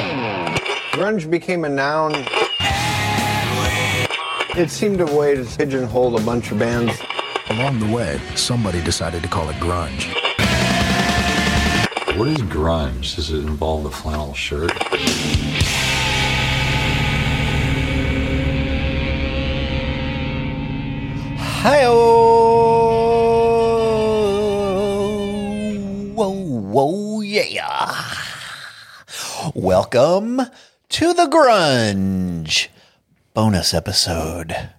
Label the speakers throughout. Speaker 1: Grunge became a noun. It seemed a way to pigeonhole a bunch of bands.
Speaker 2: Along the way, somebody decided to call it grunge.
Speaker 3: What is grunge? Does it involve a flannel shirt?
Speaker 1: Hi, whoa, whoa, yeah. Welcome to the grunge bonus episode,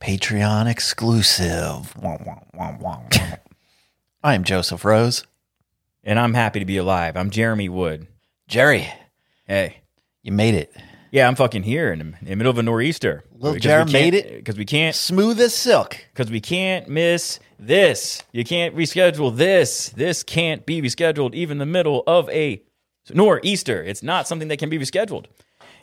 Speaker 1: Patreon exclusive. Wah, wah, wah, wah. I'm Joseph Rose.
Speaker 4: And I'm happy to be alive. I'm Jeremy Wood.
Speaker 1: Jerry,
Speaker 4: Hey.
Speaker 1: you made it.
Speaker 4: Yeah, I'm fucking here in the, in the middle of a nor'easter.
Speaker 1: Lil Jerem made it.
Speaker 4: Because we can't
Speaker 1: Smooth as silk.
Speaker 4: because we can't miss this. You can't reschedule this. This can't be rescheduled even the middle of a nor'easter. It's not something that can be rescheduled.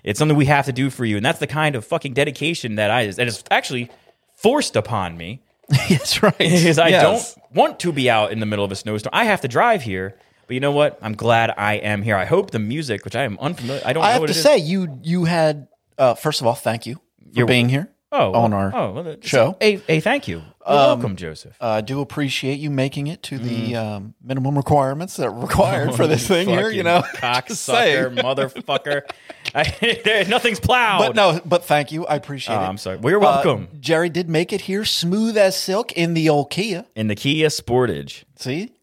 Speaker 4: It's something we have to do for you. And that's the kind of fucking dedication that I that is actually forced upon me.
Speaker 1: That's right.
Speaker 4: Because I
Speaker 1: Yes.
Speaker 4: don't want to be out in the middle of a snowstorm. I have to drive here. But you know what? I'm glad I am here. I hope the music, which I am unfamiliar, I don't
Speaker 1: I
Speaker 4: know
Speaker 1: have
Speaker 4: what
Speaker 1: to
Speaker 4: it is.
Speaker 1: say, you you had uh, first of all, thank you for
Speaker 4: You're
Speaker 1: being here.
Speaker 4: Oh,
Speaker 1: on
Speaker 4: well,
Speaker 1: our
Speaker 4: oh, well, it's-
Speaker 1: show.
Speaker 4: A, a thank you. Well, welcome, Joseph. Mm.
Speaker 1: Uh, I do appreciate you making it to the um, minimum requirements that are required for this thing here. You know, Just
Speaker 4: cocksucker,
Speaker 1: saying.
Speaker 4: motherfucker. I, there- nothing's plowed.
Speaker 1: But no, but thank you. I
Speaker 4: Oh,
Speaker 1: appreciate it.
Speaker 4: I'm sorry. Well, you're
Speaker 1: Uh,
Speaker 4: welcome.
Speaker 1: Jerry did make it here, smooth as silk in the old Kia.
Speaker 4: In the Kia Sportage.
Speaker 1: See,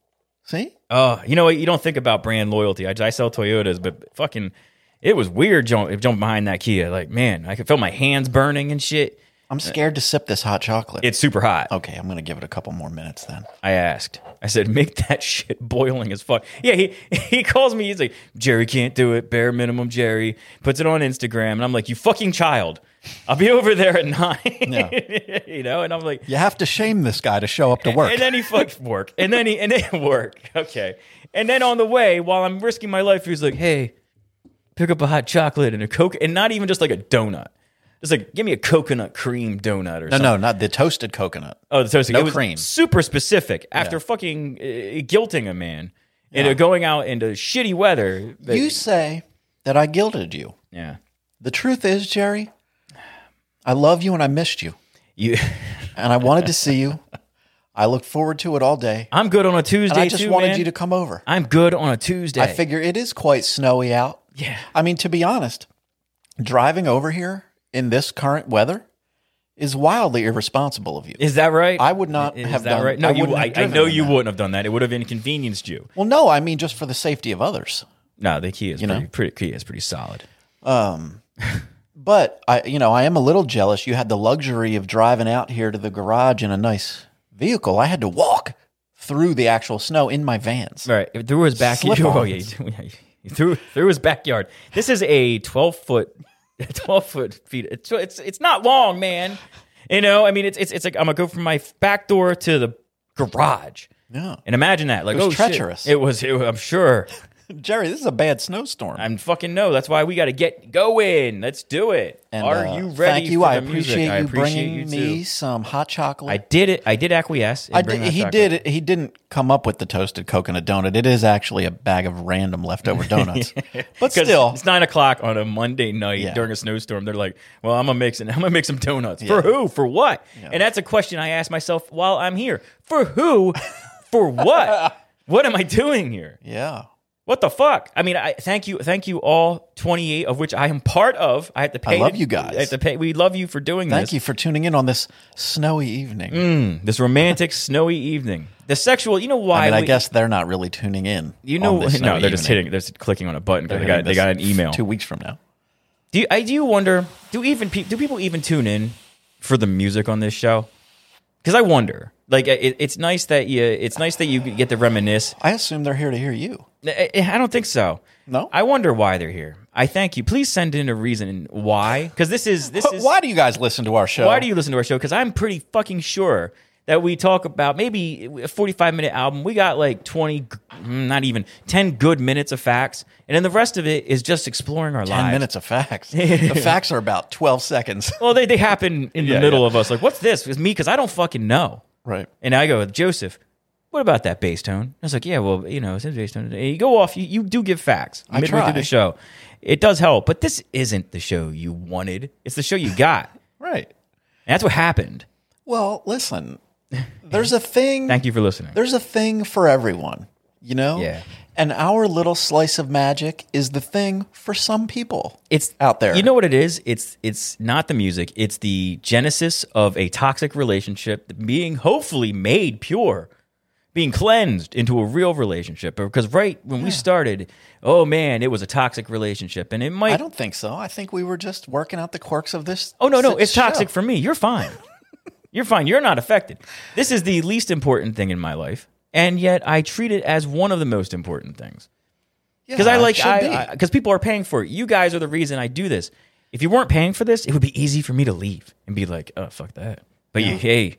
Speaker 1: see,
Speaker 4: Oh, you know what? You don't think about brand loyalty. I, I sell Toyotas, but fucking, it was weird jumping jump behind that Kia. Like, man, I could feel my hands burning and shit.
Speaker 1: I'm scared to sip this hot chocolate.
Speaker 4: It's super hot.
Speaker 1: okay, I'm gonna give it a couple more minutes then.
Speaker 4: I asked. I said, make that shit boiling as fuck. Yeah, he he calls me. He's like, Jerry can't do it. Bare minimum, Jerry puts it on Instagram, and I'm like, you fucking child. I'll be over there at nine. you know, and I'm like,
Speaker 1: You have to shame this guy to show up to work.
Speaker 4: and then he fucked work, and then he and then work. Okay, and then on the way, while I'm risking my life, he's like, hey, pick up a hot chocolate and a coke, and not even just like a donut. Just like, give me a coconut cream donut or
Speaker 1: no,
Speaker 4: something.
Speaker 1: no, not the toasted coconut.
Speaker 4: Oh, the toasting.
Speaker 1: No
Speaker 4: it was
Speaker 1: cream.
Speaker 4: Super specific. After fucking uh, guilting a man into going out into shitty weather. that-
Speaker 1: You say that I guilted you.
Speaker 4: yeah.
Speaker 1: The truth is, Jerry, I love you and I missed you.
Speaker 4: You.
Speaker 1: And I wanted to see you. I look forward to it all day.
Speaker 4: I'm good on a Tuesday.
Speaker 1: And I just
Speaker 4: too,
Speaker 1: wanted
Speaker 4: man.
Speaker 1: you to come over.
Speaker 4: I'm good on a Tuesday.
Speaker 1: I figure it is quite snowy out.
Speaker 4: Yeah.
Speaker 1: I mean, to be honest, driving over here in this current weather is wildly irresponsible of you.
Speaker 4: Is that right?
Speaker 1: I would not
Speaker 4: Is
Speaker 1: have
Speaker 4: that
Speaker 1: done-
Speaker 4: right? No,
Speaker 1: I
Speaker 4: you.
Speaker 1: wouldn't have
Speaker 4: I, I
Speaker 1: driven
Speaker 4: know
Speaker 1: on
Speaker 4: you
Speaker 1: that.
Speaker 4: wouldn't have done that. It would have inconvenienced you.
Speaker 1: well, no, I mean just for the safety of others.
Speaker 4: No, the Kia is
Speaker 1: You know?
Speaker 4: pretty, pretty Kia is pretty solid.
Speaker 1: Um, but I, you know, I am a little jealous. You had the luxury of driving out here to the garage in a nice vehicle. I had to walk through the actual snow in my vans.
Speaker 4: Right. It threw his backyard.
Speaker 1: Slip-ons.
Speaker 4: Oh, yeah, he- he threw through his backyard. This is a twelve foot, twelve foot feet. It's it's it's not long, man. You know, I mean, it's it's it's like I'm gonna go from my back door to the garage.
Speaker 1: Yeah,
Speaker 4: And imagine that, like
Speaker 1: It was
Speaker 4: oh, shit.
Speaker 1: treacherous.
Speaker 4: It was. It, I'm sure.
Speaker 1: Jerry, this is a bad snowstorm.
Speaker 4: I'm fucking no. That's why we got to get going. Let's do it.
Speaker 1: And,
Speaker 4: Are
Speaker 1: uh,
Speaker 4: you ready?
Speaker 1: Thank you.
Speaker 4: for
Speaker 1: I
Speaker 4: the
Speaker 1: appreciate
Speaker 4: music?
Speaker 1: you
Speaker 4: I appreciate
Speaker 1: bringing
Speaker 4: you too.
Speaker 1: me some hot chocolate.
Speaker 4: I did it. I did acquiesce. and
Speaker 1: I
Speaker 4: bring
Speaker 1: did,
Speaker 4: that
Speaker 1: he
Speaker 4: chocolate.
Speaker 1: did. it- He didn't come up with the toasted coconut donut. It is actually a bag of random leftover donuts. But
Speaker 4: 'Cause
Speaker 1: still,
Speaker 4: it's nine o'clock on a Monday night
Speaker 1: Yeah.
Speaker 4: during a snowstorm. They're like, "Well, I'm gonna make some. I'm gonna make some donuts for who? For what?" And that's a question I ask myself while I'm here: for who? for what? What am I doing here?
Speaker 1: yeah,
Speaker 4: What the fuck? I mean, I thank you, thank you all 28 of which I am part of. I have to
Speaker 1: I
Speaker 4: pay.
Speaker 1: love you guys.
Speaker 4: I have to pay. We love you for doing
Speaker 1: thank
Speaker 4: this. Mm,
Speaker 1: you for tuning in on this snowy evening.
Speaker 4: This romantic snowy evening. The sexual. You know
Speaker 1: I
Speaker 4: why?
Speaker 1: mean, I
Speaker 4: we-
Speaker 1: guess they're not really tuning in.
Speaker 4: You
Speaker 1: on
Speaker 4: know, no,
Speaker 1: this snowy
Speaker 4: they're just
Speaker 1: evening.
Speaker 4: hitting, they're just clicking on a button because
Speaker 1: They're
Speaker 4: they
Speaker 1: hitting
Speaker 4: got they
Speaker 1: this
Speaker 4: got an email.
Speaker 1: two weeks from now.
Speaker 4: Do you, I do wonder? Do even pe- do people even tune in for the music on this show? Because I wonder. Like it, it's nice that you it's nice that you get to reminisce.
Speaker 1: I assume they're here to hear you.
Speaker 4: I, eh, I- I don't think so.
Speaker 1: No?
Speaker 4: I wonder why they're here. I thank you. Please send in a reason why. Because this is this
Speaker 1: But
Speaker 4: is
Speaker 1: why do you guys listen to our show?
Speaker 4: why do you listen to our show? Because I'm pretty fucking sure that we talk about maybe a 45 minute album. We got like 20, g- mm, not even 10 good minutes of facts, and then the rest of it is just exploring our
Speaker 1: Ten
Speaker 4: lives.
Speaker 1: minutes of facts. the facts are about twelve seconds.
Speaker 4: Well, they, they happen in
Speaker 1: Yeah,
Speaker 4: the middle
Speaker 1: yeah.
Speaker 4: of us. Like, what's this? It's me because I don't fucking know.
Speaker 1: right.
Speaker 4: And I go, Joseph, what about that bass tone? I was like, yeah, well, you know, it's a bass tone. And you go off, you, you do give facts
Speaker 1: I
Speaker 4: midway
Speaker 1: try.
Speaker 4: through the show. It does help, but this isn't the show you wanted. It's the show you got. and
Speaker 1: Right.
Speaker 4: that's what happened.
Speaker 1: Well, listen. There's a thing.
Speaker 4: Thank you for listening.
Speaker 1: There's a thing for everyone. You know.
Speaker 4: Yeah.
Speaker 1: And our little slice of magic is the thing for some people.
Speaker 4: it's
Speaker 1: out there.
Speaker 4: You know what it is? It's it's not the music. It's the genesis of a toxic relationship being hopefully made pure, being cleansed into a real relationship. Because right when we started, oh man, it was a toxic relationship, and it might.
Speaker 1: I don't think so. I think we were just working out the quirks of this.
Speaker 4: oh no, no,
Speaker 1: this
Speaker 4: it's toxic
Speaker 1: show.
Speaker 4: for me. You're fine. You're fine. You're not affected. This is the least important thing in my life, and yet I treat it as one of the most important things.
Speaker 1: Yeah,
Speaker 4: because I
Speaker 1: it
Speaker 4: like
Speaker 1: should be.
Speaker 4: I because people are paying for it. You guys are the reason I do this. If you weren't paying for this, it would be easy for me to leave and be like, "Oh, fuck that." But you, hey,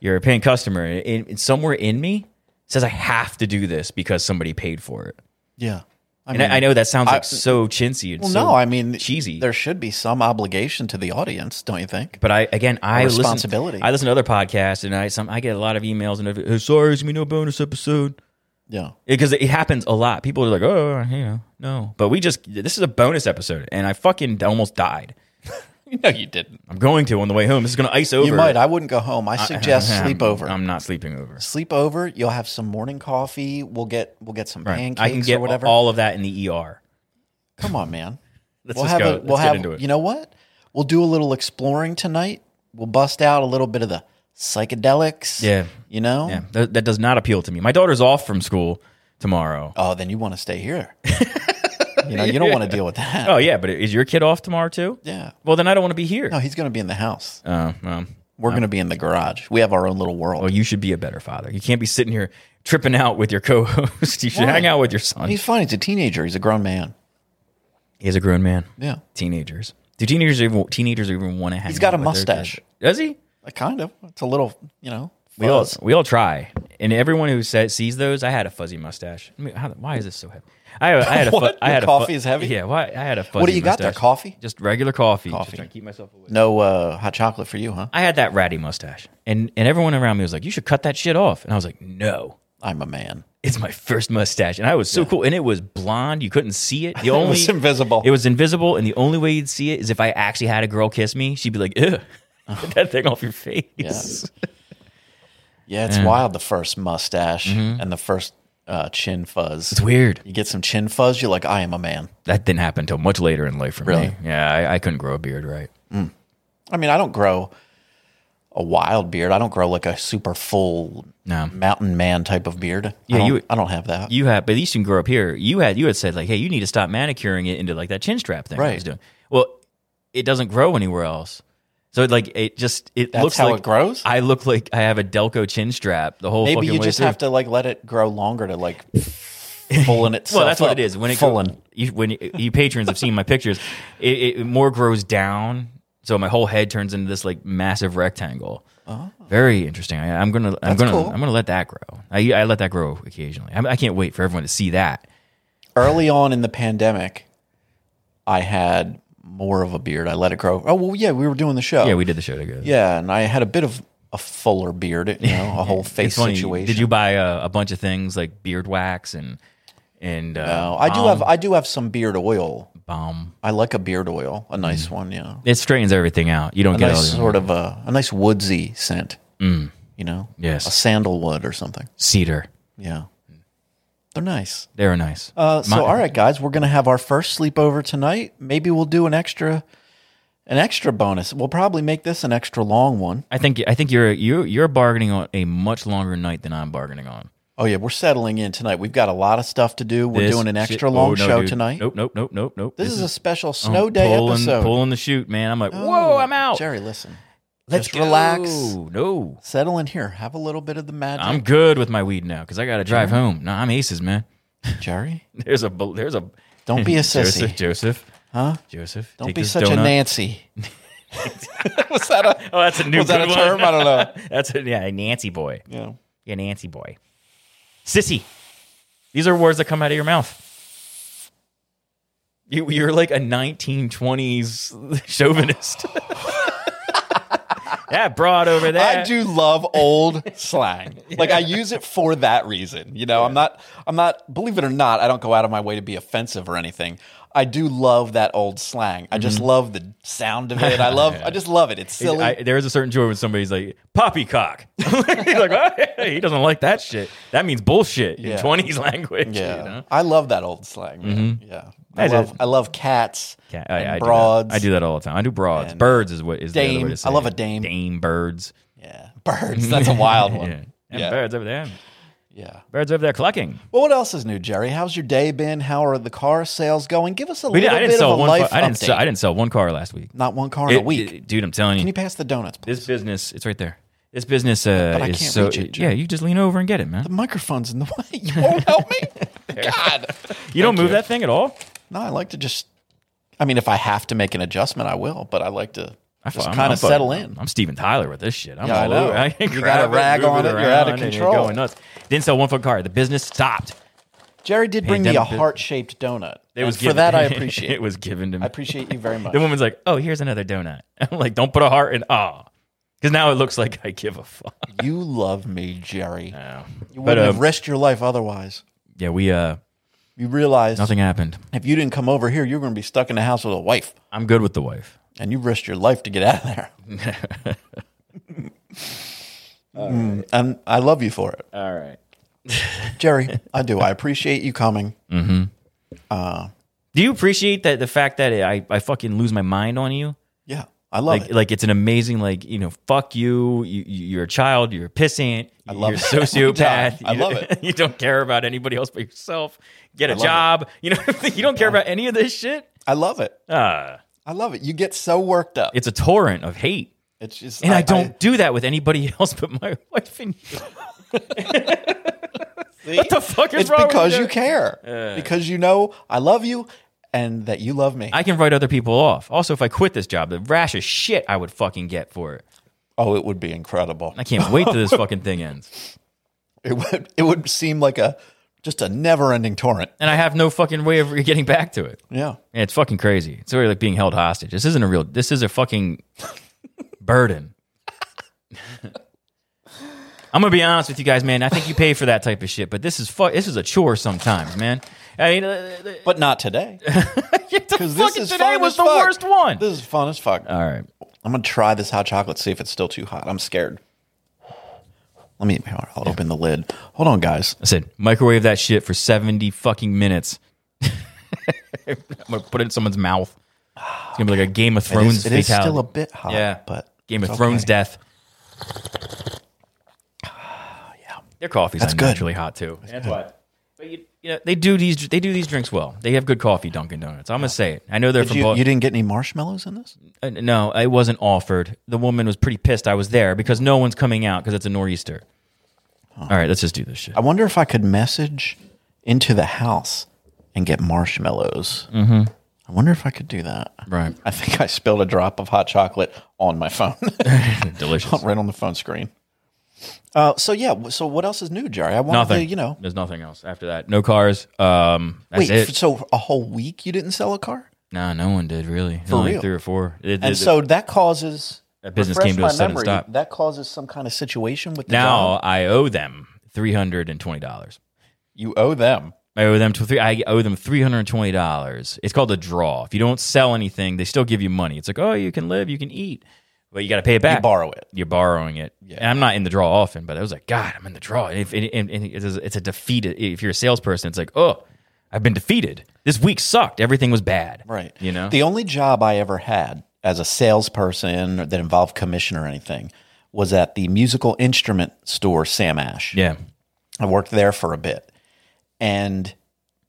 Speaker 4: you're a paying customer, and, and somewhere in me says I have to do this because somebody paid for it.
Speaker 1: yeah. I
Speaker 4: and I, I know that sounds like
Speaker 1: I-
Speaker 4: so chintzy and
Speaker 1: Well,
Speaker 4: so
Speaker 1: no, I mean
Speaker 4: cheesy.
Speaker 1: There should be some obligation to the audience, don't you think?
Speaker 4: But I again, I listen-
Speaker 1: responsibility.
Speaker 4: I listen to other podcasts, and I some I get a lot of emails and notifi- "Oh, sorry, it's gonna be no bonus episode.
Speaker 1: Yeah.
Speaker 4: because it happens a lot. People are like, oh, you know, no. But we just this is a bonus episode, and I fucking almost died.
Speaker 1: No, you didn't.
Speaker 4: I'm going to on the way home. This is going to ice over.
Speaker 1: You might. I wouldn't go home. I suggest
Speaker 4: I'm-
Speaker 1: sleep over.
Speaker 4: I'm not sleeping over.
Speaker 1: sleep over. You'll have some morning coffee. We'll get we'll get some
Speaker 4: Right.
Speaker 1: pancakes
Speaker 4: I can get
Speaker 1: or whatever.
Speaker 4: all of that in the ER.
Speaker 1: Come on, man.
Speaker 4: Let's
Speaker 1: we'll
Speaker 4: just
Speaker 1: have
Speaker 4: go.
Speaker 1: A,
Speaker 4: Let's
Speaker 1: we'll
Speaker 4: get
Speaker 1: have,
Speaker 4: into it.
Speaker 1: You know what? We'll do a little exploring tonight. We'll bust out a little bit of the psychedelics.
Speaker 4: Yeah.
Speaker 1: You know.
Speaker 4: Yeah, that, that does not appeal to me. My daughter's off from school tomorrow.
Speaker 1: Oh, then you want to stay here. you know, you don't want to deal with that.
Speaker 4: Oh yeah, but is your kid off tomorrow too?
Speaker 1: Yeah.
Speaker 4: Well, then I don't want to be here.
Speaker 1: No, he's going to be in the house.
Speaker 4: Oh, well,
Speaker 1: We're going to be in the garage. We have our own little world.
Speaker 4: well, you should be a better father. You can't be sitting here tripping out with your co-host. You should
Speaker 1: Why?
Speaker 4: hang out with your son.
Speaker 1: He's fine. He's a teenager. He's a grown man.
Speaker 4: He's a grown man.
Speaker 1: Yeah.
Speaker 4: teenagers. Do teenagers even teenagers even want to hang?
Speaker 1: He's got
Speaker 4: out
Speaker 1: a
Speaker 4: with their
Speaker 1: mustache.
Speaker 4: kids? Does he?
Speaker 1: Uh, Kind of. It's a little, you know.
Speaker 4: We all
Speaker 1: fuzz.
Speaker 4: we all try, and everyone who says sees those, I had a fuzzy mustache. I mean, how, why is this so heavy? I, I had a fu-
Speaker 1: What?
Speaker 4: I had
Speaker 1: Your
Speaker 4: a fu-
Speaker 1: coffee is heavy?
Speaker 4: Yeah, why? I had a fuzzy.
Speaker 1: do you got there,
Speaker 4: mustache.
Speaker 1: coffee?
Speaker 4: Just regular coffee. Just
Speaker 1: Coffee.
Speaker 4: trying to keep myself away.
Speaker 1: No uh, hot chocolate for you, huh?
Speaker 4: I had that ratty mustache, and and everyone around me was like, "You should cut that shit off," and I was like, "No."
Speaker 1: I'm a man.
Speaker 4: It's my first mustache, and I was so cool, and it was blonde. You couldn't see it. The only
Speaker 1: was invisible.
Speaker 4: It was invisible, and the only way you'd see it is if I actually had a girl kiss me. She'd be like, "Ugh,
Speaker 1: Oh.
Speaker 4: get that thing off your face."
Speaker 1: Yeah, it's wild the first mustache and the first uh, chin fuzz.
Speaker 4: Mm-hmm. It's weird.
Speaker 1: You get some chin fuzz, you're like, I am a man.
Speaker 4: That didn't happen until much later in life for
Speaker 1: Really? Mm.
Speaker 4: me. Yeah, I, I couldn't grow a beard right.
Speaker 1: I mean, I don't grow a wild beard. I don't grow like a super full
Speaker 4: No.
Speaker 1: mountain man type of beard.
Speaker 4: Yeah,
Speaker 1: I don't,
Speaker 4: you-
Speaker 1: I don't have that.
Speaker 4: You have, but at least you can grow up here. You had, you had said like, hey, you need to stop manicuring it into like that chin strap thing I was
Speaker 1: Right.
Speaker 4: doing. Well, it doesn't grow anywhere else. So like it just it
Speaker 1: That's
Speaker 4: looks
Speaker 1: how
Speaker 4: like
Speaker 1: it grows?
Speaker 4: I look like I have a Delco chin strap the whole
Speaker 1: Maybe
Speaker 4: fucking
Speaker 1: you
Speaker 4: way
Speaker 1: just
Speaker 4: through.
Speaker 1: have to like let it grow longer to like full in itself.
Speaker 4: Well, that's what
Speaker 1: up.
Speaker 4: it is. When it
Speaker 1: full
Speaker 4: go-
Speaker 1: in.
Speaker 4: you, when you, you patrons have seen my pictures, it, it more grows down. So my whole head turns into this like massive rectangle. Very interesting. I, I'm gonna, I'm
Speaker 1: Oh. That's
Speaker 4: gonna,
Speaker 1: cool.
Speaker 4: I'm gonna let that grow. I, I let that grow occasionally. I, I can't wait for everyone to see that.
Speaker 1: Early on in the pandemic, I had more of a beard. I let it grow. Oh well, yeah, we were doing the show.
Speaker 4: Yeah, we did the show together.
Speaker 1: Yeah, and I had a bit of a fuller beard, you know, a whole face
Speaker 4: It's funny,
Speaker 1: situation.
Speaker 4: Did you buy a, a bunch of things like beard wax and and uh,
Speaker 1: No, I do have I do have some beard oil.
Speaker 4: balm? Mm.
Speaker 1: I like a beard oil, a nice one, you know,
Speaker 4: It straightens everything out. You don't
Speaker 1: a
Speaker 4: get
Speaker 1: nice
Speaker 4: all the Mm.
Speaker 1: sort of a, a nice woodsy scent. You know,
Speaker 4: Yes.
Speaker 1: a sandalwood or something.
Speaker 4: cedar.
Speaker 1: Yeah, they're nice.
Speaker 4: They were nice.
Speaker 1: Uh, so, all right, guys, we're gonna have our first sleepover tonight. Maybe we'll do an extra, an extra bonus. We'll probably make this an extra long one.
Speaker 4: I think I think you're you you're bargaining on a much longer night than I'm bargaining on.
Speaker 1: Oh yeah, we're settling in tonight. We've got a lot of stuff to do. We're
Speaker 4: This
Speaker 1: doing an
Speaker 4: shit-
Speaker 1: extra long
Speaker 4: oh, no,
Speaker 1: show
Speaker 4: dude.
Speaker 1: tonight.
Speaker 4: Nope, nope, nope, nope, nope.
Speaker 1: This, is, a special snow day
Speaker 4: pulling,
Speaker 1: episode.
Speaker 4: Pulling the chute, man. I'm like, whoa, I'm out.
Speaker 1: Jerry, listen.
Speaker 4: Let's
Speaker 1: just relax.
Speaker 4: go. No,
Speaker 1: Settle in here. Have a little bit of the magic.
Speaker 4: I'm good with my weed now because I got to drive home. No, I'm aces, man.
Speaker 1: Jerry.
Speaker 4: There's a bu- there's a
Speaker 1: Don't be a
Speaker 4: Joseph,
Speaker 1: sissy.
Speaker 4: Joseph,
Speaker 1: Huh?
Speaker 4: Joseph.
Speaker 1: Don't
Speaker 4: take
Speaker 1: be
Speaker 4: this
Speaker 1: such a
Speaker 4: donut.
Speaker 1: Nancy. was that a
Speaker 4: Oh, that's a new
Speaker 1: was that a
Speaker 4: good one.
Speaker 1: term? I don't know.
Speaker 4: That's a, yeah, a Nancy boy.
Speaker 1: Yeah.
Speaker 4: Yeah, Nancy boy. Sissy. These are words that come out of your mouth. You, you're like a 1920s chauvinist. that broad over there.
Speaker 1: I do love old slang. Like I use it for that reason. You know, I'm not I'm not believe it or not, I don't go out of my way to be offensive or anything. I do love that old slang. I
Speaker 4: Mm-hmm.
Speaker 1: just love the sound of it. I love I just love it. It's silly.
Speaker 4: I, there is a certain joy when somebody's like poppycock. He's like, "Oh, he doesn't like that shit. That means bullshit
Speaker 1: Yeah.
Speaker 4: in 20s language.
Speaker 1: yeah.
Speaker 4: you know? Mm-hmm.
Speaker 1: I love that old slang. man. Yeah. I
Speaker 4: I do.
Speaker 1: love I love cats.
Speaker 4: Yeah,
Speaker 1: and
Speaker 4: I, I
Speaker 1: broads.
Speaker 4: Do that. I do that all the time. I do broads.
Speaker 1: And
Speaker 4: birds is what is the other
Speaker 1: dame.
Speaker 4: way to say
Speaker 1: I love
Speaker 4: it.
Speaker 1: a dame.
Speaker 4: Dame birds.
Speaker 1: Yeah. Birds. That's a wild one.
Speaker 4: Yeah. And
Speaker 1: Yeah.
Speaker 4: birds over there.
Speaker 1: yeah.
Speaker 4: Birds over there clucking.
Speaker 1: Well, what else is new, Jerry? How's your day been? How are the car sales going? Give us a
Speaker 4: We
Speaker 1: little
Speaker 4: didn't, I
Speaker 1: bit
Speaker 4: didn't
Speaker 1: of a
Speaker 4: sell one.
Speaker 1: life
Speaker 4: Car, I didn't.
Speaker 1: update.
Speaker 4: Sell, I didn't sell one car last week.
Speaker 1: Not one car in a
Speaker 4: It-
Speaker 1: week.
Speaker 4: it- dude. I'm telling you,
Speaker 1: Can you pass the donuts? Please?
Speaker 4: this business. It's right there. This business uh,
Speaker 1: But I
Speaker 4: is
Speaker 1: can't
Speaker 4: so.
Speaker 1: reach it,
Speaker 4: yeah,
Speaker 1: Jim.
Speaker 4: you just lean over and get it, man.
Speaker 1: The microphone's in the way. You won't help me? God.
Speaker 4: You don't move that thing at all.
Speaker 1: No, I like to just, I mean, if I have to make an adjustment, I will, but I like to
Speaker 4: I
Speaker 1: just
Speaker 4: fu- I'm-
Speaker 1: kind
Speaker 4: I'm
Speaker 1: of settle
Speaker 4: fucking-
Speaker 1: in.
Speaker 4: I'm Steven Tyler with this shit. I'm
Speaker 1: Yeah, I
Speaker 4: all
Speaker 1: know.
Speaker 4: over. I can
Speaker 1: You
Speaker 4: grab
Speaker 1: got a rag
Speaker 4: move
Speaker 1: on it, you're out of
Speaker 4: around, and
Speaker 1: control.
Speaker 4: going nuts. Didn't sell one foot car. The business stopped.
Speaker 1: Jerry did bring me a
Speaker 4: Pandemic bus-
Speaker 1: heart shaped donut.
Speaker 4: It was
Speaker 1: and for
Speaker 4: given-
Speaker 1: that, I appreciate
Speaker 4: it was given to me.
Speaker 1: I appreciate you very much.
Speaker 4: The woman's like, "Oh, here's another donut." I'm like, "Don't put a heart in ah," because now it looks like I give a fuck.
Speaker 1: you love me, Jerry. You
Speaker 4: But,
Speaker 1: wouldn't have
Speaker 4: um,
Speaker 1: risked your life otherwise.
Speaker 4: Yeah, we uh,
Speaker 1: You realize
Speaker 4: nothing happened.
Speaker 1: if you didn't come over here, you were going to be stuck in the house with a wife,
Speaker 4: I'm good with the wife.
Speaker 1: and you risked your life to get out of there. Mm, and I love you for it.
Speaker 4: All right.
Speaker 1: Jerry, I do. I appreciate you coming.
Speaker 4: Do you appreciate that the fact that I, I fucking lose my mind on you?
Speaker 1: Yeah, I love
Speaker 4: like
Speaker 1: it.
Speaker 4: like it's an amazing like you know fuck you, you you- you're a child you're a pissant I
Speaker 1: love
Speaker 4: you're a
Speaker 1: it every
Speaker 4: sociopath
Speaker 1: time. I
Speaker 4: you-
Speaker 1: love it.
Speaker 4: you don't care about anybody else but yourself get a
Speaker 1: love it.
Speaker 4: job you know you don't care about any of this shit
Speaker 1: I love it.
Speaker 4: uh,
Speaker 1: I love it. You get so worked up.
Speaker 4: it's a torrent of hate
Speaker 1: It's just,
Speaker 4: and I, don't do that with anybody else but my wife and you what the fuck is
Speaker 1: it's
Speaker 4: wrong
Speaker 1: because
Speaker 4: with
Speaker 1: you care. because you know I love you, and that you love me.
Speaker 4: I can write other people off also if I quit this job the rash of shit I would fucking get for it
Speaker 1: oh, it would be incredible.
Speaker 4: I can't wait till this fucking thing ends
Speaker 1: It would. It would seem like a just a never-ending torrent.
Speaker 4: and I have no fucking way of getting back to it
Speaker 1: Yeah.
Speaker 4: Yeah, it's fucking crazy. It's already like being held hostage. This isn't a real. This is a fucking burden. I'm gonna be honest with you guys, man. I think you pay for that type of shit, but this is fu- This is a chore sometimes, man. I mean, uh, uh,
Speaker 1: But not today.
Speaker 4: the
Speaker 1: Because this
Speaker 4: fucking
Speaker 1: is
Speaker 4: today
Speaker 1: fun
Speaker 4: was
Speaker 1: as
Speaker 4: the
Speaker 1: fuck.
Speaker 4: worst one.
Speaker 1: This is fun as fuck.
Speaker 4: All right,
Speaker 1: I'm gonna try this hot chocolate. See if it's still too hot. I'm scared. Let me. I'll open the lid. Hold on, guys.
Speaker 4: I said microwave that shit for seventy fucking minutes. I'm gonna put it in someone's mouth. It's gonna be like a Game of
Speaker 1: It
Speaker 4: Thrones.
Speaker 1: is, it is
Speaker 4: fatality.
Speaker 1: still a bit hot.
Speaker 4: Yeah.
Speaker 1: but
Speaker 4: Game
Speaker 1: it's
Speaker 4: of Thrones
Speaker 1: okay.
Speaker 4: death. Their coffee's
Speaker 2: That's
Speaker 4: That's
Speaker 2: good.
Speaker 4: unnaturally hot too. That's why. But you, you know, they do these they do these drinks well. They have good coffee, Dunkin' Donuts. I'm gonna say it. I know they're
Speaker 2: Did
Speaker 4: from
Speaker 2: you,
Speaker 4: Boston.
Speaker 2: you didn't get any marshmallows in this?
Speaker 4: Uh, no, it wasn't offered. The woman was pretty pissed I was there because no one's coming out because it's a nor'easter. All right, let's just do this shit.
Speaker 2: I wonder if I could message into the house and get marshmallows. Mm-hmm. I wonder if I could do that.
Speaker 4: Right.
Speaker 2: I think I spilled a drop of hot chocolate on my phone,
Speaker 4: Delicious.
Speaker 2: right on the phone screen. Uh, so yeah. w- So what else is new, Jerry? I wanted
Speaker 4: Nothing.
Speaker 2: to, you know.
Speaker 4: There's nothing else after that. No cars. Um, that's
Speaker 2: Wait.
Speaker 4: it.
Speaker 2: f- So a whole week you didn't sell a car,
Speaker 4: no, no one did really.
Speaker 2: For
Speaker 4: Only
Speaker 2: real?
Speaker 4: three or four. It-
Speaker 2: and
Speaker 4: it-
Speaker 2: so that causes
Speaker 4: That business
Speaker 2: refresh
Speaker 4: came to
Speaker 2: my
Speaker 4: a sudden
Speaker 2: memory,
Speaker 4: stop.
Speaker 2: That causes some kind of situation with the
Speaker 4: now
Speaker 2: job.
Speaker 4: I owe them three hundred and twenty dollars.
Speaker 2: You owe them.
Speaker 4: I owe them three. I owe them three hundred and twenty dollars. It's called a draw. If you don't sell anything, they still give you money. It's like, oh, you can live, you can eat, but you got to pay it back.
Speaker 2: You borrow it.
Speaker 4: You're borrowing it. And I'm not in the draw often, but I was like, God, I'm in the draw. If and, and, and it's, a, it's a defeat. If you're a salesperson, it's like, oh, I've been defeated. This week sucked. Everything was bad.
Speaker 2: Right.
Speaker 4: You know.
Speaker 2: the only job I ever had as a salesperson that involved commission or anything was at the musical instrument store, Sam Ash.
Speaker 4: yeah.
Speaker 2: I worked there for a bit. And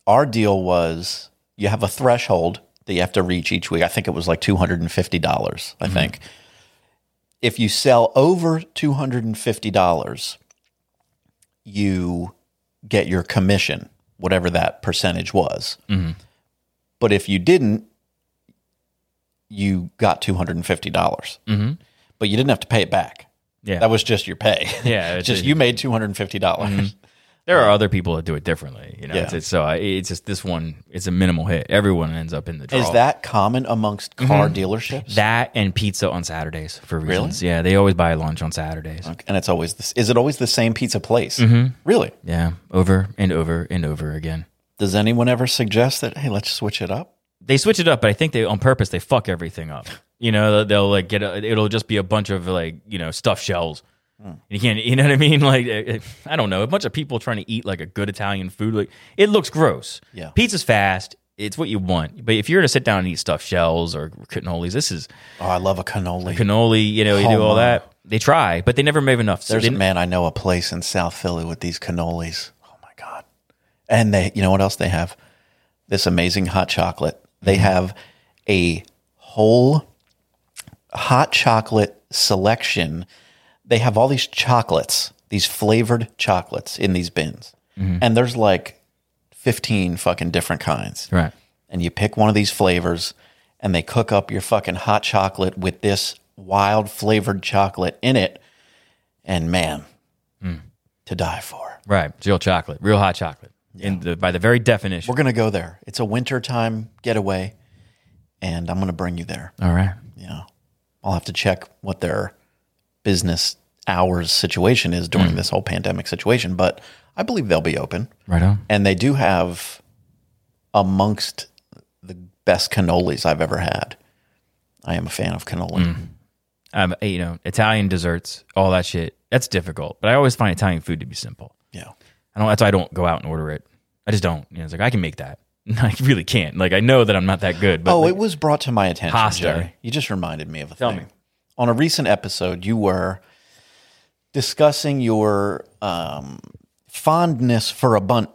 Speaker 2: our deal was you have a threshold that you have to reach each week. I think it was like $250, dollars
Speaker 4: Mm-hmm.
Speaker 2: I think. If you sell over $250, you get your commission, whatever that percentage was.
Speaker 4: Mm-hmm.
Speaker 2: But if you didn't, you got $250. dollars But you didn't have to pay it back.
Speaker 4: Mm-hmm. Yeah.
Speaker 2: That was just your pay.
Speaker 4: Yeah, it's- Mm-hmm.
Speaker 2: just you made two hundred and fifty dollars.
Speaker 4: there are other people that do it differently. You know.
Speaker 2: Yeah.
Speaker 4: It's, it's, so I, it's just this one. It's a minimal hit. Everyone ends up in the draw. Mm-hmm.
Speaker 2: Is that common amongst car dealerships?
Speaker 4: That and pizza on Saturdays for
Speaker 2: Really?
Speaker 4: reasons. Yeah, they always buy lunch on Saturdays. Mm-hmm.
Speaker 2: Okay, and it's always this. Is it always the same pizza place? Really?
Speaker 4: Yeah, over and over and over again.
Speaker 2: Does anyone ever suggest that? Hey, let's switch it up.
Speaker 4: They switch it up, but I think they on purpose they fuck everything up. You know, they'll like get a, it'll just be a bunch of like you know stuffed shells.
Speaker 2: Hmm.
Speaker 4: You can't, you know what I mean? Like, it- it- I don't know, a bunch of people trying to eat like a good Italian food. Like, it looks gross.
Speaker 2: Yeah.
Speaker 4: pizza's fast. It's what you want, but if you're gonna sit down and eat stuffed shells or cannolis, this is
Speaker 2: Oh, I love a cannoli.
Speaker 4: cannoli. You know, you do
Speaker 2: Oh,
Speaker 4: all
Speaker 2: my.
Speaker 4: that. They try, but they never make enough. So
Speaker 2: There's
Speaker 4: they,
Speaker 2: a man I know a place in South Philly with these cannolis. Oh my god! And they, you know what else they have? This amazing hot chocolate. They have a whole hot chocolate selection. They have all these chocolates, these flavored chocolates in these bins, and there's like fifteen fucking different kinds
Speaker 4: right.
Speaker 2: and you pick one of these flavors and they cook up your fucking hot chocolate with this wild flavored chocolate in it and man to die for
Speaker 4: Mm. Right. Real chocolate, real hot chocolate. In the, by the very definition.
Speaker 2: we're gonna go there it's a wintertime getaway and i'm gonna bring you there
Speaker 4: All right.
Speaker 2: you know i'll have to check what their business hours situation is
Speaker 4: Mm.
Speaker 2: during this whole pandemic situation but i believe they'll be open
Speaker 4: Right on.
Speaker 2: and they do have amongst the best cannolis I've ever had. I am a fan of cannoli.
Speaker 4: Um, you know, Italian desserts, all that shit. That's difficult, but I always find Italian food to be simple.
Speaker 2: Yeah,
Speaker 4: I don't. That's why I don't go out and order it. I just don't. You know, it's like I can make that. I really can't. Like I know that I'm not that good. But
Speaker 2: oh,
Speaker 4: like,
Speaker 2: it was brought to my attention,
Speaker 4: Pasta.
Speaker 2: Jerry. You just reminded me of a
Speaker 4: Tell
Speaker 2: thing.
Speaker 4: me.
Speaker 2: On a recent episode, you were discussing your um, fondness for a bunt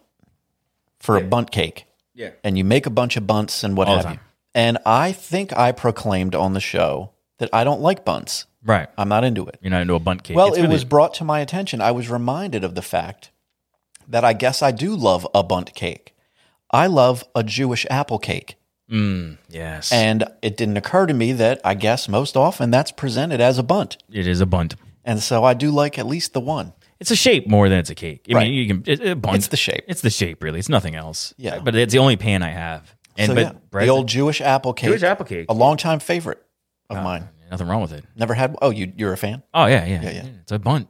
Speaker 2: for a bunt cake.
Speaker 4: Yeah.
Speaker 2: And you make a bunch of bunts and what
Speaker 4: All the
Speaker 2: have you.
Speaker 4: time.
Speaker 2: And I think I proclaimed on the show that I don't like bunts.
Speaker 4: right.
Speaker 2: I'm not into it.
Speaker 4: You're not into a bunt cake.
Speaker 2: Well,
Speaker 4: It's
Speaker 2: it
Speaker 4: really-
Speaker 2: was brought to my attention. I was reminded of the fact that I guess I do love a bunt cake. I love a Jewish apple cake.
Speaker 4: Mm, yes.
Speaker 2: And it didn't occur to me that I guess most often that's presented as a bunt.
Speaker 4: it is a bunt.
Speaker 2: And so I do like at least the one.
Speaker 4: It's a shape more than it's a cake. I
Speaker 2: Right.
Speaker 4: mean, you can it, it bunt.
Speaker 2: It's the shape.
Speaker 4: It's the shape, really. It's nothing else.
Speaker 2: Yeah.
Speaker 4: But it's the only pan I have. And
Speaker 2: so,
Speaker 4: but
Speaker 2: yeah,
Speaker 4: bread's-
Speaker 2: the old Jewish apple cake.
Speaker 4: Jewish apple cake.
Speaker 2: A longtime favorite of mine.
Speaker 4: Ah, nothing wrong with it.
Speaker 2: Never had Oh, you you're a fan?
Speaker 4: Oh yeah, yeah,
Speaker 2: Yeah, yeah.
Speaker 4: It's a bunt.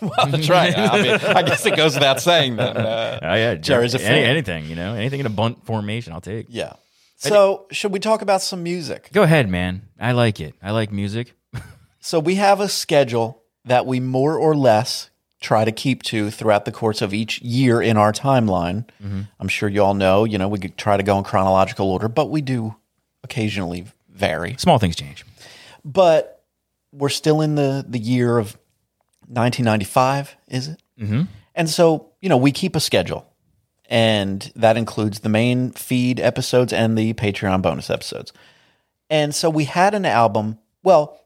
Speaker 2: that's right. I mean, I guess it goes without saying that. uh,
Speaker 4: Oh yeah,
Speaker 2: Jerry's a fan.
Speaker 4: anything, you know, anything in a bunt formation, I'll take.
Speaker 2: yeah. So, should we talk about some music?
Speaker 4: Go ahead, man. I like it. I like music.
Speaker 2: So we have a schedule that we more or less try to keep to throughout the course of each year in our timeline. I'm sure you all know, you know, we could try to go in chronological order, but we do occasionally vary.
Speaker 4: Small things change.
Speaker 2: But we're still in the the year of 1995, is it? Mm-hmm. And so, you know, we keep a schedule, and that includes the main feed episodes and the Patreon bonus episodes. And so we had an album. Well,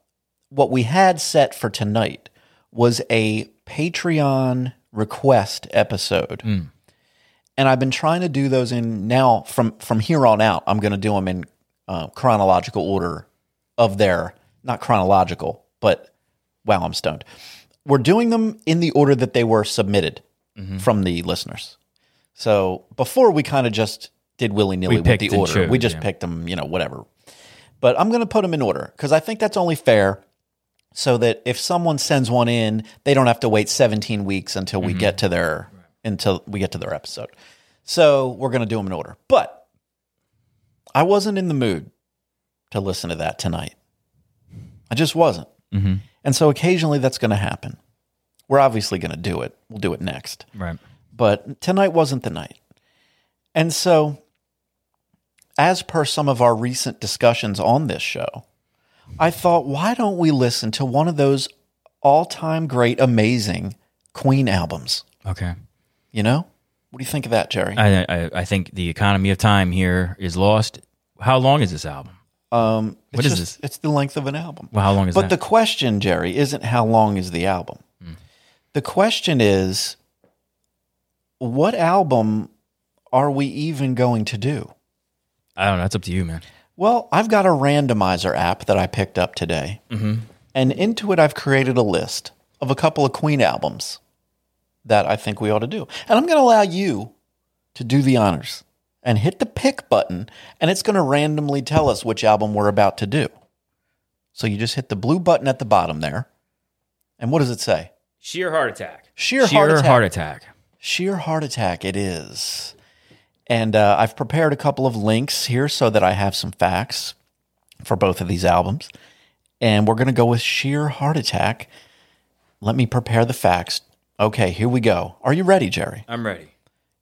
Speaker 2: what we had set for tonight was a Patreon request episode.
Speaker 4: Mm.
Speaker 2: And I've been trying to do those in now from from here on out. I'm going to do them in uh, chronological order of their not chronological, but wow, I'm stoned. We're doing them in the order that they were submitted
Speaker 4: Mm-hmm.
Speaker 2: from the listeners. So before we kind of just did willy nilly
Speaker 4: We
Speaker 2: with the
Speaker 4: picked and
Speaker 2: order.
Speaker 4: chose,
Speaker 2: we just
Speaker 4: yeah.
Speaker 2: picked them, you know, whatever. But I'm going to put them in order because I think that's only fair so that if someone sends one in, they don't have to wait 17 weeks until we get to their until we get to their episode. So we're going to do them in order. But I wasn't in the mood to listen to that tonight. I just wasn't. And so occasionally that's going to happen. We're obviously going to do it. We'll do it next.
Speaker 4: Right.
Speaker 2: But tonight wasn't the night. And so as per some of our recent discussions on this show, I thought, why don't we listen to one of those all time great, amazing Queen albums?
Speaker 4: Okay.
Speaker 2: You know? What do you think of that, Jerry?
Speaker 4: I, I I think the economy of time here is lost. How long is this album?
Speaker 2: um, it's
Speaker 4: what is
Speaker 2: just- It's the length of an album.
Speaker 4: Well, how long is
Speaker 2: but
Speaker 4: that?
Speaker 2: the question, Jerry, isn't how long is the album? The question is, what album are we even going to do?
Speaker 4: I don't know. That's up to you, man.
Speaker 2: Well, I've got a randomizer app that I picked up today. And into it, I've created a list of a couple of Queen albums that I think we ought to do. And I'm going to allow you to do the honors and hit the pick button, and it's going to randomly tell us which album we're about to do. So you just hit the blue button at the bottom there. And what does it say?
Speaker 4: Sheer heart attack.
Speaker 2: Sheer,
Speaker 4: Sheer
Speaker 2: heart attack.
Speaker 4: heart attack.
Speaker 2: Sheer heart attack it is. And uh, I've prepared a couple of links here so that I have some facts for both of these albums. And we're going to go with Sheer Heart Attack. Let me prepare the facts. Okay, here we go. Are you ready, Jerry?
Speaker 4: I'm ready.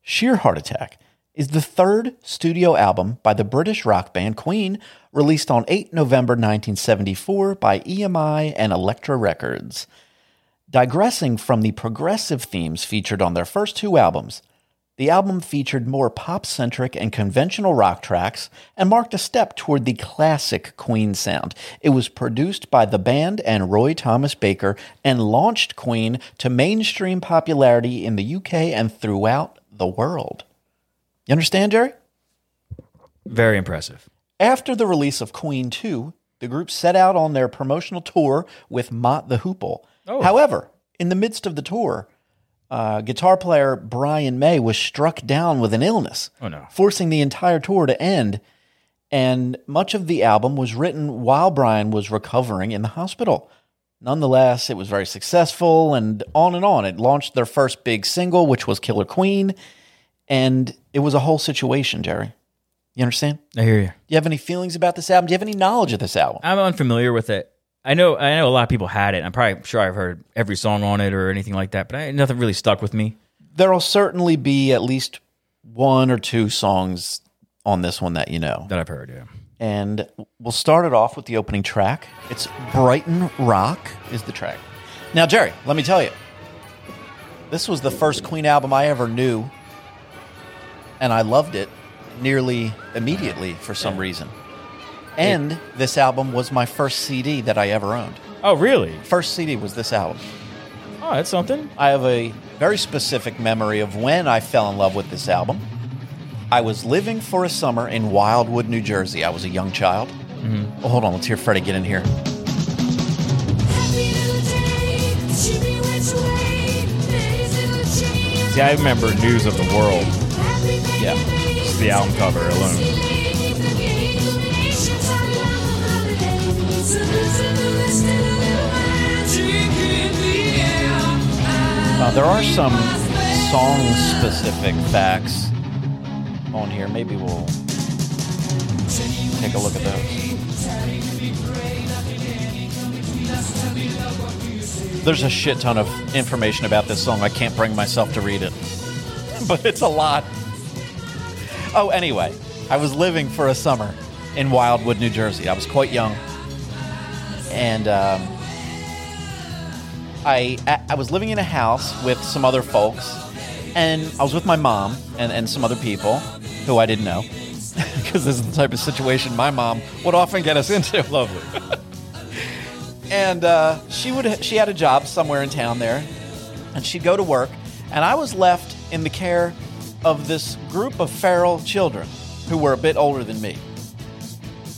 Speaker 2: Sheer Heart Attack is the third studio album by the British rock band Queen, released on 8 November 1974 by EMI and Elektra Records. Digressing from the progressive themes featured on their first two albums, the album featured more pop centric and conventional rock tracks and marked a step toward the classic Queen sound. It was produced by the band and Roy Thomas Baker and launched Queen to mainstream popularity in the UK and throughout the world. You understand, Jerry?
Speaker 4: Very impressive.
Speaker 2: After the release of Queen 2, the group set out on their promotional tour with Mott the Hoople.
Speaker 4: Oh.
Speaker 2: However, in the midst of the tour, uh, guitar player Brian May was struck down with an illness,
Speaker 4: Oh, no.
Speaker 2: forcing the entire tour to end. And much of the album was written while Brian was recovering in the hospital. Nonetheless, it was very successful and on and on. It launched their first big single, which was Killer Queen. And it was a whole situation, Jerry. You understand?
Speaker 4: I hear you.
Speaker 2: Do you have any feelings about this album? Do you have any knowledge of this album?
Speaker 4: I'm unfamiliar with it. I know I know a lot of people had it. I'm probably sure I've heard every song on it or anything like that, but I, nothing really stuck with me.
Speaker 2: There'll certainly be at least one or two songs on this one that you know.
Speaker 4: that I've heard. Yeah.
Speaker 2: And we'll start it off with the opening track. It's Brighton Rock is the track. Now, Jerry, let me tell you. This was the first Queen album I ever knew, and I loved it nearly immediately for some reason. And this album was my first CD that I ever owned.
Speaker 4: Oh, really?
Speaker 2: First CD was this album.
Speaker 4: Oh, that's something.
Speaker 2: I have a very specific memory of when I fell in love with this album. I was living for a summer in Wildwood, New Jersey. I was a young child.
Speaker 4: Mm-hmm.
Speaker 2: Oh, hold on, let's hear Freddie get in here.
Speaker 4: See, I remember News of the World.
Speaker 2: Yeah.
Speaker 4: Just the album cover alone.
Speaker 2: Now, Uh, there are some song specific facts on here. Maybe we'll take a look at those. There's a shit ton of information about this song. I can't bring myself to read it, but it's a lot. Oh, anyway, I was living for a summer in Wildwood, New Jersey. I was quite young. And um,
Speaker 5: I I- I was living in a house with some other folks, and I was with my mom and, and some other people who I didn't know, because this is the type of situation my mom would often get us into. Lovely. and uh, she would she had a job somewhere in town there, and she'd go to work, and I was left in the care of this group of feral children who were a bit older than me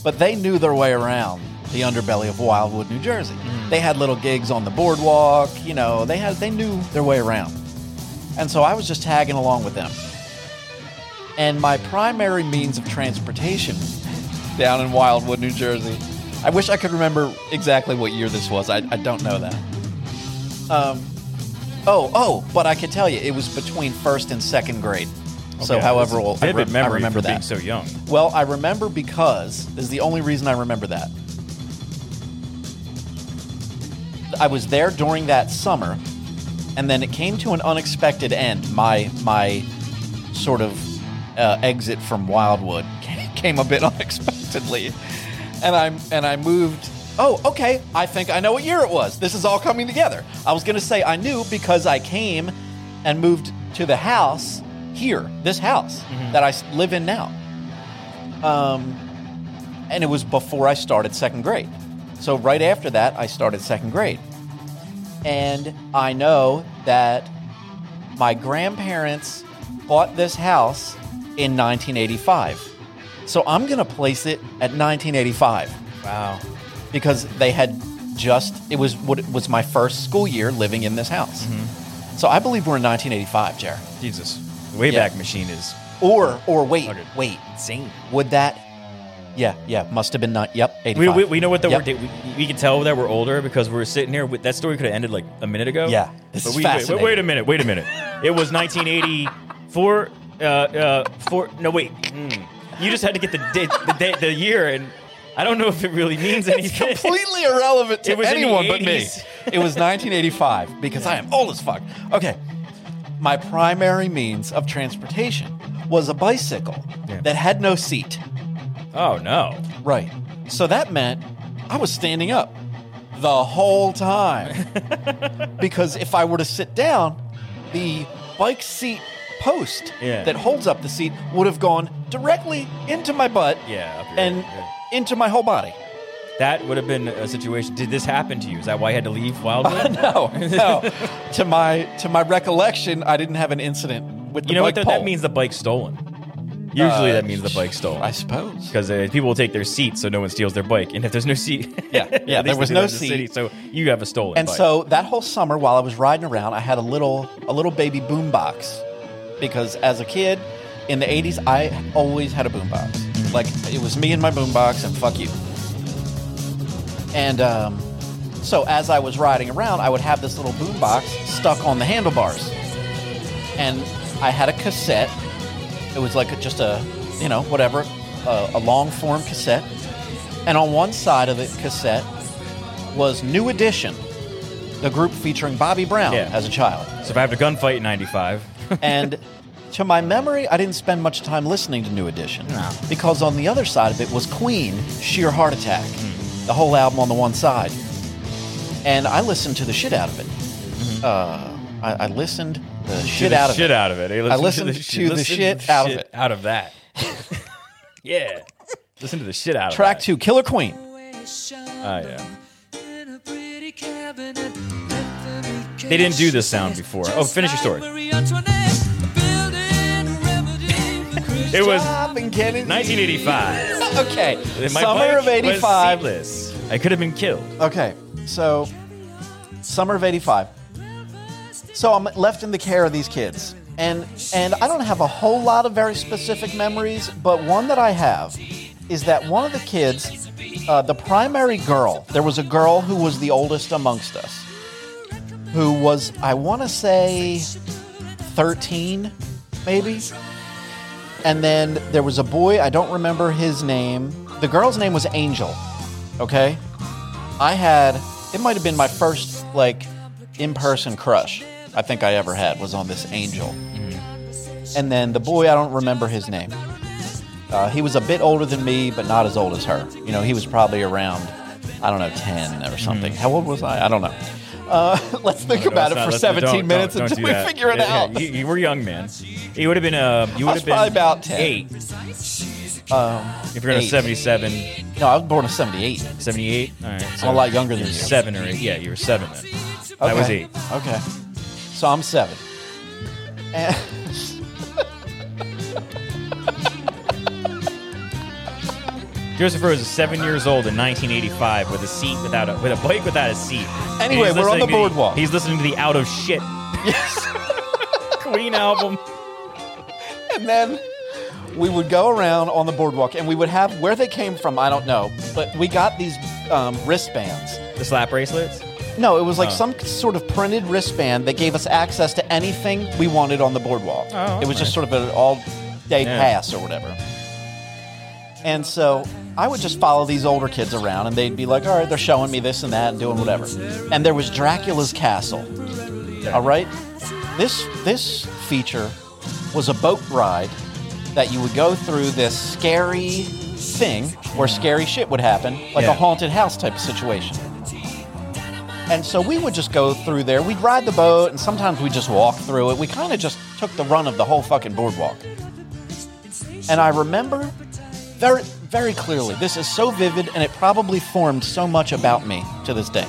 Speaker 5: but they knew their way around the underbelly of Wildwood, New Jersey.
Speaker 4: Mm.
Speaker 5: They had little gigs on the boardwalk, you know, they had they knew their way around. And so I was just tagging along with them. And my primary means of transportation down in Wildwood, New Jersey. I wish I could remember exactly what year this was. I, I don't know that. Um, oh, oh, but I could tell you it was between first and second grade. so,
Speaker 4: Okay,
Speaker 5: however,
Speaker 4: that's
Speaker 5: old
Speaker 4: a
Speaker 5: I,
Speaker 4: vivid
Speaker 5: rem- I
Speaker 4: memory
Speaker 5: remember
Speaker 4: for
Speaker 5: that.
Speaker 4: being so young.
Speaker 5: Well, I remember because this is the only reason I remember that. I was there during that summer, and then it came to an unexpected end. My my sort of uh, exit from Wildwood came a bit unexpectedly, and I and I moved. Oh, okay. I think I know what year it was. This is all coming together. I was going to say I knew because I came and moved to the house here, this house that I s- live in now. Um, and it was before I started second grade. So right after that, I started second grade. And I know that my grandparents bought this house in 1985. So I'm going to place it at 1985
Speaker 4: Wow.
Speaker 5: because they had just it was what it was my first school year living in this house. So I believe we're in 1985, Jer.
Speaker 4: Jesus. The Wayback Machine is
Speaker 5: Or or wait,
Speaker 4: Hundred.
Speaker 5: wait.
Speaker 4: insane.
Speaker 5: Would that Yeah, yeah, must have been not. Yep, 85.
Speaker 4: We, we, we know what that
Speaker 5: Yep.
Speaker 4: we're we, we can tell that we're older because we're sitting here. With, that story could have ended like a minute ago.
Speaker 5: Yeah. This is
Speaker 4: we, wait- wait-
Speaker 5: fascinating.
Speaker 4: Wait, a minute. Wait a minute. It was 1984. Uh, uh, four. No, wait. Mm. You just had to get the date, the, day, the year, and I don't know if it really means
Speaker 5: It's
Speaker 4: anything.
Speaker 5: completely irrelevant to
Speaker 4: It was in the
Speaker 5: anyone but me.
Speaker 4: 80s.
Speaker 5: It was 1985 because I am old as fuck. Okay. My primary means of transportation was a bicycle
Speaker 4: Yeah.
Speaker 5: that had no seat.
Speaker 4: oh no.
Speaker 5: Right. So that meant I was standing up the whole time. because if I were to sit down, the bike seat post
Speaker 4: Yeah.
Speaker 5: that holds up the seat would have gone directly into my butt
Speaker 4: Yeah, up your-
Speaker 5: and
Speaker 4: yeah.
Speaker 5: into my whole body.
Speaker 4: That would have been a situation. Did this happen to you? Is that why you had to leave Wildwood?
Speaker 5: No, no. to my to my recollection, I didn't have an incident with the
Speaker 4: you know
Speaker 5: bike
Speaker 4: what? That,
Speaker 5: pole. Uh,
Speaker 4: that means the bike's stolen. Usually, that means the bike's
Speaker 5: I
Speaker 4: stolen
Speaker 5: suppose.
Speaker 4: because uh, people will take their seat so no one steals their bike. And if there's no seat,
Speaker 5: Yeah, yeah, there
Speaker 4: at least they
Speaker 5: was
Speaker 4: do
Speaker 5: no
Speaker 4: that in the
Speaker 5: seat.
Speaker 4: city, so you have a stolen.
Speaker 5: And
Speaker 4: bike.
Speaker 5: so that whole summer, while I was riding around, I had a little a little baby boombox because as a kid in the '80s, I always had a boombox. Like it was me and my boombox, and fuck you. And um, so as I was riding around, I would have this little boombox stuck on the handlebars, and I had a cassette. It was like just a you know whatever a, a long form cassette, and on one side of the cassette was New Edition, the group featuring Bobby Brown
Speaker 4: Yeah.
Speaker 5: as a child.
Speaker 4: survived a gunfight in '95.
Speaker 5: And to my memory, I didn't spend much time listening to New Edition because on the other side of it was Queen, Sheer Heart Attack, the whole album on the one side. And I listened to the shit out of it. Uh, I, I listened the shit
Speaker 4: the
Speaker 5: out of
Speaker 4: shit
Speaker 5: it.
Speaker 4: out of it. Hey,
Speaker 5: I
Speaker 4: listen
Speaker 5: listened
Speaker 4: sh-
Speaker 5: to the
Speaker 4: listen
Speaker 5: shit
Speaker 4: to the
Speaker 5: out of
Speaker 4: shit
Speaker 5: it.
Speaker 4: Out of that. yeah. Listen to the shit out
Speaker 5: Track
Speaker 4: of
Speaker 5: two, Killer Queen.
Speaker 4: that. Oh yeah. They didn't do this sound before. Oh, finish your story. It was
Speaker 5: Robin Kennedy.
Speaker 4: 1985.
Speaker 5: Okay.
Speaker 4: My
Speaker 5: Summer
Speaker 4: bike
Speaker 5: of 85.
Speaker 4: Was seatless. I could have been killed.
Speaker 5: Okay, so summer of '85. So I'm left in the care of these kids, and and I don't have a whole lot of very specific memories, but one that I have is that one of the kids, uh, the primary girl, there was a girl who was the oldest amongst us, who was I want to say 13, maybe, and then there was a boy I don't remember his name. The girl's name was Angel. Okay. I had it might have been my first like in-person crush I think I ever had was on this angel. And then the boy I don't remember his name. Uh, he was a bit older than me, but not as old as her. You know, he was probably around I don't know ten or something. How old was I? I don't know. Uh, let's think about it
Speaker 4: Let's
Speaker 5: for
Speaker 4: not- let's-
Speaker 5: 17
Speaker 4: don't-
Speaker 5: minutes
Speaker 4: don't- don't
Speaker 5: until we
Speaker 4: do that.
Speaker 5: figure it
Speaker 4: Yeah,
Speaker 5: out.
Speaker 4: You, you were young, man. You would have been uh, you would
Speaker 5: was
Speaker 4: have been
Speaker 5: probably about 10.
Speaker 4: eight. if you're in a
Speaker 5: eight.
Speaker 4: 77,
Speaker 5: No, I was born in 78.
Speaker 4: 78, all right, so
Speaker 5: I'm a lot younger
Speaker 4: you
Speaker 5: than
Speaker 4: were
Speaker 5: you.
Speaker 4: seven or eight. Yeah, you were seven then. I was
Speaker 5: Okay.
Speaker 4: eight.
Speaker 5: Okay. So I'm seven. And-
Speaker 4: Joseph Rose is seven years old in 1985 with a seat without a with a bike without a seat. And
Speaker 5: Anyway,
Speaker 4: he's
Speaker 5: we're on
Speaker 4: listening
Speaker 5: the
Speaker 4: to
Speaker 5: boardwalk.
Speaker 4: he's listening to the Out of Shit Queen album.
Speaker 5: and then we would go around on the boardwalk and we would have where they came from, I don't know, but we got these um, wristbands.
Speaker 4: The slap bracelets.
Speaker 5: No, it was like some sort of printed wristband that gave us access to anything we wanted on the boardwalk.
Speaker 4: that's
Speaker 5: it was just
Speaker 4: nice.
Speaker 5: sort of an all day
Speaker 4: Oh, Yeah.
Speaker 5: pass or whatever. And so I would just follow these older kids around and they'd be like, all right, they're showing me this and that and doing whatever. And there was Dracula's Castle. All right? This this feature was a boat ride that you would go through this scary thing where scary shit would happen, like
Speaker 4: Yeah.
Speaker 5: a haunted house type of situation. And so we would just go through there. We'd ride the boat, and sometimes we just walk through it. We kind of just took the run of the whole fucking boardwalk. And I remember very, very clearly. This is so vivid, and it probably formed so much about me to this day.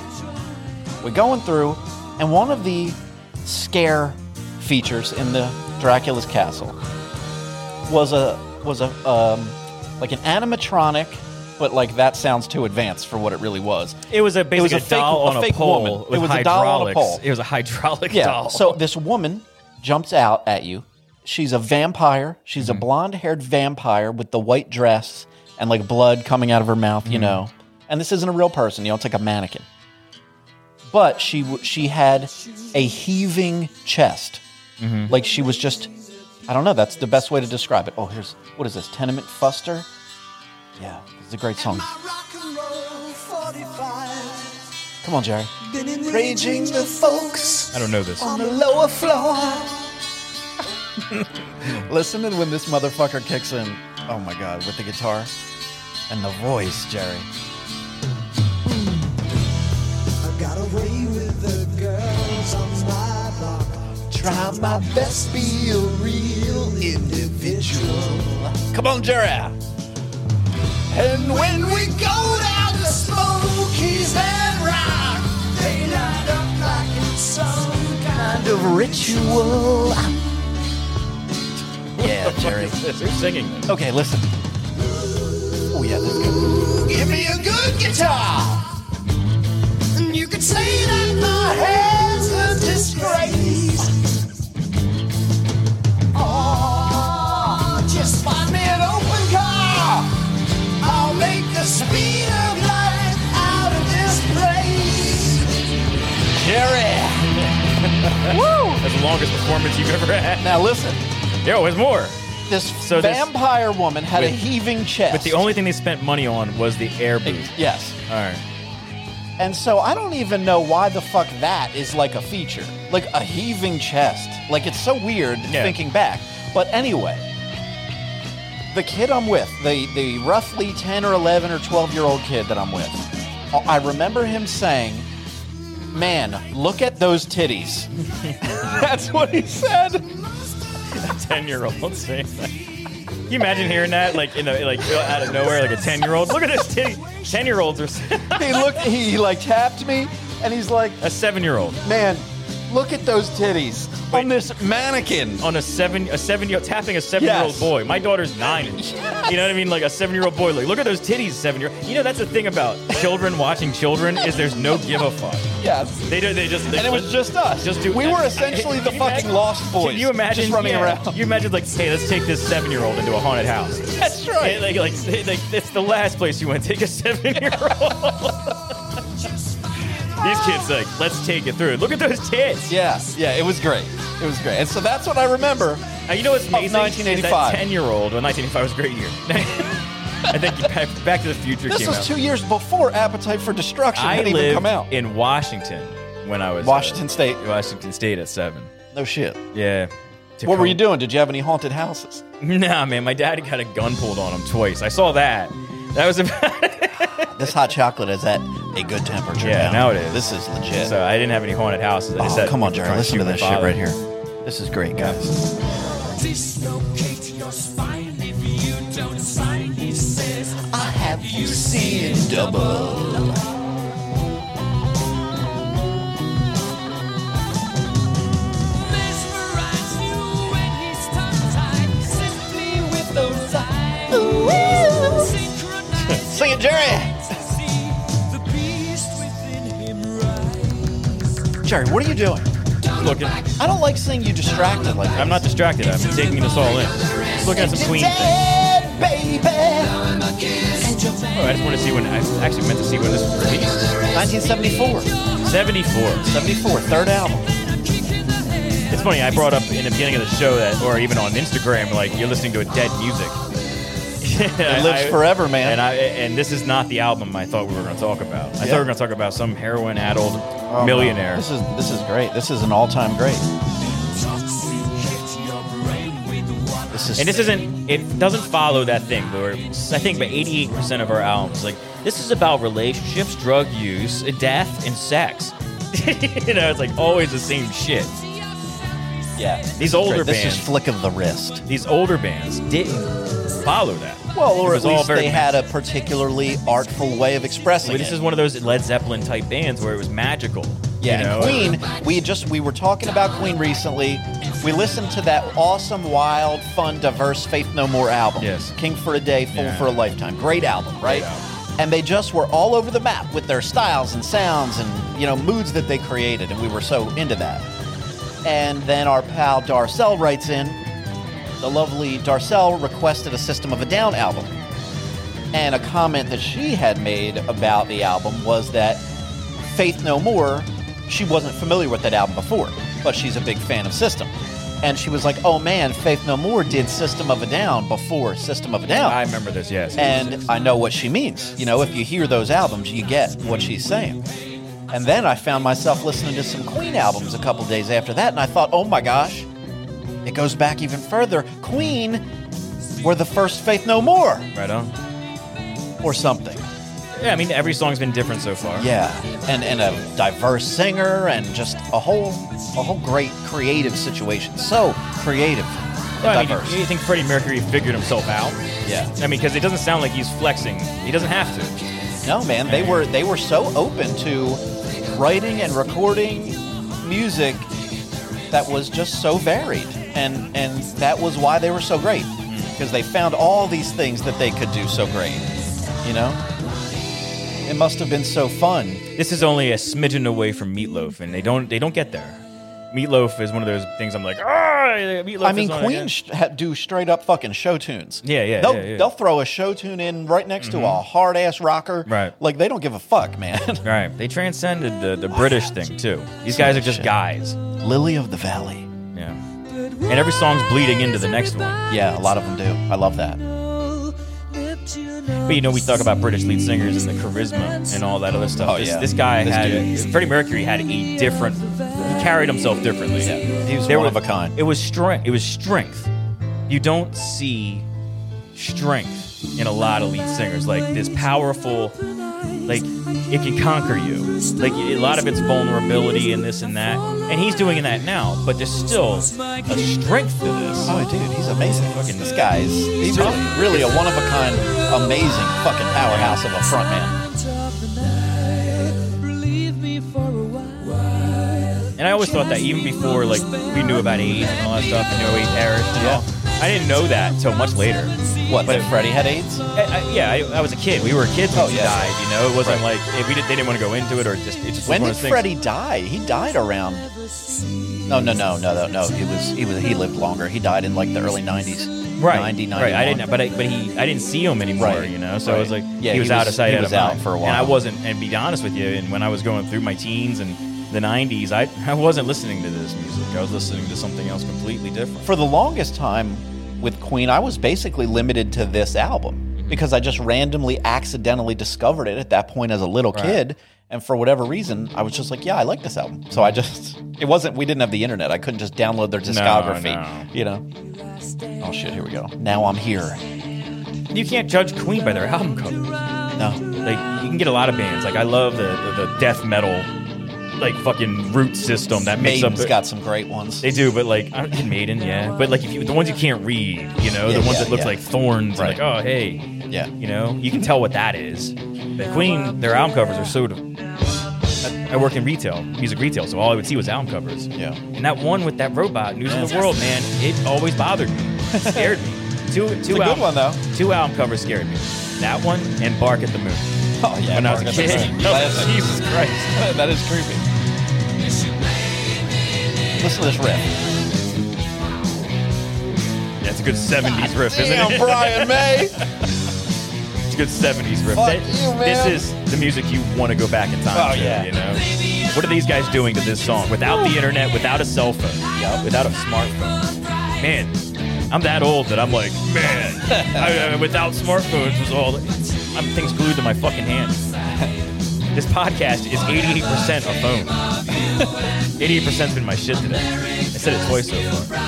Speaker 5: We're going through, and one of the scare features in the Dracula's castle was a was a um, like an animatronic, but like that sounds too advanced for what it really was.
Speaker 4: It was a basically
Speaker 5: was a
Speaker 4: a,
Speaker 5: fake-
Speaker 4: doll
Speaker 5: a
Speaker 4: on a
Speaker 5: fake
Speaker 4: pole.
Speaker 5: woman.
Speaker 4: With
Speaker 5: It was a
Speaker 4: hydraulics.
Speaker 5: doll on a pole.
Speaker 4: It was a hydraulic
Speaker 5: Yeah.
Speaker 4: doll.
Speaker 5: So this woman jumps out at you. She's a vampire. She's
Speaker 4: Mm-hmm.
Speaker 5: a blonde haired vampire with the white dress and like blood coming out of her mouth, you know. And this isn't a real person, you know, it's like a mannequin. But she w- she had a heaving chest.
Speaker 4: Mm-hmm.
Speaker 5: Like she was just I don't know, that's the best way to describe it. Oh, here's what is this? Tenement Fuster? Yeah, it's a great song. Come on, Jerry.
Speaker 6: Raging the folks
Speaker 4: I don't know this.
Speaker 6: on the lower floor.
Speaker 5: Listen to when this motherfucker kicks in. Oh my god, with the guitar and the voice, Jerry.
Speaker 6: I got away with the girls on my block. Try my best, be a real individual.
Speaker 5: Come on, Jerry.
Speaker 6: And when we go down to Smokies and rock, they light up like it's some kind of ritual.
Speaker 5: Yeah, Jerry.
Speaker 4: Who's singing this?
Speaker 5: Okay, listen. Oh yeah, this is good.
Speaker 6: Give me a good guitar. And you could say that my hair's a disgrace. Oh, just find me an open car. I'll make the speed of light out of this place.
Speaker 5: Jerry.
Speaker 4: That's the longest performance you've ever had.
Speaker 5: Now listen.
Speaker 4: Yo, there's more.
Speaker 5: This
Speaker 4: So this-
Speaker 5: vampire woman had a
Speaker 4: With-
Speaker 5: heaving chest.
Speaker 4: But the only thing they spent money on was the air boot.
Speaker 5: yes.
Speaker 4: All right.
Speaker 5: And so I don't even know why the fuck that is like a feature. Like a heaving chest. Like it's so weird
Speaker 4: Yeah.
Speaker 5: thinking back. But anyway, the kid I'm with, the, the roughly 10 or 11 or 12 year old kid that I'm with, I I remember him saying, Man, look at those titties. That's what he said.
Speaker 4: ten year old saying that. Can you imagine hearing that like in the like out of nowhere, like a ten year old? Look at this titty. Ten year olds are
Speaker 5: He looked, he, he like tapped me and he's like,
Speaker 4: a seven year old
Speaker 5: Man, look at those titties on this mannequin.
Speaker 4: on a seven a seven year tapping a seven year old
Speaker 5: Yes.
Speaker 4: boy. My daughter's nine. You know what I mean? Like a seven year old boy. Like look at those titties, seven year. You know that's the thing about children watching children is there's no give a fuck.
Speaker 5: Yes.
Speaker 4: They do. They just. They
Speaker 5: and it was just us.
Speaker 4: Just do.
Speaker 5: we were essentially the
Speaker 4: Can you
Speaker 5: fucking
Speaker 4: imagine-
Speaker 5: Lost Boys.
Speaker 4: Can you imagine
Speaker 5: just running
Speaker 4: yeah,
Speaker 5: around?
Speaker 4: You imagine like, hey, let's take this seven-year-old into a haunted house.
Speaker 5: That's right.
Speaker 4: Yeah, like, like, they- like, it's the last place you want to take a seven-year-old. These kids like, let's take it through. Look at those tits.
Speaker 5: yeah, yeah. It was great. It was great. And so that's what I remember.
Speaker 4: Now, you know what's amazing? Is that
Speaker 5: 1985.
Speaker 4: ten-year-old. Well, 1985 was a great year. I think Back, Back to the Future
Speaker 5: This
Speaker 4: came
Speaker 5: was
Speaker 4: out.
Speaker 5: two years before Appetite for Destruction
Speaker 4: I
Speaker 5: had even
Speaker 4: lived
Speaker 5: come out.
Speaker 4: in Washington when I was uh,
Speaker 5: Washington State.
Speaker 4: Washington State at seven.
Speaker 5: No shit.
Speaker 4: Yeah.
Speaker 5: What were
Speaker 4: Tacoma-
Speaker 5: you doing? Did you have any haunted houses?
Speaker 4: Nah, man, my dad got a gun pulled on him twice. I saw that. That was about
Speaker 5: This hot chocolate is at a good temperature.
Speaker 4: Yeah, now it is.
Speaker 5: This is legit.
Speaker 4: So I didn't have any haunted houses. I just
Speaker 5: oh,
Speaker 4: had
Speaker 5: come on,
Speaker 4: people
Speaker 5: Jerry.
Speaker 4: trying
Speaker 5: Listen to
Speaker 4: shoot my
Speaker 5: this shit
Speaker 4: father.
Speaker 5: right here. This is great, guys.
Speaker 7: Dislocate your spine if you don't sign. He says, I have you seen double. Mesmerize you when he's tongue-tied, simply with those eyes. Synchronize
Speaker 5: Sing it, Jerry.
Speaker 7: to see the beast within him rise.
Speaker 5: Jerry, what are you doing?
Speaker 4: Looking,
Speaker 5: I don't like seeing you distracted like that.
Speaker 4: I'm not distracted. I'm taking this all in. Just looking at some Queen thing.
Speaker 5: dead, baby.
Speaker 4: Oh, I just want to see when I actually meant to see when this was released.
Speaker 5: 1974.
Speaker 4: 74.
Speaker 5: 74, third album.
Speaker 4: It's funny, I brought up in the beginning of the show that, or even on Instagram, like you're listening to a dead music.
Speaker 5: It lives forever, man.
Speaker 4: And I and this is not the album I thought we were going to talk about. I thought we were going to talk about some heroin addled millionaire.
Speaker 5: Oh, This is this is great. This is an all-time great. This is
Speaker 4: And this isn't. It doesn't follow that thing. Where I think about 88 percent of our albums, like this is about relationships, drug use, death, and sex. you know, it's like always the same shit.
Speaker 5: yeah. This
Speaker 4: These
Speaker 5: is
Speaker 4: older
Speaker 5: great. This
Speaker 4: bands,
Speaker 5: is flick of the wrist.
Speaker 4: these older bands didn't follow that.
Speaker 5: Well, or at
Speaker 4: It was all
Speaker 5: least
Speaker 4: very
Speaker 5: they had a particularly artful way of expressing
Speaker 4: But this
Speaker 5: it.
Speaker 4: is one of those Led Zeppelin type bands where it was magical.
Speaker 5: yeah,
Speaker 4: you know? uh,
Speaker 5: and Queen. We just we were talking about Queen recently. We listened to that awesome, wild, fun, diverse Faith No More album.
Speaker 4: Yes.
Speaker 5: King for a Day, Fool
Speaker 4: Yeah.
Speaker 5: for a Lifetime. Great album, right? And they just were all over the map with their styles and sounds and you know moods that they created, and we were so into that. And then our pal Darcel writes in. The lovely Darcel requested a System of a Down album. And a comment that she had made about the album was that Faith No More, she wasn't familiar with that album before, but she's a big fan of System. And she was like, oh man, Faith No More did System of a Down before System of a Down.
Speaker 4: I remember this. Yes,
Speaker 5: and I know what she means. You know, if you hear those albums, you get what she's saying. And then I found myself listening to some Queen albums a couple days after that, and I thought, oh my gosh, it goes back even further. Queen were the first Faith No More
Speaker 4: right on.
Speaker 5: or something.
Speaker 4: Yeah, I mean every song's been different so far.
Speaker 5: Yeah, and and a diverse singer and just a whole a whole great creative situation. So creative and
Speaker 4: Well, I mean,
Speaker 5: diverse.
Speaker 4: you, you think Freddie Mercury figured himself out?
Speaker 5: yeah.
Speaker 4: I mean, because it doesn't sound like he's flexing. He doesn't have to.
Speaker 5: No, man, they were they were so open to writing and recording music that was just so varied, and and that was why they were so great because they found all these things that they could do so great. You know, it must have been so fun.
Speaker 4: This is only a smidgen away from Meatloaf, and they don't they don't get there. Meatloaf is one of those things I'm like, ah, Meatloaf.
Speaker 5: I mean,
Speaker 4: is on
Speaker 5: Queen
Speaker 4: again."
Speaker 5: sh- ha- do straight up fucking show tunes.
Speaker 4: Yeah, yeah,
Speaker 5: They'll,
Speaker 4: yeah, yeah. Mm-hmm.
Speaker 5: they'll throw a show tune in right next to a hard ass rocker.
Speaker 4: Right.
Speaker 5: Like they don't give a fuck, man.
Speaker 4: Right. They transcended the, the British thing too. These guys are just guys.
Speaker 5: Lily of the Valley.
Speaker 4: Yeah. And every song's bleeding into the next one.
Speaker 5: Yeah, a lot of them do. I love that.
Speaker 4: But you know, we talk about British lead singers and the charisma and all that other stuff.
Speaker 5: Oh,
Speaker 4: this,
Speaker 5: yeah.
Speaker 4: this guy
Speaker 5: This
Speaker 4: had
Speaker 5: dude.
Speaker 4: Freddie Mercury had a different. He carried himself differently.
Speaker 5: Yeah. He was
Speaker 4: There
Speaker 5: one
Speaker 4: was-
Speaker 5: of a kind.
Speaker 4: It was strength. It was strength. You don't see strength in a lot of lead singers like this powerful. Like it can conquer you. Like a lot of it's vulnerability and this and that. And he's doing that now, but there's still a strength to this.
Speaker 5: Oh, dude, he's amazing. Fucking this guy is he's really, really a one of a kind, amazing fucking powerhouse of a front man.
Speaker 4: And I always thought that even before like we knew about AIDS and all that stuff, and no AIDS terrorists and all. I didn't know that until much later.
Speaker 5: What?
Speaker 4: But
Speaker 5: But Freddie had AIDS.
Speaker 4: I, I, yeah, I, I was a kid. We were kids when
Speaker 5: Oh,
Speaker 4: he
Speaker 5: yeah.
Speaker 4: died. You know, it wasn't
Speaker 5: Right.
Speaker 4: like if we did, they didn't want to go into it or just it just
Speaker 5: When did
Speaker 4: was one of those things.
Speaker 5: Freddie die? He died around. No, no, no, no, no, no. He was he was he lived longer. He died in like the early nineties.
Speaker 4: right
Speaker 5: 90,
Speaker 4: right? I
Speaker 5: 91.
Speaker 4: didn't, but I, but he I didn't see him anymore.
Speaker 5: Right.
Speaker 4: You know, so I was
Speaker 5: Right.
Speaker 4: like,
Speaker 5: Yeah,
Speaker 4: he
Speaker 5: he
Speaker 4: was out of
Speaker 5: was-
Speaker 4: sight.
Speaker 5: he
Speaker 4: out
Speaker 5: was
Speaker 4: of
Speaker 5: out
Speaker 4: mind.
Speaker 5: for a
Speaker 4: And I
Speaker 5: while.
Speaker 4: wasn't. And be honest with you, and when I was going through my teens and the '90s, I I wasn't listening to this music. I was listening to something else completely different.
Speaker 5: for the longest time with Queen, I was basically limited to this album because I just randomly, accidentally discovered it at that point as a little kid. And for whatever reason, I was just like, yeah, I like this album. So I just, it wasn't, we didn't have the internet. I couldn't just download their discography,
Speaker 4: no.
Speaker 5: you know? Oh shit, here we go. Now I'm here.
Speaker 4: You can't judge Queen by their album cover.
Speaker 1: No.
Speaker 4: Like you can get a lot of bands. Like I love the the, the death metal, like fucking root system that makes
Speaker 1: Maiden's
Speaker 4: up.
Speaker 1: got some great ones.
Speaker 4: They do, but like I don't- Maiden, yeah. But like if you, the ones you can't read, you know,
Speaker 1: Yeah,
Speaker 4: the ones
Speaker 1: yeah,
Speaker 4: that look
Speaker 1: yeah.
Speaker 4: like thorns.
Speaker 1: Right.
Speaker 4: Like oh hey,
Speaker 1: Yeah.
Speaker 4: you know, you can tell what that is. The Queen, their album covers are so. I- I work in retail, music retail, so all I would see was album covers.
Speaker 1: Yeah.
Speaker 4: And that one with that robot, News of the World, man, it always bothered me, It scared me. Two, two it's
Speaker 1: a good one, though.
Speaker 4: Two album covers scared me. That one and Bark at the Moon.
Speaker 1: Oh, yeah.
Speaker 4: when I was a
Speaker 1: Mark
Speaker 4: kid,
Speaker 1: Anthony.
Speaker 4: Oh,
Speaker 1: Classic.
Speaker 4: Jesus Christ.
Speaker 1: that is creepy. Listen to this riff.
Speaker 4: That's a good '70s riff, isn't
Speaker 1: Damn,
Speaker 4: it?
Speaker 1: Brian May.
Speaker 4: It's a good '70s riff.
Speaker 1: Fuck
Speaker 4: That-
Speaker 1: you, man.
Speaker 4: This is the music you want to go back in time.
Speaker 1: Oh,
Speaker 4: to,
Speaker 1: yeah.
Speaker 4: You know, what are these guys doing to this song? Without the internet, without a cell phone, without a smartphone. Man, I'm that old that I'm like, man, I, I- without smartphones was all. I'm things glued to my fucking hands. this podcast is 88% a phone. 88%'s been my shit today. I said it twice so far.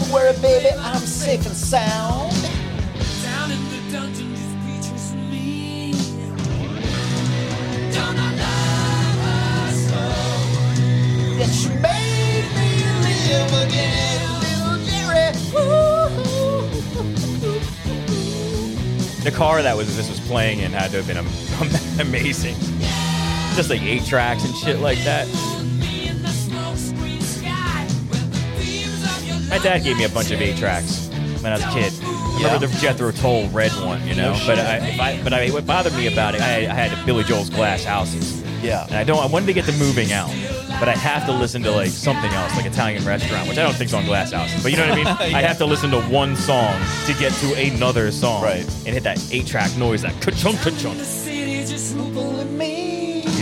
Speaker 8: Don't worry, baby, I'm safe and sound. That you made me live again, little Jerry. Ooh.
Speaker 4: The car that was this was playing in had to have been am- amazing. Just like eight tracks and shit like that. My dad gave me a bunch of eight tracks when I was a kid. I remember the Jethro Tull red one, you know. but I, if I, but I, what bothered me about it, I, I had Billy Joel's Glass Houses,
Speaker 1: Yeah.
Speaker 4: and I don't. I wanted to get the moving out, but I have to listen to like something else, like Italian restaurant, which I don't think's on Glass Houses. But you know what I mean? I have to listen to one song to get to another song,
Speaker 1: Right.
Speaker 4: And hit that eight track noise, that ka-chunk, ka-chunk. These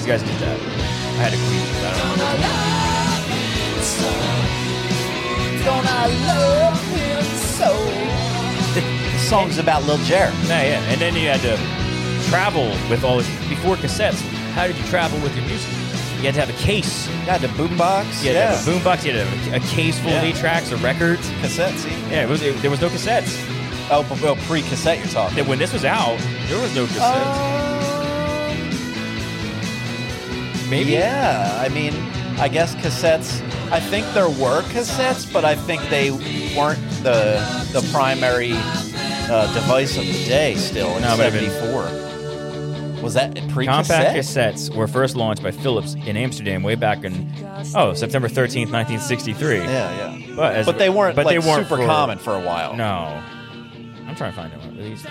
Speaker 4: guys did that. I had to quit. I don't know.
Speaker 8: Don't I love him so?
Speaker 1: The song's about Lil Jer.
Speaker 4: Yeah, yeah. And then you had to travel with all this. Before cassettes, how did you travel with your music? You had to have a case.
Speaker 1: Got the boombox.
Speaker 4: You had to have a boombox. You had to have a, a case full
Speaker 1: Yeah.
Speaker 4: of eight tracks or records.
Speaker 1: Cassette, see?
Speaker 4: Yeah, it was, it- there was no cassettes.
Speaker 1: Oh, b- well, pre-cassette you're talking. Um,
Speaker 4: That when this was out, there was no cassettes. Maybe.
Speaker 1: Yeah, I mean, I guess cassettes. I think there were cassettes, but I think they weren't the the primary uh, device of the day. Still, in
Speaker 4: No, it might have been-
Speaker 1: '74. Was that
Speaker 4: Compact
Speaker 1: pre-cassette?
Speaker 4: cassettes were first launched by Philips in Amsterdam way back in oh September 13th, 1963.
Speaker 1: Yeah, yeah.
Speaker 4: But, as-
Speaker 1: But they weren't
Speaker 4: but
Speaker 1: like
Speaker 4: they weren't
Speaker 1: super
Speaker 4: for-
Speaker 1: common for a while.
Speaker 4: No. I'm trying to find out what these.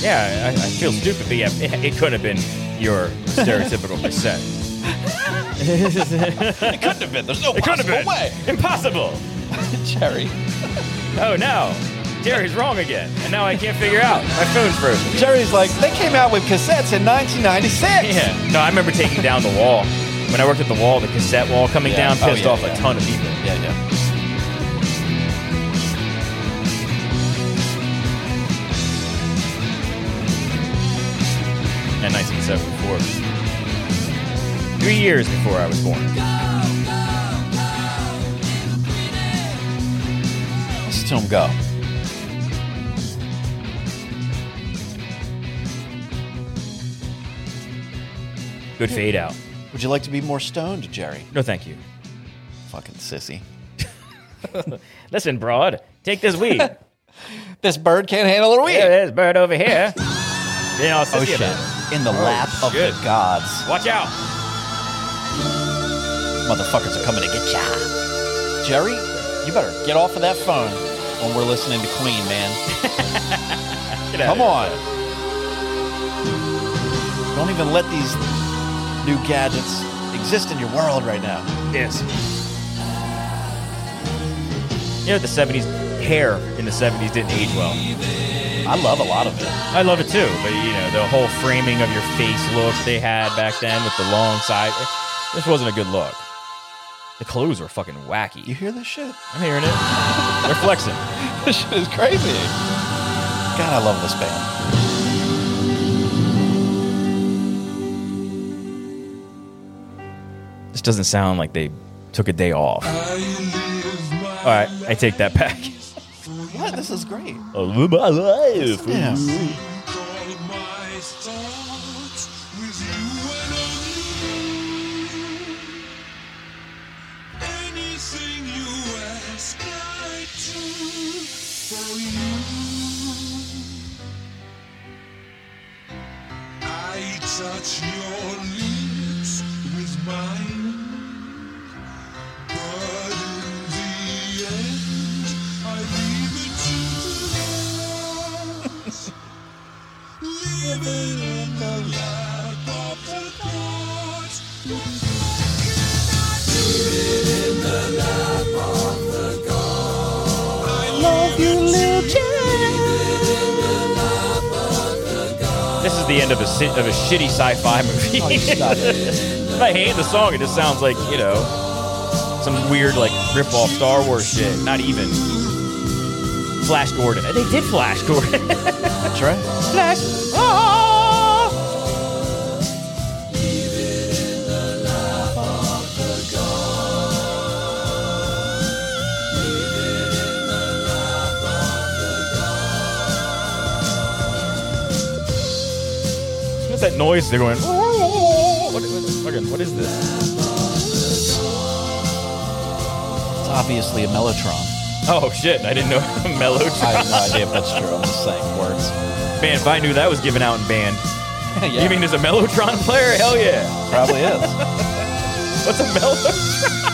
Speaker 4: Yeah, I, I feel stupid, but yeah, it, it could have been your stereotypical cassette.
Speaker 1: it couldn't have been. There's no
Speaker 4: It could have
Speaker 1: possible
Speaker 4: been.
Speaker 1: way.
Speaker 4: Impossible.
Speaker 1: Jerry,
Speaker 4: Oh no, Jerry's wrong again, and now I can't figure out. My phone's frozen.
Speaker 1: Jerry's like they came out with cassettes in 1996.
Speaker 4: Yeah. No, I remember taking down the wall when I worked at the wall. The cassette wall coming
Speaker 1: Yeah.
Speaker 4: down
Speaker 1: Oh,
Speaker 4: pissed
Speaker 1: yeah,
Speaker 4: off
Speaker 1: yeah.
Speaker 4: a ton of people.
Speaker 1: yeah, yeah.
Speaker 4: in 1974. Three years before I was born.
Speaker 1: Let's to him go.
Speaker 4: Good fade out.
Speaker 1: Would you like to be more stoned, Jerry?
Speaker 4: No, thank you.
Speaker 1: Fucking sissy.
Speaker 4: Listen, broad, take this weed. yeah,
Speaker 1: This bird can't handle a weed.
Speaker 4: this bird over here. Yeah, I'll
Speaker 1: Oh
Speaker 4: sissy
Speaker 1: shit!
Speaker 4: about it.
Speaker 1: In the lap of
Speaker 4: shit.
Speaker 1: the gods,
Speaker 4: Watch out.
Speaker 1: motherfuckers are coming to get ya. Jerry, you better get off of that phone when we're listening to Queen, man.
Speaker 4: Get out
Speaker 1: Come
Speaker 4: of
Speaker 1: on! Don't even let these new gadgets exist in your world right now.
Speaker 4: here. Yes. You know, the 70s, hair in the 70s didn't age well.
Speaker 1: I love a lot of it.
Speaker 4: I love it too, but you know, the whole framing of your face look they had back then with the long side, eh, this wasn't a good look. The clothes were fucking wacky.
Speaker 1: You hear this shit?
Speaker 4: I'm hearing it. They're flexing.
Speaker 1: This shit is crazy. God, I love this band.
Speaker 4: This doesn't sound like they took a day off. All right, I take that back.
Speaker 1: What?
Speaker 5: This is great.
Speaker 4: I live my life.
Speaker 5: Yeah.
Speaker 6: Touch your lips with mine, but in the end, I leave it to us. leave it in the lap of the gods.
Speaker 4: This is the end of a si- of a shitty sci-fi movie. if I hand the song, it just sounds like you know some weird like rip-off Star Wars shit. Not even Flash Gordon. They did Flash Gordon.
Speaker 5: That's right.
Speaker 4: Flash. Ah! What's that noise? They're going. "Oh." What, what, fucking- what is this?
Speaker 5: It's obviously a Mellotron.
Speaker 4: Oh shit! I didn't know mellow.
Speaker 5: I have no idea if that's true. I'm just saying words.
Speaker 4: Man, if I knew that was given out in band.
Speaker 5: Yeah,
Speaker 4: You mean there's a Mellotron player? Hell yeah!
Speaker 5: probably is.
Speaker 4: What's a Mellotron?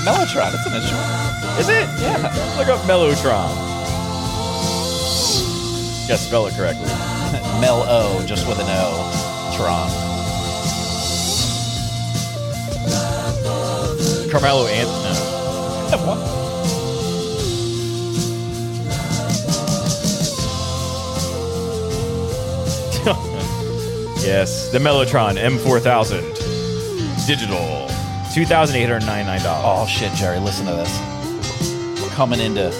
Speaker 5: Mellotron. It's an instrument.
Speaker 4: Is it? Yeah. Look up Mellotron. Gotta spell it correctly.
Speaker 5: Mel O, just with an O. Tron.
Speaker 4: Carmelo Anthony. yes, the Mellotron M4000. Digital. $2,899.
Speaker 5: Oh shit, Jerry, listen to this. We're coming into.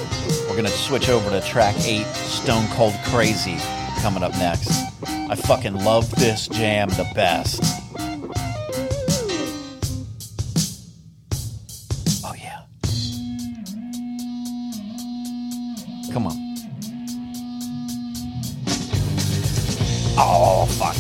Speaker 5: We're gonna switch over to track eight, Stone Cold Crazy, coming up next. I fucking love this jam the best. Oh yeah. Come on. Oh fuck.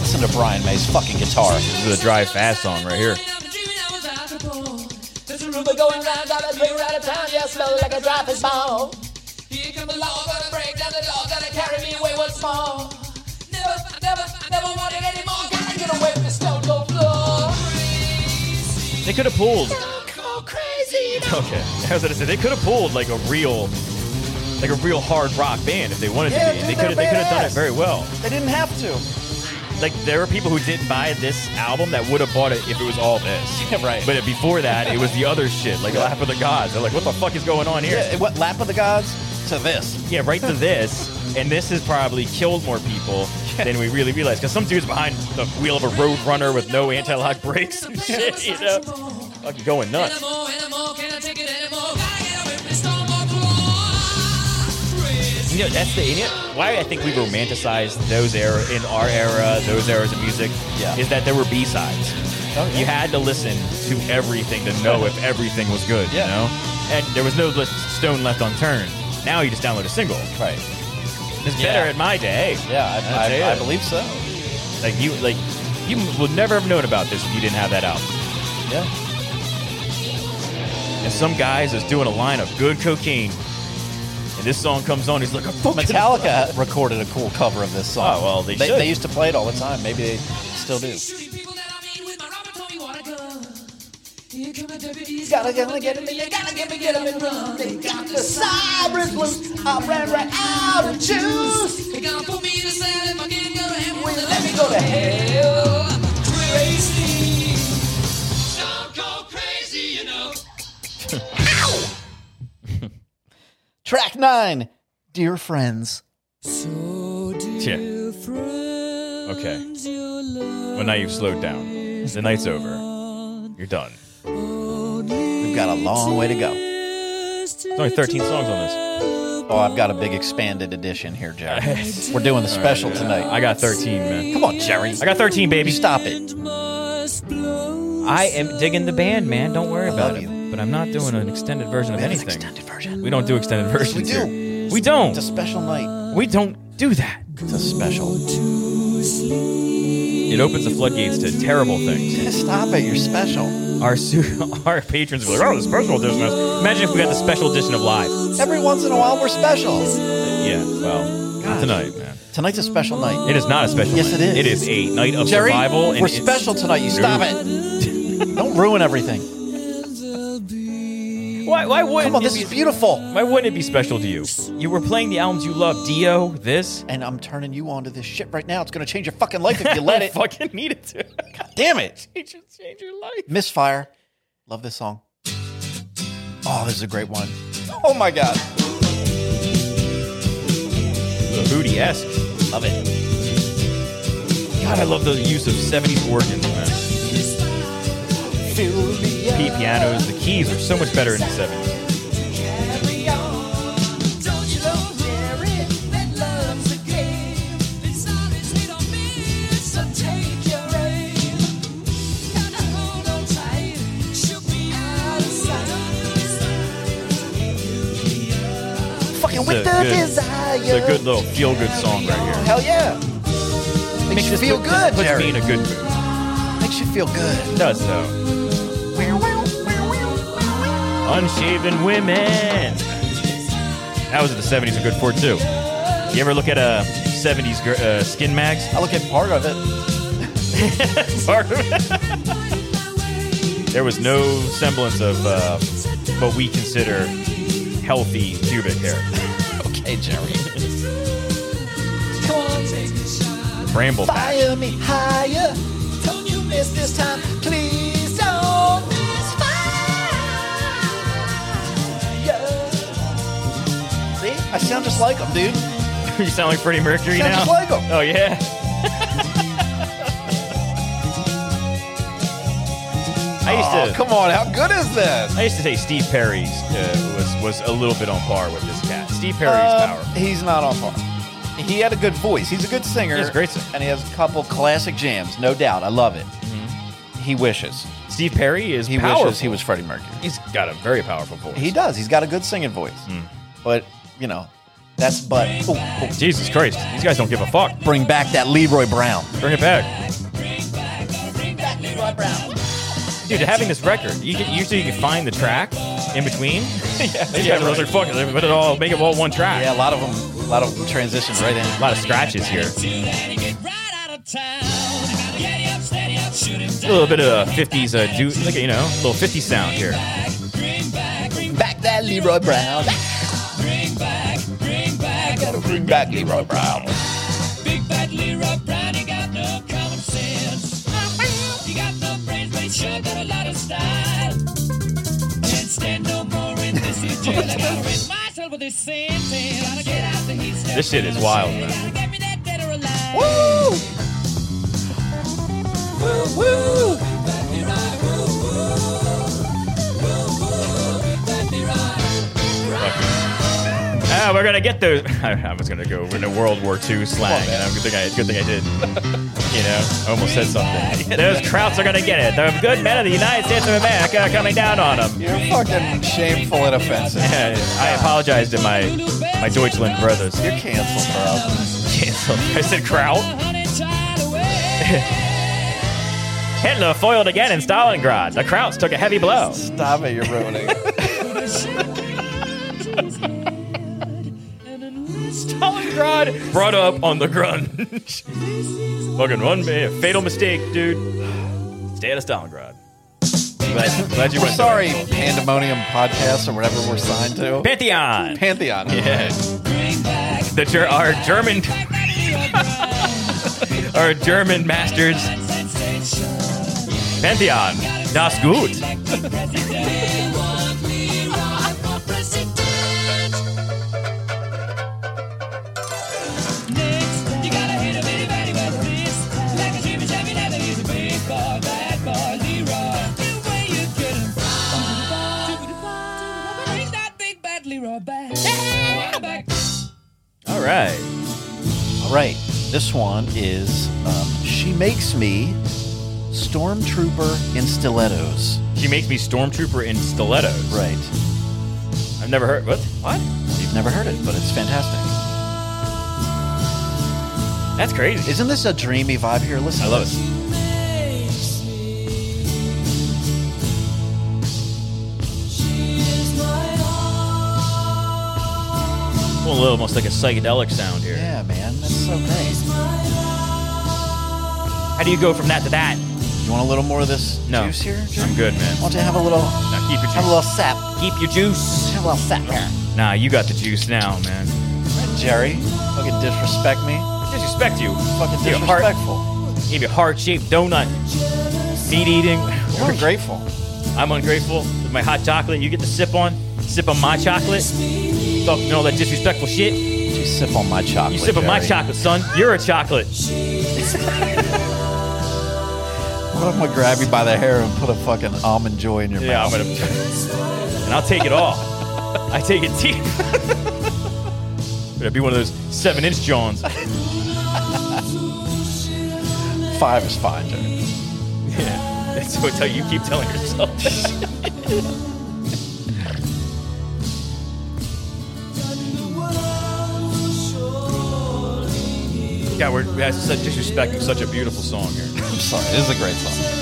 Speaker 5: Listen to Brian May's fucking guitar.
Speaker 4: This is a drive fast song right here. They could have pulled. Okay. I was gonna say they could have pulled like a real, like a real hard rock band if they wanted
Speaker 5: Yeah,
Speaker 4: to be.
Speaker 5: dude,
Speaker 4: And they
Speaker 5: they're
Speaker 4: could have. They could have done it
Speaker 5: badass.
Speaker 4: very well.
Speaker 5: They didn't have to.
Speaker 4: Like there are people who didn't buy this album that would have bought it if it was all this.
Speaker 5: Yeah, right.
Speaker 4: But before that, it was the other shit, like Lap of the Gods. They're like, what the fuck is going on here?
Speaker 5: Yeah, what lap of the gods to this?
Speaker 4: Yeah, right to this. And this has probably killed more people than we really realize. Because some dude's behind the wheel of a Roadrunner with no anti lock brakes and shit, you know? Fucking going nuts. You know, that's the. You know, why I think we romanticize those era in our era, those eras of music,
Speaker 5: Yeah. Oh,
Speaker 4: is that there were B sides.
Speaker 5: yeah.
Speaker 4: You had to listen to everything to know if everything was good.
Speaker 5: Yeah.
Speaker 4: You know, and there was no list- stone left unturned. Now you just download a single.
Speaker 5: Right.
Speaker 4: It's
Speaker 5: Yeah.
Speaker 4: better in my day.
Speaker 5: Yeah,
Speaker 4: That's
Speaker 5: I, I, I
Speaker 4: it.
Speaker 5: believe so.
Speaker 4: Like you, like you would never have known about this if you didn't have that album.
Speaker 5: Yeah.
Speaker 4: And some guys is doing a line of good cocaine, and this song comes on. He's like,
Speaker 5: Metallica recorded a cool cover of this song.
Speaker 4: Oh, well, they
Speaker 5: they,
Speaker 4: should.
Speaker 5: used to play it all the time. Maybe they still do.
Speaker 6: Gotta, gotta get him, you gotta get me, get him and run. They got the sirens loose. I ran right out of juice. They gonna put me in a cell if I can't go to heaven. Well, then let me go to hell. Crazy. Don't go crazy, you know.
Speaker 5: Track nine, Dear Friends.
Speaker 4: Yeah. Okay. Well, now you've slowed down. The night's over. You're done.
Speaker 5: We've got a long way to go.
Speaker 4: There's only 13 songs on this.
Speaker 6: Oh, I've got a big expanded edition here, Jerry. We're doing the special tonight.
Speaker 4: I got 13, man.
Speaker 6: Come on, Jerry.
Speaker 4: I got 13, baby.
Speaker 6: Stop it.
Speaker 4: I am digging the band, man. Don't worry about
Speaker 6: love
Speaker 4: it. But I'm not doing an extended version of
Speaker 6: We have an
Speaker 4: anything.
Speaker 6: extended version.
Speaker 4: We don't do extended versions.
Speaker 6: We do.
Speaker 4: here.
Speaker 6: It's
Speaker 4: We
Speaker 6: a
Speaker 4: don't.
Speaker 6: special night.
Speaker 4: We don't do that.
Speaker 6: It's a special.
Speaker 4: It opens the floodgates to terrible things.
Speaker 6: Stop it. You're special.
Speaker 4: Our su- our patrons were like, oh, the special edition. is-" Imagine if we got the special edition of live.
Speaker 6: Every once in a while, we're special.
Speaker 4: Yeah, well, not
Speaker 6: Gosh.
Speaker 4: tonight, man.
Speaker 6: Tonight's a special night.
Speaker 4: It is not a special.
Speaker 6: Yes,
Speaker 4: night.
Speaker 6: it is.
Speaker 4: It is a night of
Speaker 6: Jerry,
Speaker 4: survival.
Speaker 6: we're
Speaker 4: it's-
Speaker 6: special tonight. You stop it. Don't ruin everything.
Speaker 4: Why? Why wouldn't?
Speaker 6: Come on,
Speaker 4: it
Speaker 6: this
Speaker 4: be-
Speaker 6: is beautiful.
Speaker 4: Why wouldn't it be special to you? You were playing the albums you love. Dio. This.
Speaker 6: And I'm turning you on to this shit right now. It's going to change your fucking life if you let
Speaker 4: I
Speaker 6: it.
Speaker 4: fucking need it to.
Speaker 6: Damn it.
Speaker 4: It should change your life.
Speaker 6: Misfire. Love this song. Oh, this is a great one. Oh my God.
Speaker 4: Booty esque.
Speaker 6: Love it.
Speaker 4: God, I love the use of 70s organs, man. P pianos. The keys are so much better in the 70s.
Speaker 6: Fucking with
Speaker 4: It's a
Speaker 6: the
Speaker 4: good-
Speaker 6: desire.
Speaker 4: It's a good little feel good song right here.
Speaker 6: Hell yeah. Makes, you
Speaker 4: This
Speaker 6: feel
Speaker 4: put-
Speaker 6: good,
Speaker 4: puts
Speaker 6: Jerry.
Speaker 4: me in a good mood.
Speaker 6: Makes you feel good.
Speaker 4: It does, though. Unshaven women. That was in the 70s, a good for too. You ever look at a 70s gir- uh, skin mags?
Speaker 6: I look at part of it.
Speaker 4: Part of it. there was no semblance of uh, what we consider healthy pubic hair.
Speaker 6: Okay, Jerry.
Speaker 4: Bramble patch.
Speaker 9: Fire me higher. Don't you miss this time. Please don't miss fire.
Speaker 6: See? I sound just like him, dude.
Speaker 4: you sound like Freddie Mercury
Speaker 6: Sound
Speaker 4: now.
Speaker 6: just like him.
Speaker 4: Oh yeah. I used
Speaker 6: Oh,
Speaker 4: to.
Speaker 6: come on. How good is this?
Speaker 4: I used to say Steve Perry's uh, was was a little bit on par with this cat. Steve Perry's
Speaker 6: Uh,
Speaker 4: power.
Speaker 6: He's not on par. He had a good voice. He's a good singer.
Speaker 4: He's a great singer.
Speaker 6: And he has a couple classic jams, no doubt. I love it. He wishes.
Speaker 4: Mm-hmm. Steve Perry is
Speaker 6: He
Speaker 4: powerful.
Speaker 6: wishes he was Freddie Mercury.
Speaker 4: He's got a very powerful voice. Mm.
Speaker 6: He does. He's got a good singing voice. But, you know, that's but. Ooh, ooh.
Speaker 4: Jesus Christ, these guys don't give a fuck.
Speaker 6: Bring back that Leroy Brown.
Speaker 4: Bring it back, dude. Having this record, you can, usually you can find the track in between. yeah, these guys are like, fuck it, put it all, make it all one track.
Speaker 6: Yeah, a lot of them, a lot of them transition right in.
Speaker 4: A lot of scratches here. A little bit of a 50s, uh, do, like, you know, a little 50s sound here.
Speaker 6: Back that Leroy Brown. Gotta bring back Leroy Brown.
Speaker 4: This shit is wild, man.
Speaker 6: Woo!
Speaker 4: Ah, we're gonna get those. I was gonna go into World War II slang, and I'm, good thing I good thing I did. You know, I almost said something. Those Krauts are gonna get it. The good men of the United States of America are coming down on them.
Speaker 6: You're fucking shameful and offensive.
Speaker 4: I apologize to my my Deutschland brothers.
Speaker 6: You're canceled, bro.
Speaker 4: Cancel. I said Kraut. Hitler foiled again in Stalingrad. The Krauts took a heavy blow.
Speaker 6: Stop it, you're ruining it.
Speaker 4: Stalingrad brought up on the grunge. Fucking one man. Fatal mistake, dude. Stay out of Stalingrad. Glad, glad you
Speaker 6: We're
Speaker 4: went.
Speaker 6: sorry, Pandemonium Podcast or whatever we're signed to.
Speaker 4: there. Pantheon.
Speaker 6: Pantheon.
Speaker 4: Yeah. The ger- our German. our German masters. Pantheon. Das Gut.
Speaker 10: Leroy back. Big bad Leroy back.
Speaker 5: This one is um, She Makes Me Stormtrooper in Stilettos.
Speaker 4: She makes me stormtrooper in stilettos.
Speaker 5: Right.
Speaker 4: I've never heard. What? What?
Speaker 5: You've never heard it, but it's fantastic.
Speaker 4: That's crazy.
Speaker 5: Isn't this a dreamy vibe here? Listen.
Speaker 4: I
Speaker 5: to
Speaker 4: love
Speaker 5: this.
Speaker 4: it. A little almost like a psychedelic sound here.
Speaker 5: Yeah, man. That's so great.
Speaker 4: How do you go from that to that?
Speaker 5: You want a little more of this
Speaker 4: No.
Speaker 5: juice here? Jerry?
Speaker 4: I'm good, man.
Speaker 5: Want to have a little
Speaker 4: Now keep your
Speaker 5: have a
Speaker 4: juice.
Speaker 5: little sap.
Speaker 4: Keep your juice.
Speaker 5: Have a little sap here.
Speaker 4: Nah, you got the juice now, man.
Speaker 5: Jerry, fucking disrespect me.
Speaker 4: Disrespect you.
Speaker 5: Fucking
Speaker 4: Give you a heart-
Speaker 5: disrespectful.
Speaker 4: Give you a heart shaped donut. Meat eating.
Speaker 5: You're grateful.
Speaker 4: I'm ungrateful. With my hot chocolate, you get to sip on. Sip on my chocolate. Fucking all that disrespectful shit.
Speaker 5: You sip on my chocolate.
Speaker 4: You sip on my
Speaker 5: Jerry.
Speaker 4: chocolate, son. You're a chocolate.
Speaker 5: What if I'm gonna grab you by the hair and put a fucking almond joy in your
Speaker 4: Yeah, I'm
Speaker 5: mouth?
Speaker 4: gonna. and I'll take it all. I take it deep. Better be one of those seven-inch Johns.
Speaker 5: Five is fine, Jerry.
Speaker 4: yeah, that's what tell- you keep telling yourself. yeah, we're that's such disrespecting such a beautiful song here.
Speaker 5: I'm sorry. This is a great song.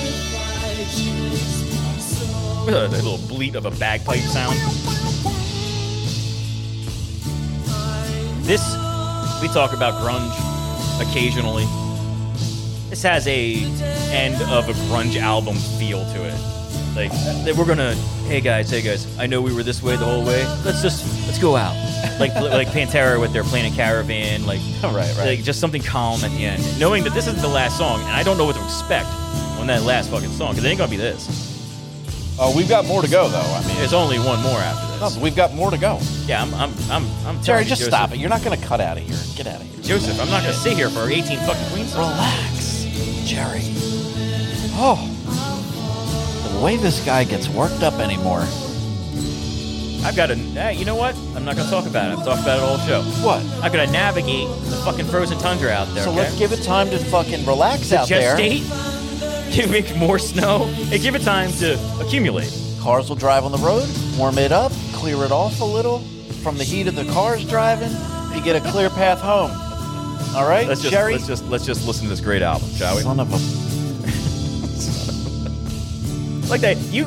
Speaker 4: With a little bleat of a bagpipe sound. This, we talk about grunge occasionally. This has a end of a grunge album feel to it. Like that we're gonna, hey guys, hey guys, I know we were this way the whole way. Let's just let's go out. Like like Pantera with their Planet Caravan, like
Speaker 5: Right, right.
Speaker 4: like just something calm at the end, knowing that this isn't the last song, and I don't know what to expect on that last fucking song because it ain't gonna be this.
Speaker 5: Oh, we've got more to go, though. I mean,
Speaker 4: There's only one more after
Speaker 5: no,
Speaker 4: this.
Speaker 5: we've got more to go.
Speaker 4: Oh, Yeah, I'm, I'm, I'm, I'm telling
Speaker 5: Jerry,
Speaker 4: you,
Speaker 5: just
Speaker 4: Joseph,
Speaker 5: stop it. You're not gonna cut out of here. Get out of here.
Speaker 4: Joseph, I'm not gonna sit here for 18 fucking Queen songs.
Speaker 5: Relax, Jerry. Oh, the way this guy gets worked up anymore.
Speaker 4: I've got to, hey, you know what? I'm not gonna talk about it. I've talked about it all show.
Speaker 5: What?
Speaker 4: I gotta navigate the fucking frozen tundra out there.
Speaker 5: So
Speaker 4: okay?
Speaker 5: let's give it time to fucking relax out there.
Speaker 4: Gestate. Give me more snow. And give it time to accumulate.
Speaker 5: Cars will drive on the road, warm it up, clear it off a little from the heat of the cars driving. You get a clear path home. All right,
Speaker 4: Let's just,
Speaker 5: Jerry.
Speaker 4: let's just, let's just listen to this great album, shall we?
Speaker 5: Son of a.
Speaker 4: Like that, you.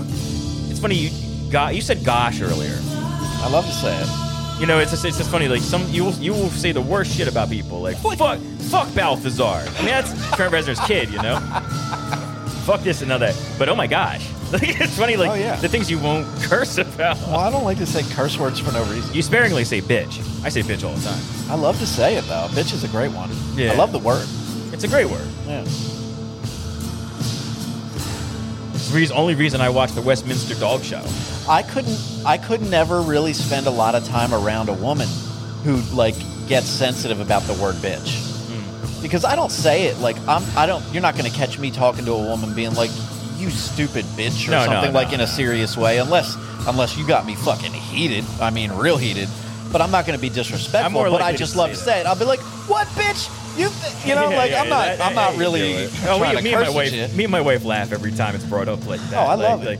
Speaker 4: It's funny you got you said gosh earlier.
Speaker 5: I love to say it.
Speaker 4: You know, it's just, it's just funny. Like some you will, you will say the worst shit about people. Like fuck fuck Balthazar. I mean, that's Trent Reznor's kid. You know, fuck this and all that. But oh my gosh, like, it's funny. Like
Speaker 5: Oh, yeah.
Speaker 4: the things you won't curse about.
Speaker 5: Well, I don't like to say curse words for no reason.
Speaker 4: You sparingly say bitch. I say bitch all the time.
Speaker 5: I love to say it though. Bitch is a great one.
Speaker 4: Yeah.
Speaker 5: I love the word.
Speaker 4: It's a great word.
Speaker 5: Yeah.
Speaker 4: It's the reas- only reason I watch the Westminster Dog Show.
Speaker 5: I couldn't. I could never really spend a lot of time around a woman who like gets sensitive about the word bitch
Speaker 4: Hmm.
Speaker 5: because I don't say it. Like I'm. I don't. You're not going to catch me talking to a woman being like, "You stupid bitch" or
Speaker 4: No, no,
Speaker 5: something
Speaker 4: no,
Speaker 5: like in a
Speaker 4: no.
Speaker 5: serious way, unless unless you got me fucking heated. I mean, real heated. But I'm not going to be disrespectful.
Speaker 4: I'm more
Speaker 5: but I
Speaker 4: likely to
Speaker 5: just
Speaker 4: say
Speaker 5: love to
Speaker 4: that.
Speaker 5: say it. I'll be like, "What, bitch? You, th-? you know,
Speaker 4: Yeah,
Speaker 5: like
Speaker 4: yeah,
Speaker 5: I'm not.
Speaker 4: yeah,
Speaker 5: I'm
Speaker 4: yeah,
Speaker 5: not
Speaker 4: yeah,
Speaker 5: really
Speaker 4: yeah, yeah.
Speaker 5: trying
Speaker 4: we-
Speaker 5: to
Speaker 4: me
Speaker 5: curse
Speaker 4: and my
Speaker 5: and
Speaker 4: wife,
Speaker 5: shit.
Speaker 4: Me and my wife laugh every time it's brought up like that.
Speaker 5: Oh, I
Speaker 4: like,
Speaker 5: love it.
Speaker 4: Like,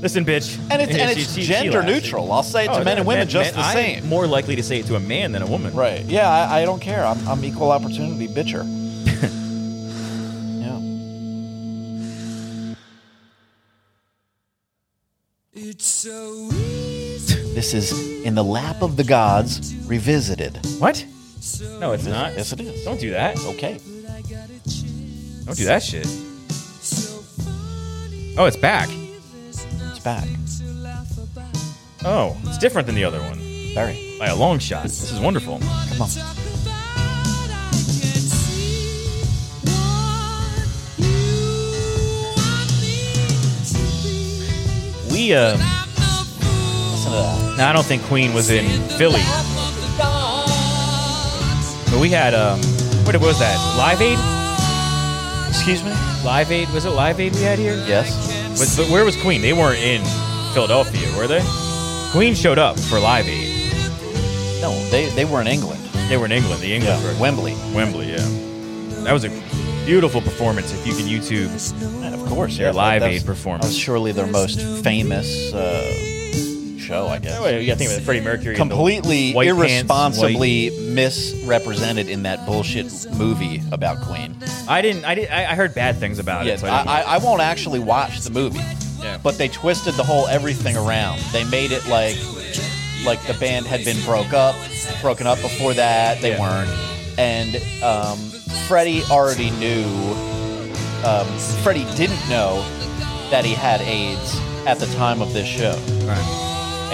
Speaker 4: listen, bitch.
Speaker 5: And it's and
Speaker 4: she-
Speaker 5: it's
Speaker 4: she- she
Speaker 5: gender
Speaker 4: laughs.
Speaker 5: neutral. I'll say it to
Speaker 4: Oh,
Speaker 5: men
Speaker 4: yeah,
Speaker 5: and women
Speaker 4: men-
Speaker 5: just
Speaker 4: men-
Speaker 5: the
Speaker 4: I'm
Speaker 5: same.
Speaker 4: more likely to say it to a man than a woman.
Speaker 5: Right. Yeah, I, I don't care. I'm, I'm equal opportunity bitcher. yeah.
Speaker 11: It's so easy.
Speaker 5: This is In the Lap of the Gods Revisited.
Speaker 4: What? No, it's not.
Speaker 5: Yes, it is.
Speaker 4: Don't do that.
Speaker 5: Okay.
Speaker 4: Don't do that shit. Oh, it's back.
Speaker 5: It's back.
Speaker 4: Oh, it's different than the other one
Speaker 5: Barry,
Speaker 4: by a long shot. This is wonderful.
Speaker 5: come on.
Speaker 4: We uh,
Speaker 5: Listen to that.
Speaker 4: now I don't think Queen was in Philly, but we had um, what was that? Live Aid.
Speaker 5: Excuse me?
Speaker 4: Live Aid was it Live Aid we had here?
Speaker 5: Yes.
Speaker 4: But, but where was Queen? They weren't in Philadelphia, were they? Queen showed up for Live Aid.
Speaker 5: No, they, they were in England.
Speaker 4: They were in England, the England version.
Speaker 1: Wembley.
Speaker 4: Wembley, yeah. That was a beautiful performance. If you can YouTube,
Speaker 1: And of course,
Speaker 4: Their
Speaker 1: yeah,
Speaker 4: Live
Speaker 1: that's-
Speaker 4: Aid performance.
Speaker 1: that was surely their most famous uh, show, I guess.
Speaker 4: Oh, yeah, you got to think about it, Freddie Mercury, in the
Speaker 1: Completely
Speaker 4: white pants,
Speaker 1: irresponsibly misrepresented in that bullshit movie about Queen.
Speaker 4: white- I didn't. I did. I I heard bad things about
Speaker 1: Yeah,
Speaker 4: it. so I,
Speaker 1: I,
Speaker 4: didn't-
Speaker 1: I, I won't actually watch the movie,
Speaker 4: Yeah.
Speaker 1: but they twisted the whole everything around. They made it like like the band had been broke up, broken up before that. They
Speaker 4: Yeah.
Speaker 1: weren't, and um, Freddie already knew. Um, Freddie didn't know that he had AIDS at the time of this show,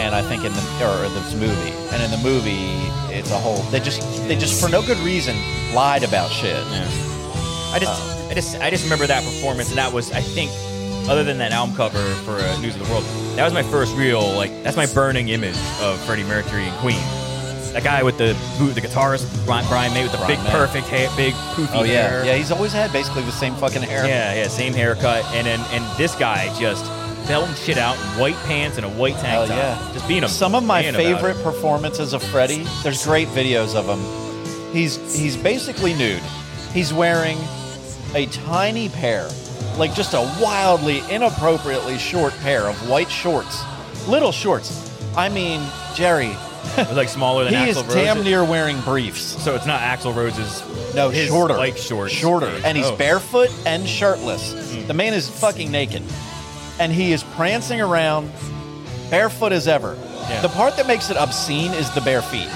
Speaker 1: and I think in the or this movie, and in the movie, it's a whole. They just they just for no good reason lied about shit.
Speaker 4: I just, I just, I just remember that performance, and that was, I think, other than that album cover for uh, News of the World, that was my first real, like, that's my burning image of Freddie Mercury and Queen. That guy with the boot, the guitarist, Brian, Brian May, with the
Speaker 1: Brian
Speaker 4: big,
Speaker 1: May.
Speaker 4: perfect hair, big, poofy
Speaker 1: Oh yeah,
Speaker 4: hair.
Speaker 1: yeah. He's always had basically the same fucking hair.
Speaker 4: yeah, yeah, same haircut, and then, and this guy just belting shit out in white pants and a white
Speaker 1: Hell
Speaker 4: tank top,
Speaker 1: yeah.
Speaker 4: just being a
Speaker 1: Some of my
Speaker 4: man about it.
Speaker 1: favorite performances of Freddy, there's great videos of him. He's he's basically nude. He's wearing a tiny pair, like just a wildly inappropriately short pair of white shorts. Little shorts. I mean, Jerry,
Speaker 4: It was like smaller than
Speaker 1: he is
Speaker 4: Axl Rose.
Speaker 1: damn near wearing briefs.
Speaker 4: So it's not Axl Rose's.
Speaker 1: No,
Speaker 4: his
Speaker 1: shorter.
Speaker 4: Like shorts.
Speaker 1: Shorter. And he's
Speaker 4: Oh.
Speaker 1: barefoot and shirtless.
Speaker 4: Mm.
Speaker 1: The man is fucking naked. And he is prancing around barefoot as ever.
Speaker 4: Yeah.
Speaker 1: The part that makes it obscene is the bare feet.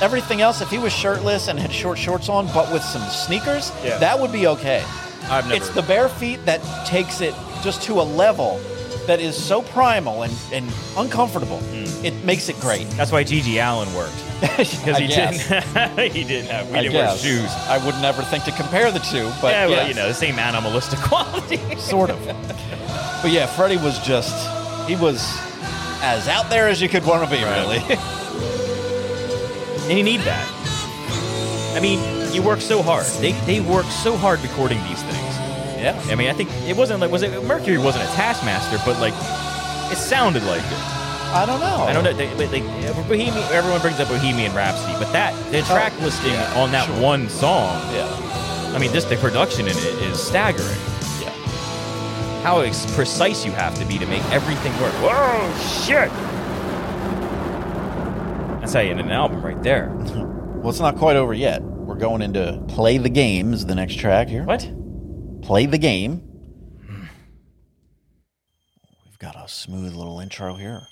Speaker 1: Everything else, if he was shirtless and had short shorts on, but with some sneakers,
Speaker 4: Yeah.
Speaker 1: that would be okay.
Speaker 4: I've never.
Speaker 1: It's the bare feet that takes it just to a level that is so primal and, and uncomfortable. It makes it great.
Speaker 4: Hmm. That's why Gigi Allen worked because
Speaker 1: I
Speaker 4: he
Speaker 1: guess.
Speaker 4: didn't. he didn't have. We
Speaker 1: I
Speaker 4: didn't
Speaker 1: guess.
Speaker 4: wear shoes.
Speaker 1: I would never think to compare the two, but
Speaker 4: yeah, well,
Speaker 1: yes.
Speaker 4: you know, the same animalistic quality.
Speaker 1: sort of. but yeah, Freddie was just he was as out there as you could want to be, really.
Speaker 4: and you need that. I mean, you work so hard. They they work so hard recording these things.
Speaker 1: yeah.
Speaker 4: I mean, I think it wasn't like was it Mercury wasn't a taskmaster, but like it sounded like it.
Speaker 1: I don't know.
Speaker 4: I don't know. They, but they, Bohemian, everyone brings up Bohemian Rhapsody, but that the track listing
Speaker 1: Oh, yeah,
Speaker 4: on that
Speaker 1: sure.
Speaker 4: one song.
Speaker 1: Yeah.
Speaker 4: I mean, this the production in it is staggering.
Speaker 1: Yeah.
Speaker 4: how ex- precise you have to be to make everything work. Whoa, shit! That's how you end an album right there.
Speaker 1: Well, it's not quite over yet. We're going into play the game is the next track here.
Speaker 4: What?
Speaker 1: Play the game. We've got a smooth little intro here.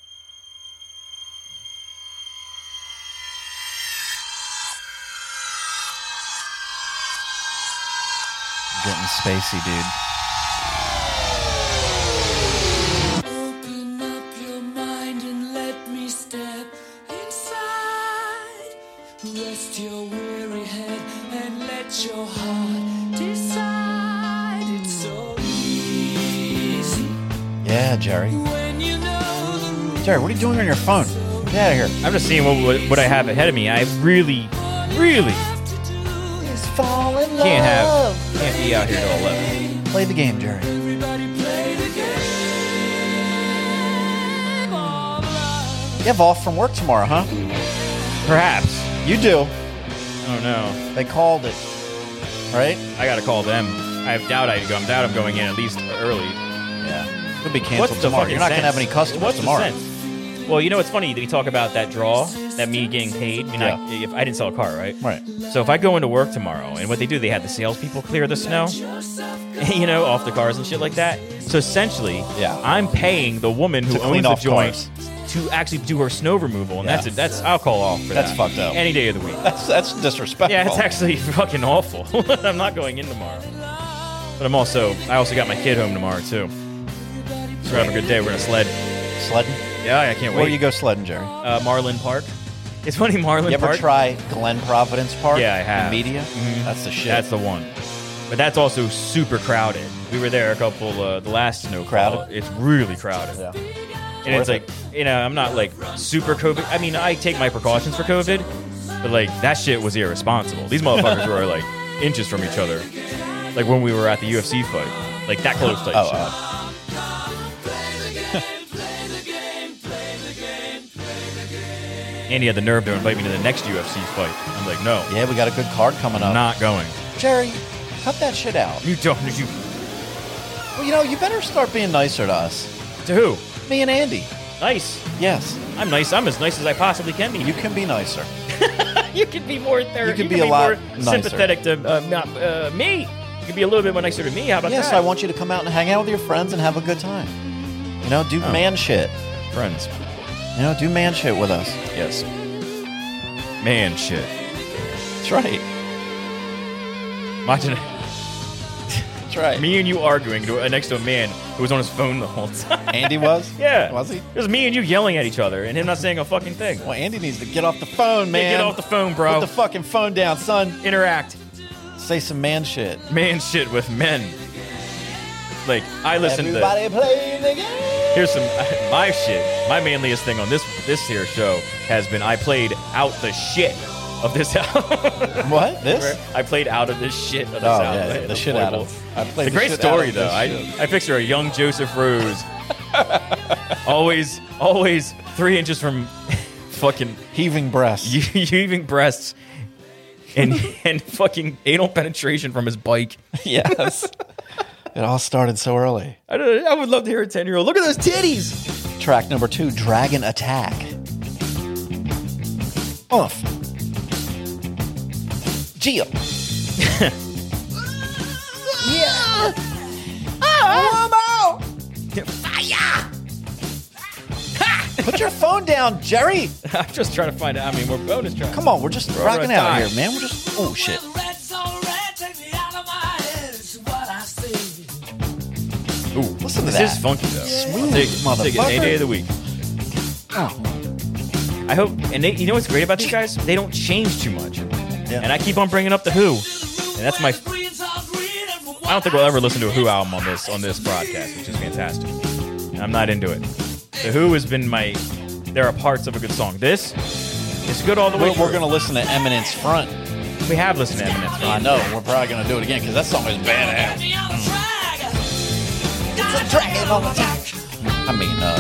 Speaker 1: Getting spacey, dude.
Speaker 12: Open up your mind and let me step inside. Rest your weary head and let your heart decide. It's so easy
Speaker 1: Yeah, Jerry.
Speaker 12: when you know the
Speaker 1: Jerry, what are you doing on your phone? Get out of here.
Speaker 4: I'm just seeing what, what, what I have ahead of me. I really, really
Speaker 1: It's fall in love.
Speaker 4: can't have, can't be out here till 11.
Speaker 1: Play the game, Jerry. You have off from work tomorrow, huh?
Speaker 4: Perhaps.
Speaker 1: You do.
Speaker 4: Oh no.
Speaker 1: They called it, right?
Speaker 4: I gotta call them. I have doubt I go. I'm doubt I'm going in at least early.
Speaker 1: Yeah. It'll be
Speaker 4: What's
Speaker 1: canceled
Speaker 4: the
Speaker 1: tomorrow.
Speaker 4: fucking
Speaker 1: You're not
Speaker 4: sense?
Speaker 1: gonna have any customers
Speaker 4: What's
Speaker 1: tomorrow.
Speaker 4: The sense? Well, you know it's funny that you talk about that draw, that me getting paid. I mean, I, if I didn't sell a car, right?
Speaker 1: Right.
Speaker 4: So if I go into work tomorrow, and what they do, they have the salespeople clear the snow, you know, off the cars and shit like that. So essentially,
Speaker 1: Yeah.
Speaker 4: I'm paying the woman who
Speaker 1: To clean
Speaker 4: owns the
Speaker 1: off
Speaker 4: joint
Speaker 1: cars.
Speaker 4: to actually do her snow removal, and
Speaker 1: Yeah.
Speaker 4: that's it. That's I'll call off for
Speaker 1: That's
Speaker 4: that.
Speaker 1: fucked up.
Speaker 4: Any day of the week.
Speaker 1: That's that's disrespectful.
Speaker 4: Yeah, it's actually fucking awful. I'm not going in tomorrow. But I'm also I also got my kid home tomorrow too. So we're having a good day. We're gonna sled.
Speaker 1: sledding.
Speaker 4: Yeah, I can't
Speaker 1: Where
Speaker 4: wait.
Speaker 1: you go sledding, Jerry?
Speaker 4: Uh, Marlin Park. It's funny, Marlin
Speaker 1: You ever
Speaker 4: Park.
Speaker 1: try Glen Providence Park?
Speaker 4: Yeah, I
Speaker 1: in
Speaker 4: have. Mm-hmm.
Speaker 1: media. That's the shit.
Speaker 4: That's the one. But that's also super crowded. We were there a couple uh, the last snow
Speaker 1: Crowded?
Speaker 4: It's really crowded.
Speaker 1: Yeah.
Speaker 4: And it's
Speaker 1: Worth
Speaker 4: like, you know, I'm not like super COVID. I mean, I take my precautions for COVID, but like that shit was irresponsible. These motherfuckers were like inches from each other. Like when we were at the UFC fight, like that close type
Speaker 1: Oh,
Speaker 4: shit.
Speaker 1: uh,
Speaker 4: And he had the nerve to invite me to the next UFC fight. I'm like, no,
Speaker 1: Yeah, we got a good card coming
Speaker 4: I'm
Speaker 1: up.
Speaker 4: not going.
Speaker 1: Jerry, cut that shit out.
Speaker 4: You don't. You
Speaker 1: Well, you know, you better start being nicer to us.
Speaker 4: to who?
Speaker 1: Me and Andy.
Speaker 4: Nice.
Speaker 1: Yes,
Speaker 4: I'm nice. I'm as nice as I possibly can be.
Speaker 1: you can be nicer.
Speaker 4: you could be more there.
Speaker 1: You could be a lot
Speaker 4: more
Speaker 1: nicer.
Speaker 4: sympathetic to uh, not, uh, me. You could be a little bit more nicer to me. How about
Speaker 1: Yes,
Speaker 4: that?
Speaker 1: I want you to come out and hang out with your friends and have a good time. You know, do man shit.
Speaker 4: friends.
Speaker 1: You know, do man shit with us.
Speaker 4: Yes. Man, shit.
Speaker 1: That's right.
Speaker 4: Imagine
Speaker 1: That's right.
Speaker 4: me and you arguing to, uh, next to a man who was on his phone the whole time.
Speaker 1: Andy was?
Speaker 4: yeah,
Speaker 1: Was he?
Speaker 4: It was me and you yelling at each other, and him not saying a fucking thing.
Speaker 1: Well, Andy needs to get off the phone, man.
Speaker 4: Yeah, get off the phone, bro.
Speaker 1: Put the fucking phone down, son.
Speaker 4: Interact.
Speaker 1: Say some man shit.
Speaker 4: Man, shit with men. Like I listen to.
Speaker 1: Everybody play the game.
Speaker 4: Here's some my shit. My manliest thing on this this here show has been I played out the shit of this album.
Speaker 1: What? This?
Speaker 4: I played out of this shit of this
Speaker 1: Oh,
Speaker 4: album.
Speaker 1: yeah,
Speaker 4: Like,
Speaker 1: the shit out
Speaker 4: horrible-
Speaker 1: of- I played
Speaker 4: It's
Speaker 1: the
Speaker 4: a great
Speaker 1: shit out
Speaker 4: story
Speaker 1: of
Speaker 4: though.
Speaker 1: this
Speaker 4: I,
Speaker 1: shit.
Speaker 4: I picture a young Joseph Rose, always always three inches from fucking
Speaker 1: Heaving breasts.
Speaker 4: heaving breasts. And, and fucking anal penetration from his bike.
Speaker 1: yes. it all started so early.
Speaker 4: I, don't, I would love to hear a 10 year old. Look at those titties.
Speaker 1: Track number two, Dragon Attack. Oomph. Gia. yeah. Fire. Put your phone down, Jerry.
Speaker 4: I'm just trying to find out how many more bonus tracks.
Speaker 1: Come on, we're just
Speaker 4: We're
Speaker 1: rocking
Speaker 4: out of
Speaker 1: out
Speaker 4: time.
Speaker 1: here, man. We're just oh shit.
Speaker 4: Ooh,
Speaker 1: Listen to
Speaker 4: this
Speaker 1: that.
Speaker 4: is funky though.
Speaker 1: Smooth,
Speaker 4: Take, it- take it any
Speaker 1: motherfucker.
Speaker 4: day of the week. I hope, and they, you know what's great about these guys? They don't change too much. And I keep on bringing up the Who, and that's my. I don't think we'll ever listen to a Who album on this on this broadcast, which is fantastic. And I'm not into it. The Who has been my. There are parts of a good song. This is good all the way.
Speaker 1: We're, we're
Speaker 4: through.
Speaker 1: gonna listen to Eminence Front.
Speaker 4: We have listened to Eminence.
Speaker 1: I know. We're probably gonna do it again because that song is badass. I mean, uh,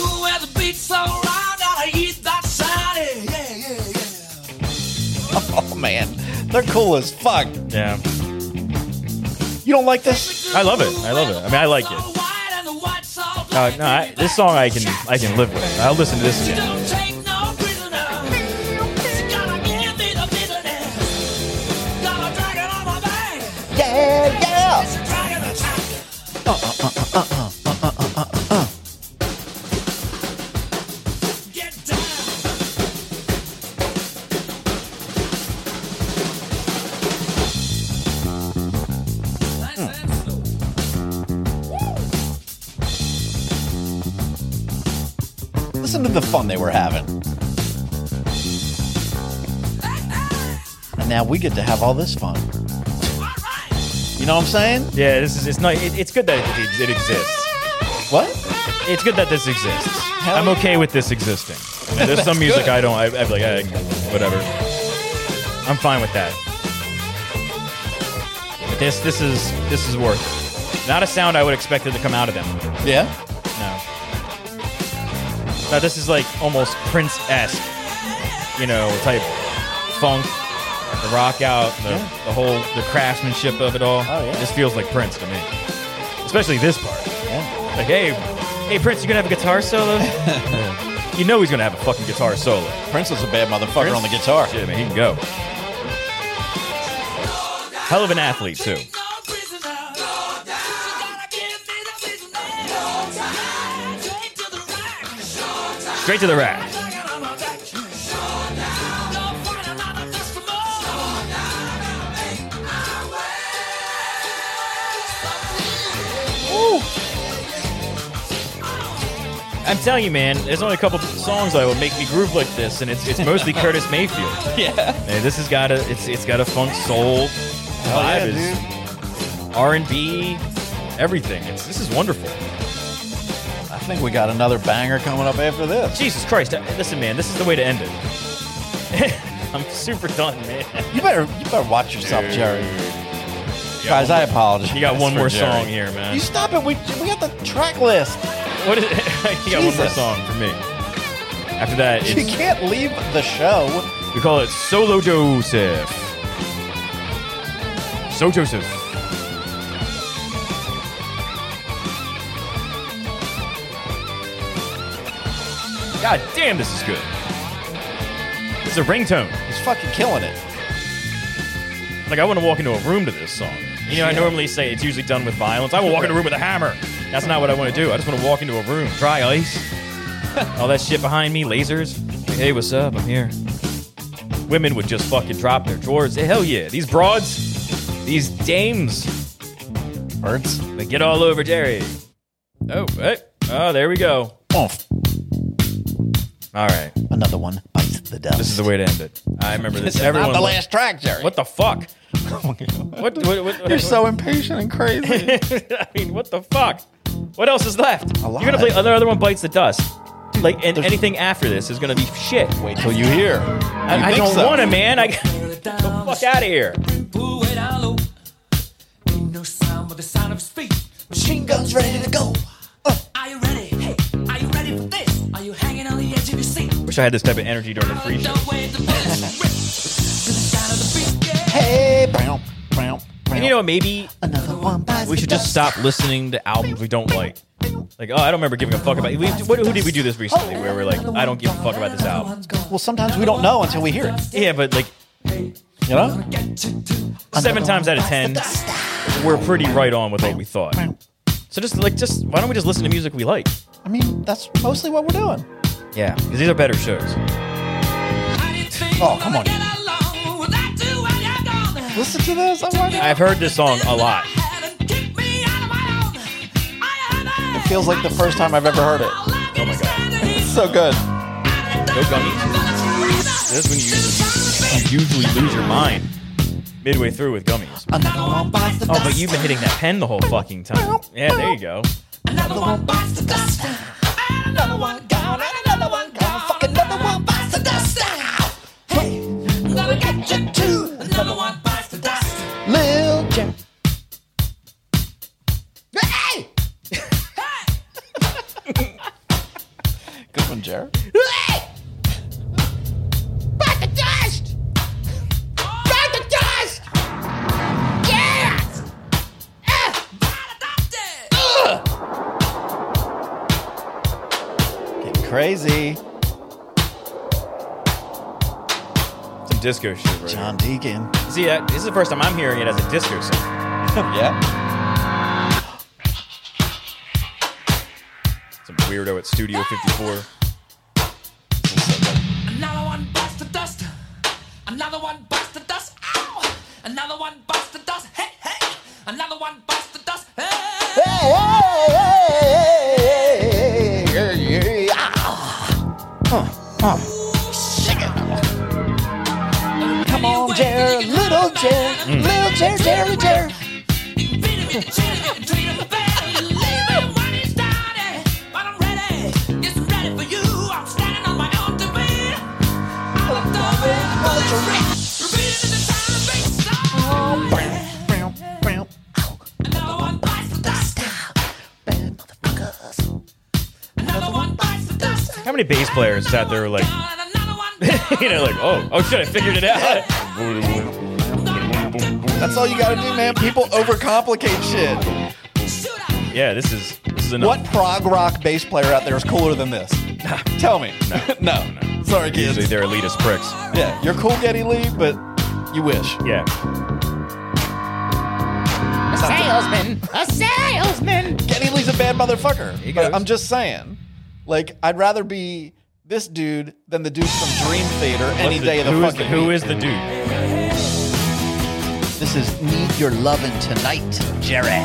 Speaker 1: oh man, they're cool as fuck.
Speaker 4: Yeah,
Speaker 1: You don't like this?
Speaker 4: I love it. I love it. I mean, I like it. Uh, no, I, this song I can I can live with. I'll listen to this again.
Speaker 1: Yeah, yeah. Listen to the fun they were having. And now we get to have all this fun. You know what I'm saying?
Speaker 4: Yeah, this is it's not. It, it's good that it, it exists.
Speaker 1: What?
Speaker 4: It's good that this exists. I'm okay with this existing. I mean, there's some music I don't. I, I'm like, eh, whatever. I'm fine with that. But this this is this is worth. It. Not a sound I would expect it to come out of them.
Speaker 1: Yeah.
Speaker 4: No. Now this is like almost Prince esque, you know, type funk, the rock out, the, the whole the craftsmanship of it all.
Speaker 1: Oh, yeah.
Speaker 4: This feels like Prince to me, especially this part.
Speaker 1: Yeah.
Speaker 4: Like, hey, hey Prince, you gonna have a guitar solo? you know he's gonna have a fucking guitar solo.
Speaker 1: Prince was a bad motherfucker on the guitar.
Speaker 4: Shit, man, he can go. Hell of an athlete too. Straight to the rack. I'm telling you, man, there's only a couple songs that would make me groove like this, and it's it's mostly Curtis Mayfield.
Speaker 1: Yeah.
Speaker 4: Man, this has got a it's it's got a funk soul
Speaker 1: yeah,
Speaker 4: vibe, R and B, everything. It's this is wonderful.
Speaker 1: I think we got another banger coming up after this.
Speaker 4: Jesus Christ! I- Listen, man, this is the way to end it. I'm super done, man.
Speaker 1: You better you better watch yourself, Jerry. Guys, I apologize.
Speaker 4: You got one
Speaker 1: for
Speaker 4: more
Speaker 1: Jerry.
Speaker 4: song here, man.
Speaker 1: You stop it. We, we got the track list.
Speaker 4: What is it? you got one more
Speaker 1: Jesus.
Speaker 4: song for me. After that,
Speaker 1: You
Speaker 4: it's,
Speaker 1: can't leave the show.
Speaker 4: we call it Solo Joseph. So Joseph. God damn, this is good. It's a ringtone.
Speaker 1: He's fucking killing it.
Speaker 4: Like I want to walk into a room to this song. You know, I normally say it's usually done with violence. I will walk into a room with a hammer. That's not what I want to do. I just want to walk into a room, dry ice, all that shit behind me, lasers. Hey, what's up? I'm here. Women would just fucking drop their drawers. Eh, Hell yeah, these broads, these dames,
Speaker 1: Birds.
Speaker 4: they get all over Jerry. Oh, hey, oh, there we go.
Speaker 1: Oomph.
Speaker 4: All right,
Speaker 1: Another one bites the dust.
Speaker 4: this is the way to end it. I remember this. Everyone, lo-
Speaker 1: track, Jerry.
Speaker 4: What the fuck? What? what, what
Speaker 1: You're so impatient and crazy.
Speaker 4: I mean, what the fuck? What else is left?
Speaker 1: lot.
Speaker 4: You're gonna play other other one bites the dust. Like, and anything after this is gonna be shit.
Speaker 1: Wait till you hear. You
Speaker 4: I, I
Speaker 1: think
Speaker 4: don't
Speaker 1: so.
Speaker 4: want to, man. I get the fuck out of here.
Speaker 12: No sound but the sound of speed.
Speaker 8: Machine guns ready to go.
Speaker 12: Uh, Are you ready? Hey, are you ready for this? Are you hanging on the edge of your seat?
Speaker 4: Wish I had this type of energy during the free show.
Speaker 12: Don't wait the bullets. Rip to the sound of the beat. Yeah.
Speaker 1: Hey, brown, brown, brown.
Speaker 4: And you know, maybe
Speaker 8: Another one bites
Speaker 4: we
Speaker 8: the
Speaker 4: should just
Speaker 8: dust.
Speaker 4: stop listening to albums we don't like. Like, oh, I don't remember giving a fuck about. We, what, who did we do this recently? Where we're like, I don't give a fuck about this album.
Speaker 1: well, sometimes we don't know until we hear it.
Speaker 4: Yeah, but like
Speaker 1: You know?
Speaker 4: seven times out of ten, we're pretty right on with what we thought. So just like, just why don't we just listen to music we like?
Speaker 1: I mean, that's mostly what we're doing.
Speaker 4: Yeah, because these are better shows.
Speaker 1: Oh, come on. Listen to this. I'm like,
Speaker 4: I've heard this song a lot.
Speaker 1: it feels like the first time I've ever heard it.
Speaker 4: Oh my god.
Speaker 1: So good.
Speaker 4: No gummies? This is when you usually, you usually lose your mind midway through with gummies.
Speaker 8: Another one bites the
Speaker 4: Oh,
Speaker 8: dust.
Speaker 4: but you've been hitting that pen the whole fucking time. Yeah, there you go.
Speaker 8: Another one bites the dust. And another one gone. And another one gone. Fuck another one bites the dust. Hey, another get you too. Another one bites the dust.
Speaker 1: Lil Jerry.
Speaker 8: Hey,
Speaker 1: Good one, Jerry.
Speaker 8: hey, bite the dust. Bite the dust. Yeah. Eh.
Speaker 1: Getting crazy.
Speaker 4: Some disco shit right
Speaker 1: John Deacon.
Speaker 4: here. See, that, this is the first time I'm hearing it as a disco song.
Speaker 1: Yeah.
Speaker 4: Some weirdo at Studio 54.
Speaker 12: Another one bites the dust. Another one bites the dust. Ow! Another one bites the dust. Hey, hey! Another one bites the dust. Hey!
Speaker 8: Come on, Jerry, little Jerry,
Speaker 1: Mm.
Speaker 8: little Jerry, Jerry, Jerry.
Speaker 4: How many bass players sat there like, you know, like, oh, oh shit, I figured it out.
Speaker 1: That's all you gotta do, man. People overcomplicate shit.
Speaker 4: Yeah, this is this is enough.
Speaker 1: What prog rock bass player out there is cooler than this? Tell me. No. no. Sorry, kids.
Speaker 4: Usually they're elitist pricks.
Speaker 1: Yeah, you're cool, Getty Lee, but you wish.
Speaker 4: Yeah.
Speaker 1: Getty Lee's a bad motherfucker.
Speaker 4: He
Speaker 1: But
Speaker 4: goes.
Speaker 1: I'm just saying, like, I'd rather be this dude than the dude from Dream Theater any
Speaker 4: What's
Speaker 1: day of the
Speaker 4: who is
Speaker 1: fucking
Speaker 4: Who
Speaker 1: week.
Speaker 4: is the dude?
Speaker 1: This is Need Your Lovin' Tonight, Jerry.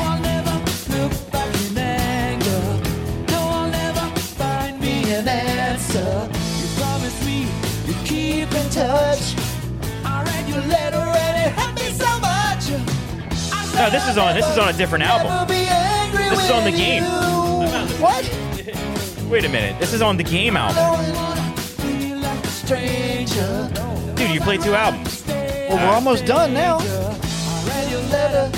Speaker 8: Keep in touch. I read your letter and it helped me so much.
Speaker 4: No, this is on this is on a different album.
Speaker 8: I'll be angry
Speaker 4: This is on the
Speaker 8: with
Speaker 4: game.
Speaker 8: you.
Speaker 1: What?
Speaker 4: Wait a minute. This is on the game album. Dude, you play two albums.
Speaker 1: Well, we're almost done now.
Speaker 8: Read your letter.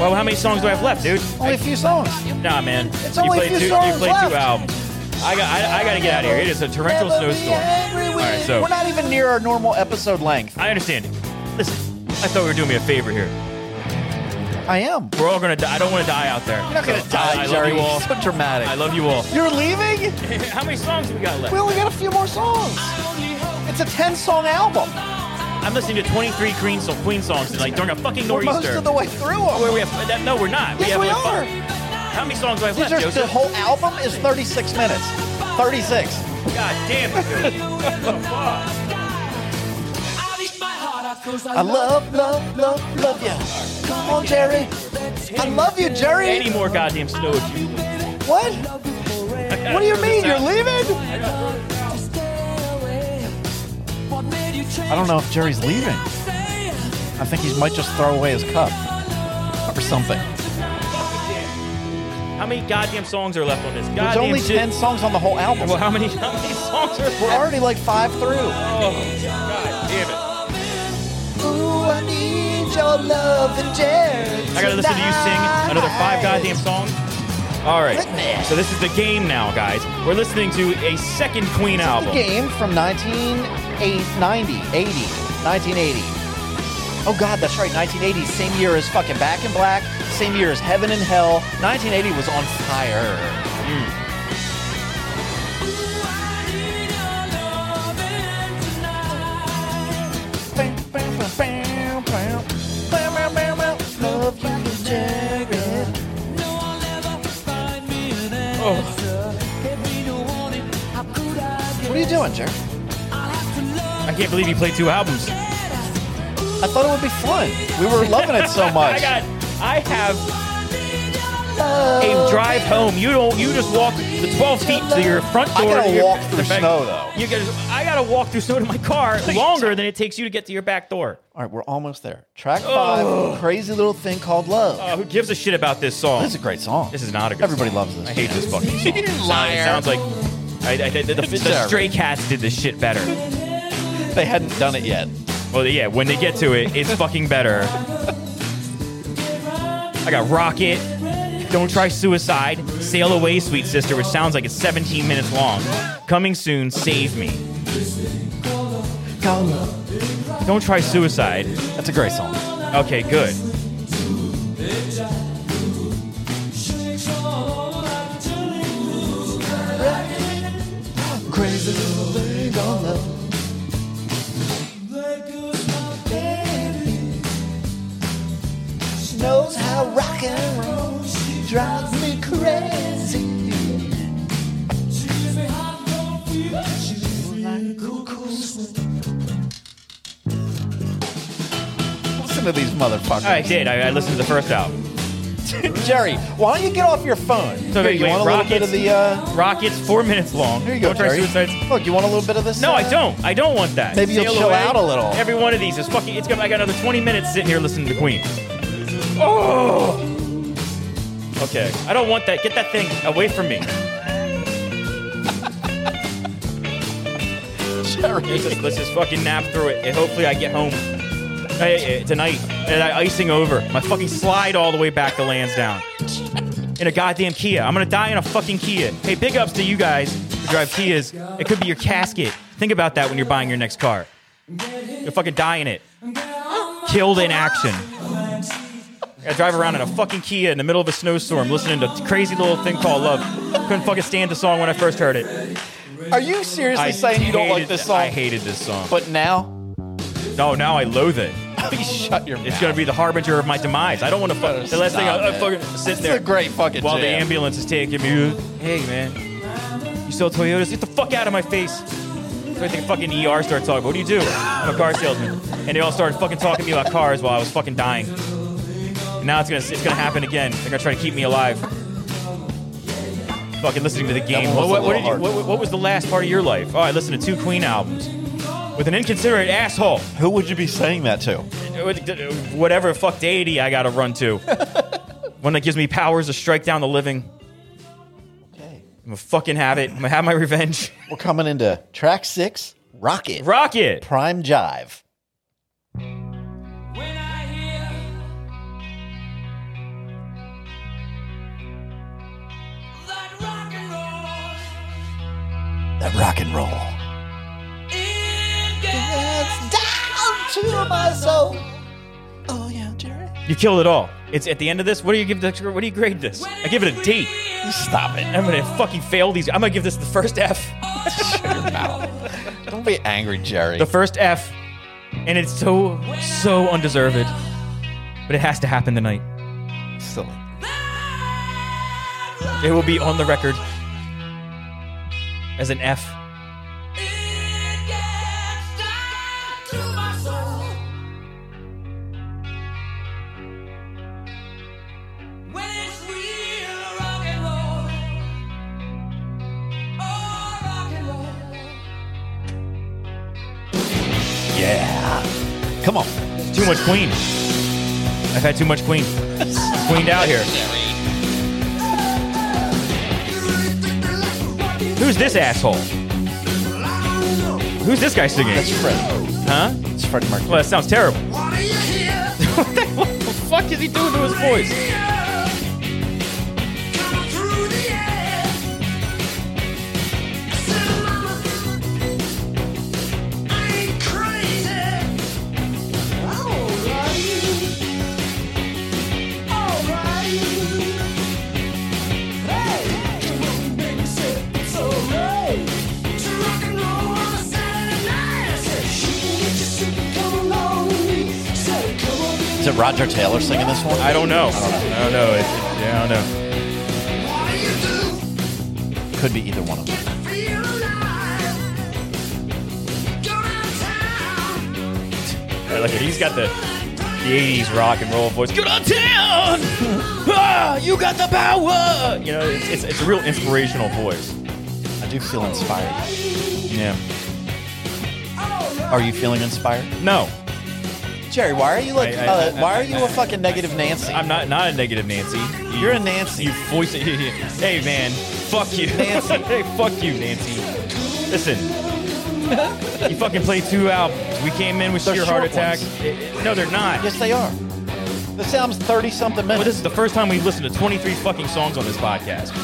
Speaker 4: Well, how many songs do I have left, dude?
Speaker 1: Only a few songs.
Speaker 4: Nah, man. It's
Speaker 1: only a
Speaker 4: played
Speaker 1: few
Speaker 4: two,
Speaker 1: songs
Speaker 4: You played
Speaker 1: left.
Speaker 4: two albums. I got. I, I got to get out of here. It is a torrential snowstorm. All right, so
Speaker 1: We're not even near our normal episode length.
Speaker 4: I understand. Listen, I thought we were doing me a favor here.
Speaker 1: I am.
Speaker 4: We're all gonna die. I don't want to die out there. You're
Speaker 1: not gonna die,
Speaker 4: I, I
Speaker 1: Jerry.
Speaker 4: love you all.
Speaker 1: You're so dramatic.
Speaker 4: I love you all.
Speaker 1: You're leaving?
Speaker 4: How many songs we got left?
Speaker 1: We only got a few more songs. It's a 10 song album.
Speaker 4: I'm listening to 23 Queen, so Queen songs tonight during a fucking
Speaker 1: We're most
Speaker 4: nor'easter.
Speaker 1: of the way through them.
Speaker 4: Where we have uh, that, no, we're not.
Speaker 1: Yes,
Speaker 4: have
Speaker 1: we
Speaker 4: like
Speaker 1: are.
Speaker 4: five- How many songs do I have
Speaker 1: These
Speaker 4: left,
Speaker 1: are-
Speaker 4: Joseph?
Speaker 1: the whole album is 36 minutes. 36.
Speaker 4: God damn it, dude. What
Speaker 1: I love, love, love, love you. Come on, Jerry. I love you,
Speaker 4: the fuck?
Speaker 1: Jerry.
Speaker 4: Any more goddamn snow with you?
Speaker 1: What? What do you mean? You're leaving? I don't know if Jerry's leaving. I think he might just throw away his cup or something.
Speaker 4: How many goddamn songs are left on this?
Speaker 1: There's
Speaker 4: Goddamn
Speaker 1: only
Speaker 4: shit.
Speaker 1: 10 songs on the whole album.
Speaker 4: Well, how many, how many songs are
Speaker 1: We're
Speaker 4: left?
Speaker 1: already like five through.
Speaker 4: Oh, God damn it.
Speaker 8: Ooh, I need your love and Jerry.
Speaker 4: I gotta listen to you sing another five goddamn songs. All right.
Speaker 8: Goodness.
Speaker 4: So this is the game now, guys. We're listening to a second Queen
Speaker 1: The
Speaker 4: album.
Speaker 1: game from 1990, 80, 1980. Oh God, that's right, 1980. Same year as fucking Back in Black. Same year as Heaven and Hell. 1980 was on fire. Hmm.
Speaker 8: Love you and Jerry.
Speaker 1: What are you doing, Jer?
Speaker 4: I can't believe you played two albums.
Speaker 1: I thought it would be fun. We were loving it so much.
Speaker 4: I got. I have a drive home. You don't. You just walk the 12 feet to your front
Speaker 1: I
Speaker 4: door.
Speaker 1: gotta
Speaker 4: to your-
Speaker 1: walk through
Speaker 4: the back-
Speaker 1: snow, though.
Speaker 4: You gotta, I gotta walk through snow to my car longer than it takes you to get to your back door.
Speaker 1: All right, we're almost there. Track five, crazy little thing called love.
Speaker 4: Oh, who gives a shit about this song?
Speaker 1: This is a great song.
Speaker 4: This is not a good.
Speaker 1: Everybody
Speaker 4: song.
Speaker 1: loves this.
Speaker 4: I hate this fucking song. It sounds- It sounds like. I, I, the, the, the
Speaker 1: Jerry.
Speaker 4: stray cats did this shit better.
Speaker 1: They hadn't done it yet.
Speaker 4: Well, yeah, when they get to it, it's fucking better. I got Rocket, Don't Try Suicide, Sail Away, Sweet Sister, which sounds like it's 17 minutes long. Coming soon, Save Me. Don't Try Suicide.
Speaker 1: That's a great song.
Speaker 4: Okay, good.
Speaker 8: Crazy little thing called love. She knows how rock and roll drives me crazy. She's like cuckoo's
Speaker 1: Listen to these motherfuckers.
Speaker 4: I did. I, I listened to the first album.
Speaker 1: Jerry, why don't you get off your phone?
Speaker 4: So
Speaker 1: Here,
Speaker 4: wait,
Speaker 1: you
Speaker 4: wait,
Speaker 1: want a little bit
Speaker 4: Rockets-
Speaker 1: of the? Uh,
Speaker 4: Rockets, four minutes long.
Speaker 1: here you go,
Speaker 4: Don't Try
Speaker 1: Jerry.
Speaker 4: Suicide's
Speaker 1: Look, you want a little bit of this?
Speaker 4: No,
Speaker 1: uh,
Speaker 4: I don't. I don't want that.
Speaker 1: Maybe you'll
Speaker 4: Sail
Speaker 1: chill
Speaker 4: away.
Speaker 1: out a little.
Speaker 4: Every one of these is fucking. It's gonna. I got another 20 minutes sitting here listening to Queen. Oh. Okay. I don't want that. Get that thing away from me.
Speaker 1: Jerry.
Speaker 4: Let's just, let's just fucking nap through it, and hopefully I get home eh, eh, tonight. And I icing over. My fucking slide all the way back to Lansdowne in a goddamn Kia. I'm gonna die in a fucking Kia. Hey, big ups to you guys who drive Kias. It could be your casket. Think about that when you're buying your next car. You'll fucking die in it. Killed in action. I drive around in a fucking Kia in the middle of a snowstorm listening to crazy little thing called love. Couldn't fucking stand the song when I first heard it.
Speaker 1: Are you seriously saying you don't like
Speaker 4: hated-
Speaker 1: this song?
Speaker 4: I hated this song.
Speaker 1: But now,
Speaker 4: No, now I loathe it.
Speaker 1: please shut your mouth.
Speaker 4: It's gonna be the harbinger of my demise. I don't want to fuck. The last thing I, I fucking sit
Speaker 1: This is
Speaker 4: there
Speaker 1: a great fucking
Speaker 4: while the
Speaker 1: jam.
Speaker 4: ambulance is taking me. Hey man, you sell Toyotas? Get the fuck out of my face! So I think fucking ER started talking. What do you do? I'm a car salesman, and they all started fucking talking to me about cars while I was fucking dying. And now it's gonna it's gonna happen again. They're gonna try to keep me alive. Fucking listening to the game.
Speaker 1: one was a
Speaker 4: What, what, what
Speaker 1: little
Speaker 4: did you,
Speaker 1: hard.
Speaker 4: what, what was the last part of your life? Oh, I listened to two Queen albums with an inconsiderate asshole
Speaker 1: Who would you be saying that to?
Speaker 4: whatever fuck deity I gotta run to. One that gives me powers to strike down the living. I'm gonna fucking have it. I'm gonna have my revenge.
Speaker 1: We're coming into track six, Rocket.
Speaker 4: Rocket!
Speaker 1: Prime Jive.
Speaker 12: When I hear
Speaker 1: that rock and roll.
Speaker 8: It's down to my soul. Oh yeah, Jerry.
Speaker 4: You killed it all. It's at the end of this. What do you give the? What do you grade this? I give it a D. Stop it. I'm gonna fucking fail these. I'm gonna give this the first F.
Speaker 1: Don't be angry, Jerry.
Speaker 4: The first F, and it's so so undeserved. But it has to happen tonight.
Speaker 1: Silly.
Speaker 4: It will be on the record as an F. oh.
Speaker 1: Yeah. Come on.
Speaker 4: Too much Queen. I've had too much Queen. Queened out here. Who's this asshole? Who's this guy singing?
Speaker 1: That's Fred.
Speaker 4: Huh?
Speaker 1: It's Freddie Mercury.
Speaker 4: Well, that sounds terrible. what the fuck is he doing to his voice?
Speaker 1: Is it Roger Taylor singing this one?
Speaker 4: I don't know. I don't know. It, it- yeah, I don't know.
Speaker 1: Could be either one of them.
Speaker 4: I like it. He's got the the 80s rock and roll voice. Get on town! Ah, you got the power! You know, it's, it's, it's a real inspirational voice.
Speaker 1: I do feel inspired.
Speaker 4: Yeah.
Speaker 1: Are you feeling inspired?
Speaker 4: No,
Speaker 1: Jerry, why are you like?
Speaker 4: I- I-
Speaker 1: uh,
Speaker 4: I-
Speaker 1: why are
Speaker 4: I-
Speaker 1: you a fucking negative Nancy?
Speaker 4: I'm not not a negative Nancy. You-
Speaker 1: You're a Nancy.
Speaker 4: You voice it. hey man, fuck you,
Speaker 1: Nancy.
Speaker 4: hey, fuck you, Nancy. Listen, you fucking played two albums. We came in with
Speaker 1: They're
Speaker 4: sheer heart
Speaker 1: short
Speaker 4: attack.
Speaker 1: ones.
Speaker 4: It- it- no, they're not.
Speaker 1: yes, they are. This sounds thirty something
Speaker 4: Well,
Speaker 1: minutes.
Speaker 4: this is the first time we've listened to 23 fucking songs on this podcast.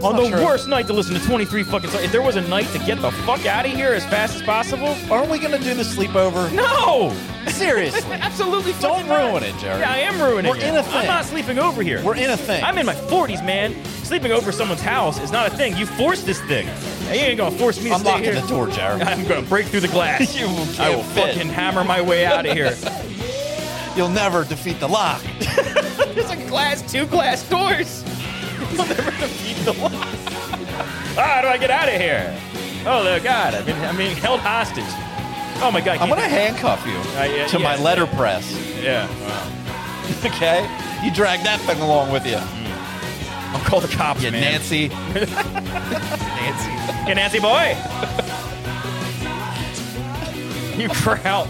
Speaker 4: On
Speaker 1: not
Speaker 4: the
Speaker 1: true.
Speaker 4: worst night to listen to 23 fucking songs. If there was a night to get the fuck out of here as fast as possible,
Speaker 1: Aren't we gonna do the sleepover?
Speaker 4: no!
Speaker 1: Seriously,
Speaker 4: Absolutely
Speaker 1: don't
Speaker 4: fucking not.
Speaker 1: ruin it, Jerry.
Speaker 4: Yeah, I am ruining
Speaker 1: We're
Speaker 4: it.
Speaker 1: in a
Speaker 4: I'm
Speaker 1: thing.
Speaker 4: not sleeping over here.
Speaker 1: We're in a thing.
Speaker 4: I'm in my 40s, man. Sleeping over someone's house is not a thing. You forced this thing. You ain't gonna force me to
Speaker 1: I'm
Speaker 4: stay
Speaker 1: locking
Speaker 4: here.
Speaker 1: the door, Jerry.
Speaker 4: I'm gonna break through the glass.
Speaker 1: You
Speaker 4: I
Speaker 1: can't
Speaker 4: will
Speaker 1: fit.
Speaker 4: fucking hammer my way out of here.
Speaker 1: You'll never defeat the lock.
Speaker 4: There's a glass, two glass doors. You'll never defeat the lock. Ah, How do I get out of here? Oh, dear God. I've been, I'm being held hostage. Oh, my God. I
Speaker 1: I'm gonna
Speaker 4: can't-
Speaker 1: handcuff you
Speaker 4: Uh, yeah,
Speaker 1: to my
Speaker 4: yeah.
Speaker 1: letterpress.
Speaker 4: Yeah.
Speaker 1: Okay, you drag that thing along with you.
Speaker 4: I'll call the cops,
Speaker 1: You
Speaker 4: man.
Speaker 1: Nancy.
Speaker 4: Hey, Nancy boy. you crowd.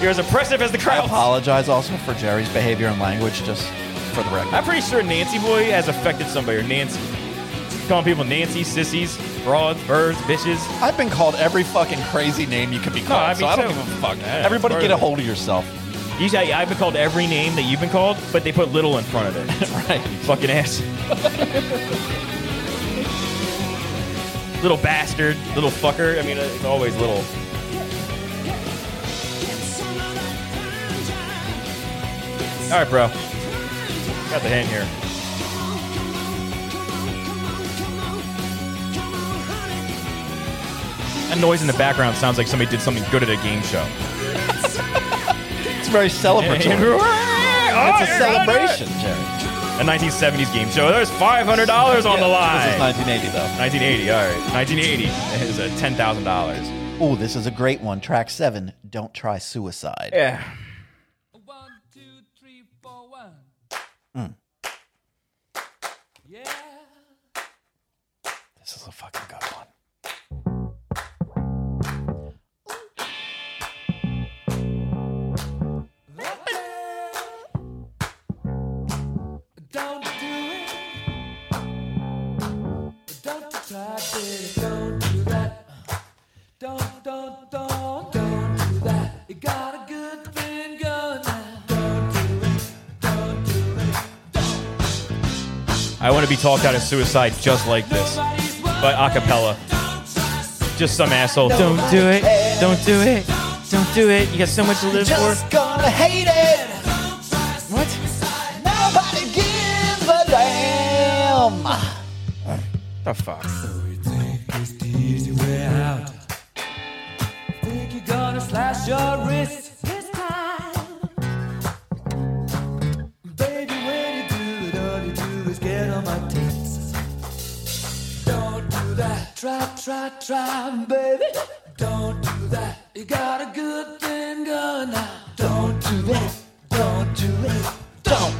Speaker 4: You're as oppressive as the
Speaker 1: I
Speaker 4: crowd.
Speaker 1: apologize also for Jerry's behavior and language, just for the record.
Speaker 4: I'm pretty sure Nancy boy has affected somebody or Nancy. Calling people Nancy, sissies, broads, birds, bitches.
Speaker 1: I've been called every fucking crazy name you could be called,
Speaker 4: I
Speaker 1: so I
Speaker 4: mean,
Speaker 1: don't
Speaker 4: so-
Speaker 1: give a fuck.
Speaker 4: Yeah,
Speaker 1: Everybody
Speaker 4: part
Speaker 1: get
Speaker 4: of
Speaker 1: a
Speaker 4: it.
Speaker 1: hold of yourself.
Speaker 4: Usually I've been called every name that you've been called, but they put little in front of it.
Speaker 1: right.
Speaker 4: Fucking ass. little bastard, little fucker. I mean, it's always little. All right, bro. Got the hang here. That noise in the background sounds like somebody did something good at a game show.
Speaker 1: It's very celebratory.
Speaker 4: Oh,
Speaker 1: it's a
Speaker 4: you're gonna do it.
Speaker 1: celebration, Jerry.
Speaker 4: A 1970s game show. There's $500 on the line.
Speaker 1: This is 1980, though.
Speaker 4: 1980, all right. 1980 is uh, $10,000.
Speaker 1: Oh, this is a great one. Track seven, Don't Try Suicide.
Speaker 4: Yeah.
Speaker 12: One, two, three, four, one.
Speaker 1: Hmm.
Speaker 12: Yeah.
Speaker 1: This is a fucking good one.
Speaker 12: Don't do it. Don't try, baby. Don't do that. Don't, don't, don't, don't do that. You got a good thing going now. Don't do it. Don't do it. Don't
Speaker 4: to be talked out of suicide just like this, but a cappella. Just some asshole. Don't do it. Don't do it. Don't do it. You got so much to live for.
Speaker 12: Just gonna hate it.
Speaker 4: What?
Speaker 12: Nobody gives a damn.
Speaker 4: The fuck?
Speaker 8: Try, try, try, baby. Don't do that. You got a good thing going now. Don't do that. Don't do it. Don't.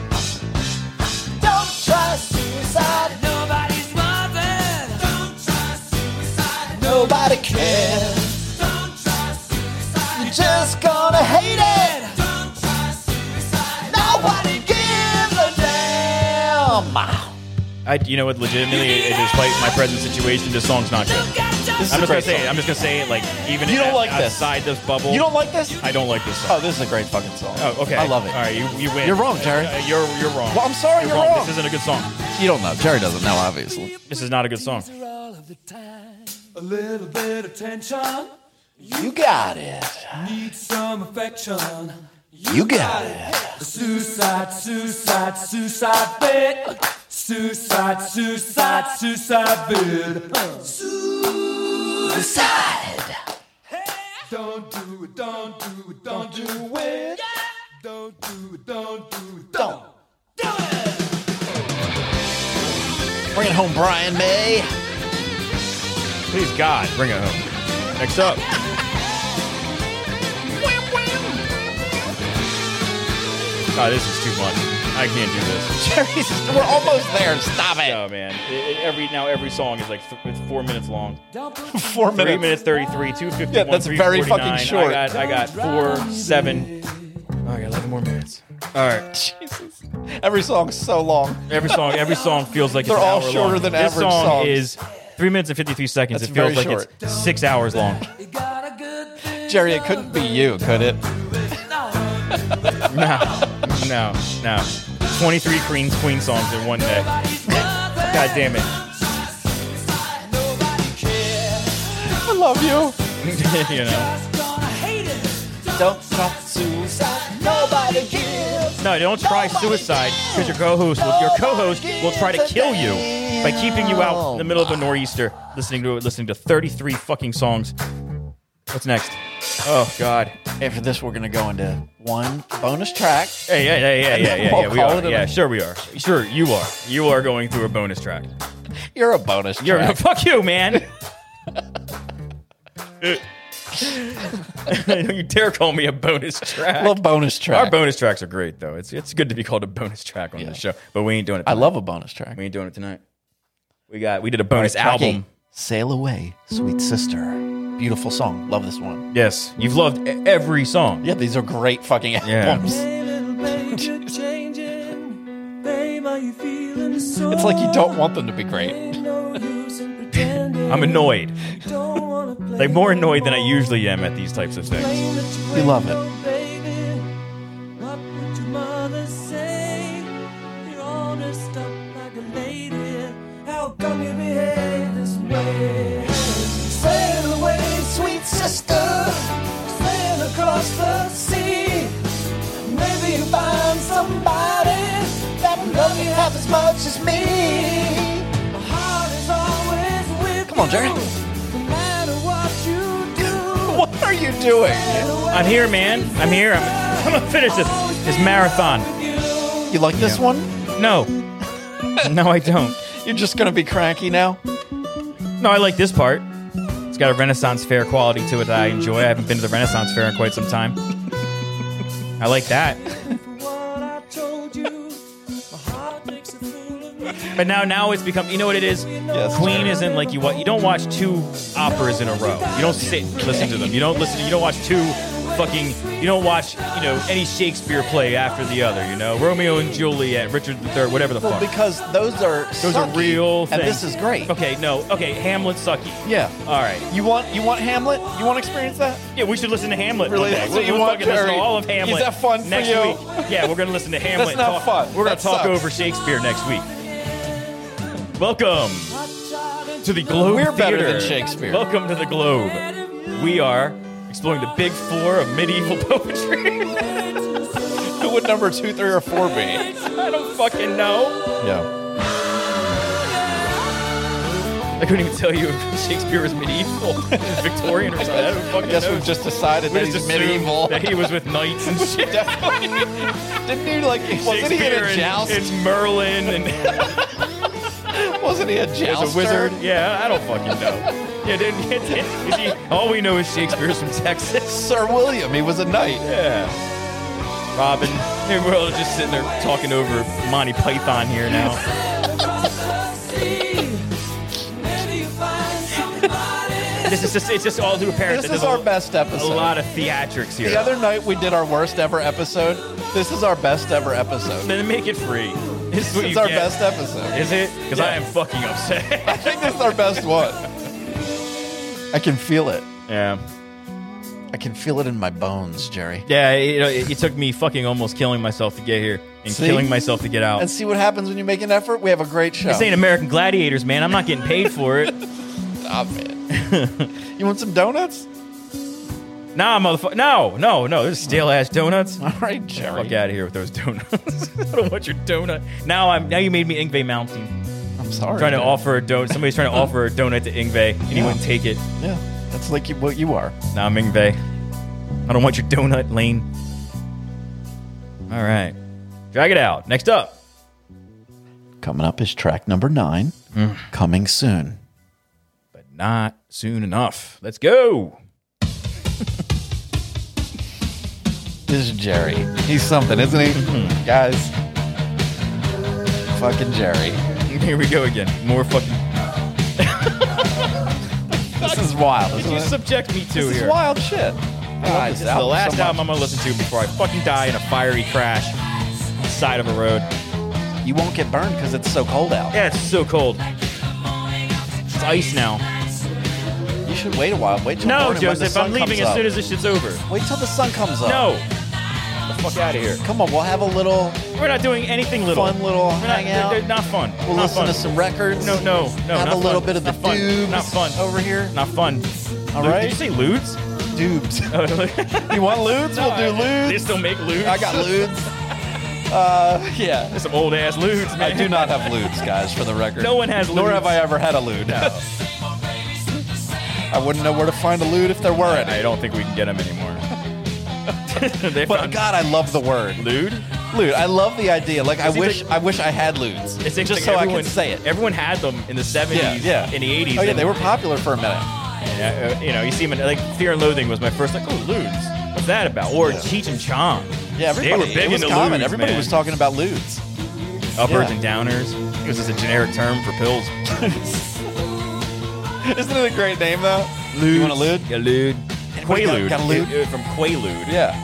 Speaker 12: Don't try suicide.
Speaker 8: Nobody's bothered. Don't try suicide.
Speaker 12: Nobody cares. You're just gonna hate it. Nobody gives a damn.
Speaker 4: I, you know what? Legitimately, it- despite my present situation, this song's not good.
Speaker 1: This is a
Speaker 4: I'm just gonna
Speaker 1: great
Speaker 4: say it.
Speaker 1: song.
Speaker 4: I'm just gonna say it. Like even
Speaker 1: You don't
Speaker 4: at-
Speaker 1: like this.
Speaker 4: outside this. bubble,
Speaker 1: You don't like this?
Speaker 4: I don't like this song.
Speaker 1: Oh, this is a great fucking song.
Speaker 4: Oh, okay.
Speaker 1: I love it.
Speaker 4: All right, you, you win.
Speaker 1: You're wrong, Jerry.
Speaker 4: Uh, you're you're wrong.
Speaker 1: Well, I'm sorry, you're wrong.
Speaker 4: This isn't a good song.
Speaker 1: You don't know. Jerry doesn't know, obviously.
Speaker 4: This is not a good song.
Speaker 8: A little bit of tension.
Speaker 1: You got it.
Speaker 8: Need some affection.
Speaker 1: You got it.
Speaker 8: Suicide, suicide, suicide bit. Suicide, suicide, suicide bit.
Speaker 12: Suicide.
Speaker 8: Don't do it, don't do it, don't do it. Don't do it, don't do it, don't.
Speaker 1: Bring it home, Brian May.
Speaker 4: Please God, bring it home. Next up, God, this is too much. I can't do this.
Speaker 1: Jerry's. We're almost there. Stop it.
Speaker 4: Oh man, It- it- every now every song is like th- it's four minutes long.
Speaker 1: Four
Speaker 4: Three
Speaker 1: minutes.
Speaker 4: minutes thirty-three, two fifty-one.
Speaker 1: Yeah, that's very fucking short.
Speaker 4: I got, I got four, seven. Oh, I got eleven more minutes. All right.
Speaker 1: Jesus. Every song's so long.
Speaker 4: Every song, every song feels like
Speaker 1: They're
Speaker 4: it's an
Speaker 1: all
Speaker 4: hour
Speaker 1: shorter
Speaker 4: long.
Speaker 1: than
Speaker 4: this
Speaker 1: average
Speaker 4: song
Speaker 1: songs.
Speaker 4: is three minutes and fifty-three seconds.
Speaker 1: That's
Speaker 4: it feels
Speaker 1: very
Speaker 4: like it's six hours long.
Speaker 8: You got a good thing.
Speaker 1: Jerry, it couldn't be you, could it?
Speaker 4: no, no, no. Twenty-three Queen Queen songs in one day. God damn it!
Speaker 1: I love you.
Speaker 4: you know,
Speaker 1: Don't stop suicide.
Speaker 12: Nobody gives.
Speaker 4: no, don't try
Speaker 12: Nobody
Speaker 4: suicide
Speaker 12: cares.
Speaker 4: because your co-host, will, your co-host, will try to
Speaker 12: Nobody
Speaker 4: kill you
Speaker 12: gives a
Speaker 4: by keeping you out in the
Speaker 1: damn.
Speaker 4: middle of a nor'easter, listening to listening to thirty-three fucking songs. What's next? Oh God!
Speaker 1: After this, we're gonna go into one bonus track.
Speaker 4: Hey, yeah, yeah, yeah, yeah, yeah,
Speaker 1: We'll
Speaker 4: yeah. We
Speaker 1: call
Speaker 4: are.
Speaker 1: it a-
Speaker 4: Yeah, sure we are. Sure, you are. You are going through a bonus track.
Speaker 1: You're a bonus
Speaker 4: You're
Speaker 1: track.
Speaker 4: fuck you, man. Don't you dare call me a bonus track.
Speaker 1: I love bonus track.
Speaker 4: Our bonus tracks are great, though. It's it's good to be called a bonus track on this show, but we ain't doing it.
Speaker 1: I love a bonus track.
Speaker 4: We ain't doing it tonight. We got we did a bonus
Speaker 1: Tracking.
Speaker 4: album.
Speaker 1: Sail Away, Sweet Sister. Beautiful song. Love this one.
Speaker 4: Yes, you've loved e- every song.
Speaker 1: Yeah, these are great fucking
Speaker 4: Yeah.
Speaker 1: albums.
Speaker 8: It's
Speaker 1: It's like you don't want them to be great.
Speaker 4: I'm annoyed, like
Speaker 8: like
Speaker 4: more annoyed than I usually am at these types of things.
Speaker 1: You love it.
Speaker 12: Sail away, sweet sister. Sail across the sea. Maybe you find somebody that will love you half as much as me. My heart is always with
Speaker 1: Come on, Jerry.
Speaker 12: you, No matter what you do.
Speaker 1: What are you doing?
Speaker 4: I'm here, man. I'm here. I'm, I'm gonna finish this this marathon.
Speaker 1: You like this
Speaker 4: Yeah.
Speaker 1: one?
Speaker 4: No, no, I don't.
Speaker 1: You're just gonna be cranky now?
Speaker 4: No, I like this part. It's got a Renaissance Fair quality to it that I enjoy. I haven't been to the Renaissance Fair in quite some time. I like that. But now, now it's become. You know what it is?
Speaker 1: Yes.
Speaker 4: Queen isn't like you. Wa- you don't watch two operas in a row. You don't sit and listen to them. You don't listen. You don't watch two fucking. You don't watch. You know any Shakespeare play after the other. You know Romeo and Juliet, Richard III, whatever the
Speaker 1: Well,
Speaker 4: fuck.
Speaker 1: because those are
Speaker 4: Those are
Speaker 1: sucky,
Speaker 4: real things.
Speaker 1: and this is great.
Speaker 4: Okay, no. Okay, Hamlet sucky.
Speaker 1: Yeah.
Speaker 4: All right.
Speaker 1: You want you want Hamlet? You want to experience that?
Speaker 4: Yeah, we should listen to Hamlet.
Speaker 1: Really?
Speaker 4: one day.
Speaker 1: That's
Speaker 4: We'll-
Speaker 1: what you
Speaker 4: we'll
Speaker 1: want,
Speaker 4: fucking listen to
Speaker 1: Jerry?
Speaker 4: all of Hamlet.
Speaker 1: Is that fun for
Speaker 4: next
Speaker 1: you?
Speaker 4: Week. Yeah, we're gonna listen to Hamlet.
Speaker 1: not
Speaker 4: talk-
Speaker 1: fun.
Speaker 4: We're gonna
Speaker 1: That
Speaker 4: talk
Speaker 1: sucks.
Speaker 4: over Shakespeare next week. Welcome to the Globe
Speaker 1: We're better
Speaker 4: Theater.
Speaker 1: than Shakespeare.
Speaker 4: Welcome to the Globe. We are exploring the big four of medieval poetry.
Speaker 1: Who would number two, three, or four be?
Speaker 4: I don't fucking know.
Speaker 1: Yeah.
Speaker 4: I couldn't even tell you if Shakespeare was medieval, Victorian or something. I don't fucking
Speaker 1: I guess
Speaker 4: know.
Speaker 1: we've just decided
Speaker 4: We
Speaker 1: that
Speaker 4: just
Speaker 1: he's
Speaker 4: assumed
Speaker 1: medieval.
Speaker 4: That he was with knights and shit.
Speaker 1: Definitely. Didn't he like? Wasn't he in
Speaker 4: Shakespeare
Speaker 1: a
Speaker 4: and,
Speaker 1: joust?
Speaker 4: and Merlin and
Speaker 1: wasn't he a jouster?
Speaker 4: as a wizard. Yeah, I don't fucking know. Yeah, didn't, is he, all we know is Shakespeare's from Texas.
Speaker 1: Sir William. He was a knight.
Speaker 4: Yeah. Robin. Hey, we're all just sitting there talking over Monty Python here now. This is just, it's just all too apparent.
Speaker 1: This
Speaker 4: that
Speaker 1: is
Speaker 4: there's
Speaker 1: our
Speaker 4: a-
Speaker 1: best
Speaker 4: A
Speaker 1: episode.
Speaker 4: lot of theatrics here.
Speaker 1: The other night we did our worst ever episode. This is our best ever episode.
Speaker 4: then make it free. This is what
Speaker 1: This is
Speaker 4: you
Speaker 1: our
Speaker 4: get.
Speaker 1: best episode.
Speaker 4: Is it? Because I am fucking upset.
Speaker 1: I think this is our best one. I can feel it.
Speaker 4: yeah.
Speaker 1: I can feel it in my bones, Jerry.
Speaker 4: Yeah, you know, it, it took me fucking almost killing myself to get here and
Speaker 1: See?
Speaker 4: killing myself to get out.
Speaker 1: And see what happens when you make an effort. We have a great show.
Speaker 4: This ain't American Gladiators, man. I'm not getting paid for it.
Speaker 1: Stop it. Ah, you want some donuts?
Speaker 4: nah, motherfucker. No, no, no. There's stale ass donuts.
Speaker 1: All right, Jerry.
Speaker 4: Fuck out of here with those donuts. I don't want your donut. Now I'm. Now you made me Ingve Mountain.
Speaker 1: I'm sorry.
Speaker 4: trying to
Speaker 1: man.
Speaker 4: offer a donut. Somebody's trying to offer a donut to Ingve, and he
Speaker 1: Yeah.
Speaker 4: wouldn't take it.
Speaker 1: Yeah, that's like you, what you are.
Speaker 4: Now I'm Ingve. I don't want your donut, Lane. All right, drag it out. Next up,
Speaker 1: Coming up is track number nine.
Speaker 4: Mm.
Speaker 1: Coming soon.
Speaker 4: but not soon enough. Let's go.
Speaker 1: This is Jerry. He's something, isn't
Speaker 4: Mm-hmm.
Speaker 1: he? Guys. Fucking Jerry.
Speaker 4: Here we go again. More fucking.
Speaker 1: This is wild. Isn't
Speaker 4: You
Speaker 1: it?
Speaker 4: subject me to
Speaker 1: This
Speaker 4: here.
Speaker 1: is wild shit. God,
Speaker 4: This is the last album I'm gonna listen to before I fucking die in a fiery crash on the side of a road.
Speaker 1: You won't get burned because it's so cold out.
Speaker 4: Yeah, it's so cold. It's ice now.
Speaker 1: You should wait a while. Wait till
Speaker 4: No,
Speaker 1: morning when the
Speaker 4: Joseph,
Speaker 1: sun
Speaker 4: I'm leaving
Speaker 1: comes
Speaker 4: as
Speaker 1: up.
Speaker 4: soon as this shit's over.
Speaker 1: Wait till the sun comes up.
Speaker 4: No, Get the fuck out of here.
Speaker 1: Come on, we'll have a little
Speaker 4: We're not doing anything little.
Speaker 1: fun little
Speaker 4: We're not,
Speaker 1: hangout.
Speaker 4: they're- they're not fun.
Speaker 1: we'll
Speaker 4: not
Speaker 1: listen
Speaker 4: fun.
Speaker 1: to some records.
Speaker 4: No, no, no.
Speaker 1: Have
Speaker 4: not
Speaker 1: a little
Speaker 4: fun.
Speaker 1: bit of the
Speaker 4: not fun.
Speaker 1: dubes
Speaker 4: Not fun.
Speaker 1: over here.
Speaker 4: Not fun.
Speaker 1: All
Speaker 4: Lewd-
Speaker 1: right.
Speaker 4: Did you say lewds?
Speaker 1: Dubes.
Speaker 4: Oh, lewd.
Speaker 1: you want lewds?
Speaker 4: No,
Speaker 1: we'll do
Speaker 4: I- They
Speaker 1: lewds.
Speaker 4: still make lewds.
Speaker 1: I got lewds. Uh, yeah.
Speaker 4: There's some old ass lewds, man.
Speaker 1: I do not have lewds, guys, for the record.
Speaker 4: No one has
Speaker 1: Nor
Speaker 4: lewds.
Speaker 1: have I ever had a lewd. I wouldn't know where to find a lewd if there were
Speaker 4: I
Speaker 1: any.
Speaker 4: don't think we can get them anymore. they
Speaker 1: But
Speaker 4: found
Speaker 1: God, I love the word.
Speaker 4: lewd.
Speaker 1: Lewd. I love the idea. Like I
Speaker 4: It's
Speaker 1: wish
Speaker 4: either-
Speaker 1: I wish I had lewds.
Speaker 4: It's interesting.
Speaker 1: just so
Speaker 4: everyone,
Speaker 1: I could say it.
Speaker 4: Everyone had them in the 70s,
Speaker 1: Yeah, yeah.
Speaker 4: in the 80s.
Speaker 1: Oh yeah,
Speaker 4: and-
Speaker 1: they were popular for a minute.
Speaker 4: and, uh, you know, you see them in, like Fear and Loathing was my first like, oh, lewds. What's that about? Or Cheech and Chong.
Speaker 1: Yeah, everybody
Speaker 4: they were big
Speaker 1: it was
Speaker 4: into
Speaker 1: common.
Speaker 4: lewds,
Speaker 1: everybody
Speaker 4: man.
Speaker 1: was talking about lewds.
Speaker 4: uppers
Speaker 1: yeah.
Speaker 4: and downers. This is a generic term for pills.
Speaker 1: Isn't it a great name though? You want a lewd?
Speaker 4: Yeah, lewd.
Speaker 1: Everybody got-
Speaker 4: Quaalude.
Speaker 1: got a lewd?
Speaker 4: Uh, uh, from Quaalude.
Speaker 1: Yeah.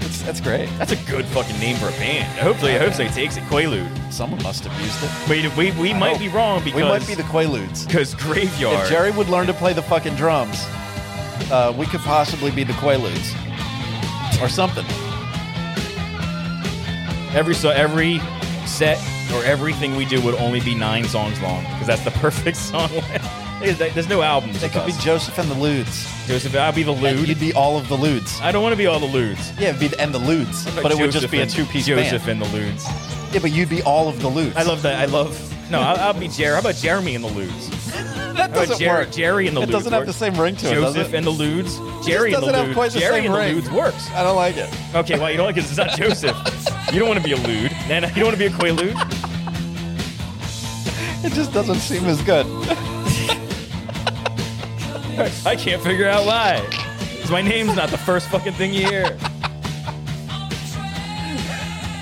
Speaker 1: That's, that's great.
Speaker 4: That's a good fucking name for a band. Hopefully, I hope they takes it Quaalude.
Speaker 1: Someone must have used it.
Speaker 4: We we, we might
Speaker 1: hope.
Speaker 4: be wrong because
Speaker 1: we might be the Quaaludes.
Speaker 4: because graveyard.
Speaker 1: If Jerry would learn to play the fucking drums, uh, we could possibly be the Quaaludes or something.
Speaker 4: every so every set or everything we do would only be nine songs long because that's the perfect song. There's there's no albums.
Speaker 1: It
Speaker 4: with
Speaker 1: could be
Speaker 4: us.
Speaker 1: Joseph and the Ludes.
Speaker 4: Joseph. I'll be the
Speaker 1: And
Speaker 4: lewd.
Speaker 1: You'd be all of the Ludes.
Speaker 4: I don't want to be all the lewds.
Speaker 1: Yeah, it'd be the, and the Ludes, but it would just
Speaker 4: Joseph
Speaker 1: be a
Speaker 4: and-
Speaker 1: two-piece
Speaker 4: Joseph
Speaker 1: band.
Speaker 4: and the lewds.
Speaker 1: Yeah, but you'd be all of the Ludes.
Speaker 4: I love that. I love. No, I'll, I'll be Jerry. How about Jeremy and the lewds?
Speaker 1: that.
Speaker 4: How about
Speaker 1: Doesn't
Speaker 4: Jer-
Speaker 1: work.
Speaker 4: Jerry and the
Speaker 1: It
Speaker 4: lewds.
Speaker 1: doesn't have the
Speaker 4: works.
Speaker 1: same ring to it. does
Speaker 4: Joseph
Speaker 1: it?
Speaker 4: and the lewds. Jerry and the
Speaker 1: doesn't have
Speaker 4: lewds.
Speaker 1: quite the
Speaker 4: Jerry
Speaker 1: same
Speaker 4: and the
Speaker 1: ring.
Speaker 4: lewds works.
Speaker 1: I don't like it.
Speaker 4: Okay, well, you don't like it 'cause it's not Joseph. You don't want to be a lewd. And you don't want to be a quaalude.
Speaker 1: It just doesn't seem as good.
Speaker 4: I can't figure out why. 'Cause my name's not the first fucking thing you hear.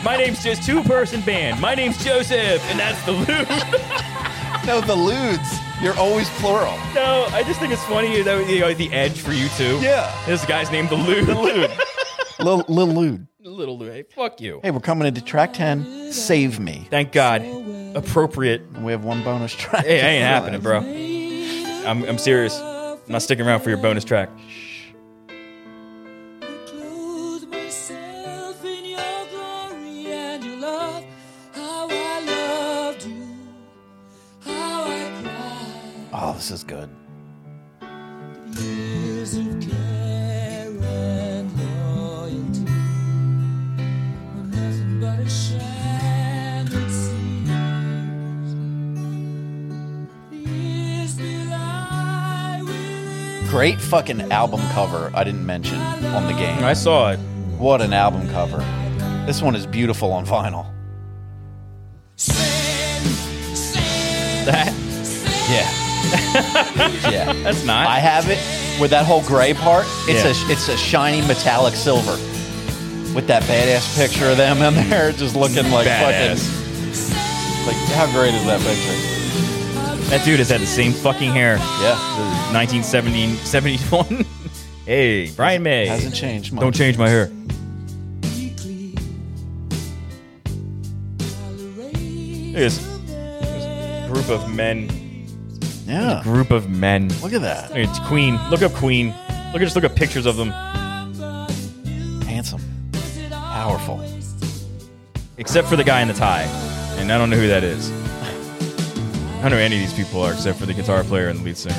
Speaker 4: My name's just two-person band. My name's Joseph, and that's the lewd.
Speaker 1: No, the Ludes. You're always plural.
Speaker 4: No, I just think it's funny that you know, the edge for you too.
Speaker 1: Yeah.
Speaker 4: this guy's named the lewd. The lewd.
Speaker 1: Lil, Lil Lude.
Speaker 4: Little lewd. Hey, fuck you.
Speaker 1: Hey, we're coming into track 10. Save me.
Speaker 4: Thank God. Appropriate.
Speaker 1: And we have one bonus track.
Speaker 4: Hey, it ain't happening, bro. I'm, I'm serious. I'm not sticking around for your bonus track.
Speaker 12: Clothe myself in your glory and your love, how I loved you.
Speaker 1: Oh,
Speaker 6: this is good.
Speaker 12: Years of care and loyalty were nothing but a sham, it seems. Years belie will
Speaker 1: Great fucking album cover I didn't mention on the game. I
Speaker 4: saw it.
Speaker 1: What an album cover. This one is beautiful on vinyl.
Speaker 4: That?
Speaker 1: Yeah. yeah.
Speaker 4: That's not.
Speaker 1: I have it with that whole gray part. It's a it's a shiny metallic silver. With that badass picture of them in there just looking like fucking like how great is that picture?
Speaker 4: That dude has had the same fucking hair.
Speaker 1: Yeah.
Speaker 4: 1970, 71. hey, Brian May.
Speaker 1: Hasn't changed much.
Speaker 4: Don't change my hair. Look at This this group of men.
Speaker 1: Yeah.
Speaker 4: Group of men.
Speaker 1: Look at that.
Speaker 4: It's Queen. Look up Queen. Look at just look up pictures of them.
Speaker 1: Handsome. Powerful.
Speaker 4: Except for the guy in the tie. And I don't know who that is. I don't know who any of these people are except for the guitar player and the lead singer.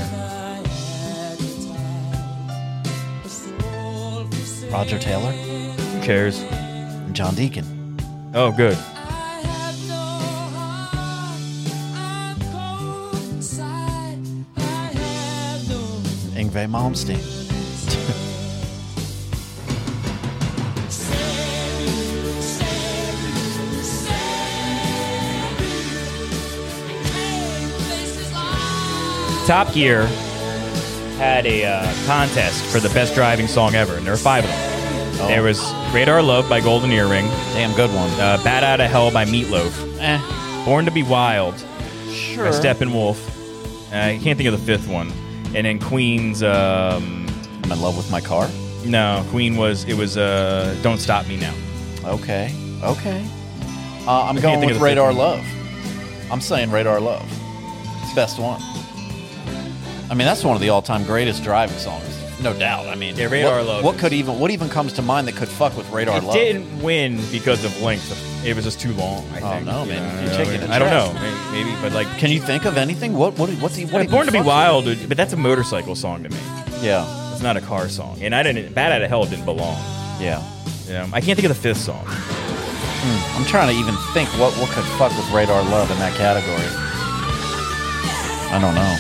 Speaker 1: Roger Taylor
Speaker 4: Who cares?
Speaker 1: and John Deacon.
Speaker 4: Oh, good.
Speaker 1: Ingve Malmsteen.
Speaker 4: Top Gear had a uh, contest for the best driving song ever, and there were five of them. There was Radar Love by Golden Earring,
Speaker 1: Oh. Damn good one.
Speaker 4: uh, Bat Out of Hell by Meatloaf, Born to Be Wild
Speaker 1: Eh, Sure.
Speaker 4: by Steppenwolf. Uh, I can't think of the fifth one. And then Queen's, um,
Speaker 1: I'm in love with my car.
Speaker 4: no, Queen was, it was uh, Don't Stop Me Now.
Speaker 1: Okay. Okay. Uh, I'm going
Speaker 4: I can't
Speaker 1: with
Speaker 4: think of the fifth
Speaker 1: Radar
Speaker 4: one.
Speaker 1: Love. I'm saying Radar Love. It's the best one. I mean, that's one of the all-time greatest driving songs, no doubt. I mean,
Speaker 4: Yeah, Radar
Speaker 1: what,
Speaker 4: Love
Speaker 1: What
Speaker 4: is-
Speaker 1: could even what even comes to mind that could fuck with Radar
Speaker 4: it
Speaker 1: Love?
Speaker 4: didn't win because of length. It was just too long. I
Speaker 1: Oh,
Speaker 4: think.
Speaker 1: no, man.
Speaker 4: You know,
Speaker 1: You're
Speaker 4: I
Speaker 1: taking
Speaker 4: don't
Speaker 1: the
Speaker 4: know. I don't
Speaker 1: chest.
Speaker 4: know. May- Maybe, but like,
Speaker 1: Can you think of anything? What what what's he? What
Speaker 4: Yeah,
Speaker 1: even
Speaker 4: Born to Be
Speaker 1: fucks
Speaker 4: Wild, dude, but that's a motorcycle song to me.
Speaker 1: with? Yeah,
Speaker 4: It's not a car song. And I didn't. Bad Out of Hell didn't belong.
Speaker 1: yeah.
Speaker 4: You know, I can't think of the fifth song.
Speaker 1: I'm trying to even think what what could fuck with Radar Love in that category. I don't know.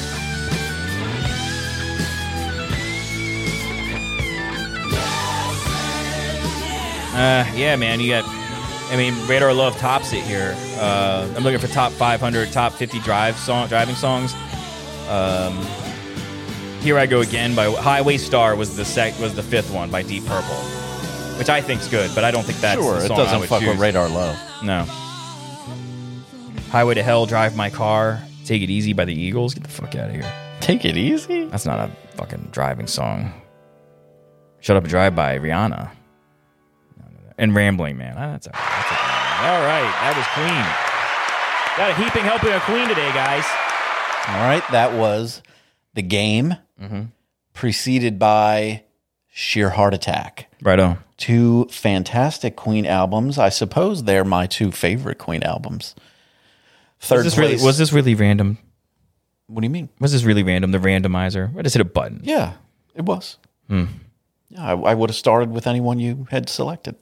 Speaker 4: Uh, yeah, man, you got. I mean, Radar Love tops it here. Uh, I'm looking for top 500, top 50 drive song, driving songs. Um, Here I Go Again by Highway Star was the sec, was the fifth one by Deep Purple, which I think's good, but I don't think that's
Speaker 1: sure,
Speaker 4: the
Speaker 1: it
Speaker 4: song I
Speaker 1: doesn't
Speaker 4: would
Speaker 1: fuck
Speaker 4: choose.
Speaker 1: with Radar Love.
Speaker 4: No. Highway to Hell, Drive My Car, Take It Easy by the Eagles. Get the fuck out of here.
Speaker 1: Take it easy.
Speaker 4: That's not a fucking driving song. Shut Up and Drive by Rihanna. And Rambling Man. Ah, That's all right. That's all right. All right. That was Queen. Got a heaping helping of Queen today, guys.
Speaker 1: All right, that was the game, preceded by Sheer Heart Attack.
Speaker 4: Right on.
Speaker 1: Two fantastic Queen albums. I suppose they're my two favorite Queen albums. Third
Speaker 4: was this
Speaker 1: place.
Speaker 4: really was this really random?
Speaker 1: what do you mean?
Speaker 4: Was this really random? The randomizer? I just hit a button.
Speaker 1: Yeah, it was. Yeah, I, I would have started with anyone you had selected.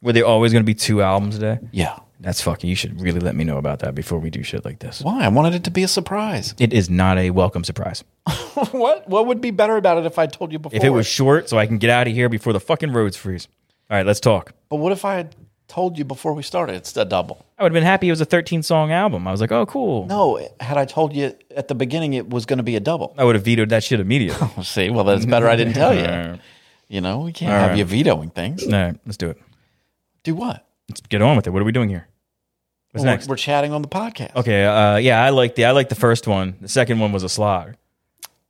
Speaker 4: Were there always gonna be two albums today?
Speaker 1: Yeah.
Speaker 4: That's fucking you should really let me know about that before we do shit like this.
Speaker 1: Why? I wanted it to be a surprise.
Speaker 4: It is not a welcome surprise.
Speaker 1: what? What would be better about it if I told you before?
Speaker 4: If it was short, so I can get out of here before the fucking roads freeze. All right, let's talk.
Speaker 1: but what if I had told you before we started? It's a double.
Speaker 4: I would have been happy it was a 13 song album. I was like, oh, cool.
Speaker 1: No, had I told you at the beginning it was going to be a double.
Speaker 4: I would have vetoed that shit immediately. All
Speaker 1: See, well, that's better. I didn't tell you.
Speaker 4: right.
Speaker 1: You know, we can't
Speaker 4: All
Speaker 1: have
Speaker 4: right.
Speaker 1: you vetoing things.
Speaker 4: All right, let's do it.
Speaker 1: Do what?
Speaker 4: Let's get on with it. What are we doing here? What's
Speaker 1: Well,
Speaker 4: next?
Speaker 1: We're chatting on the podcast.
Speaker 4: okay, uh, yeah, I like the I like the first one. The second one was a slog.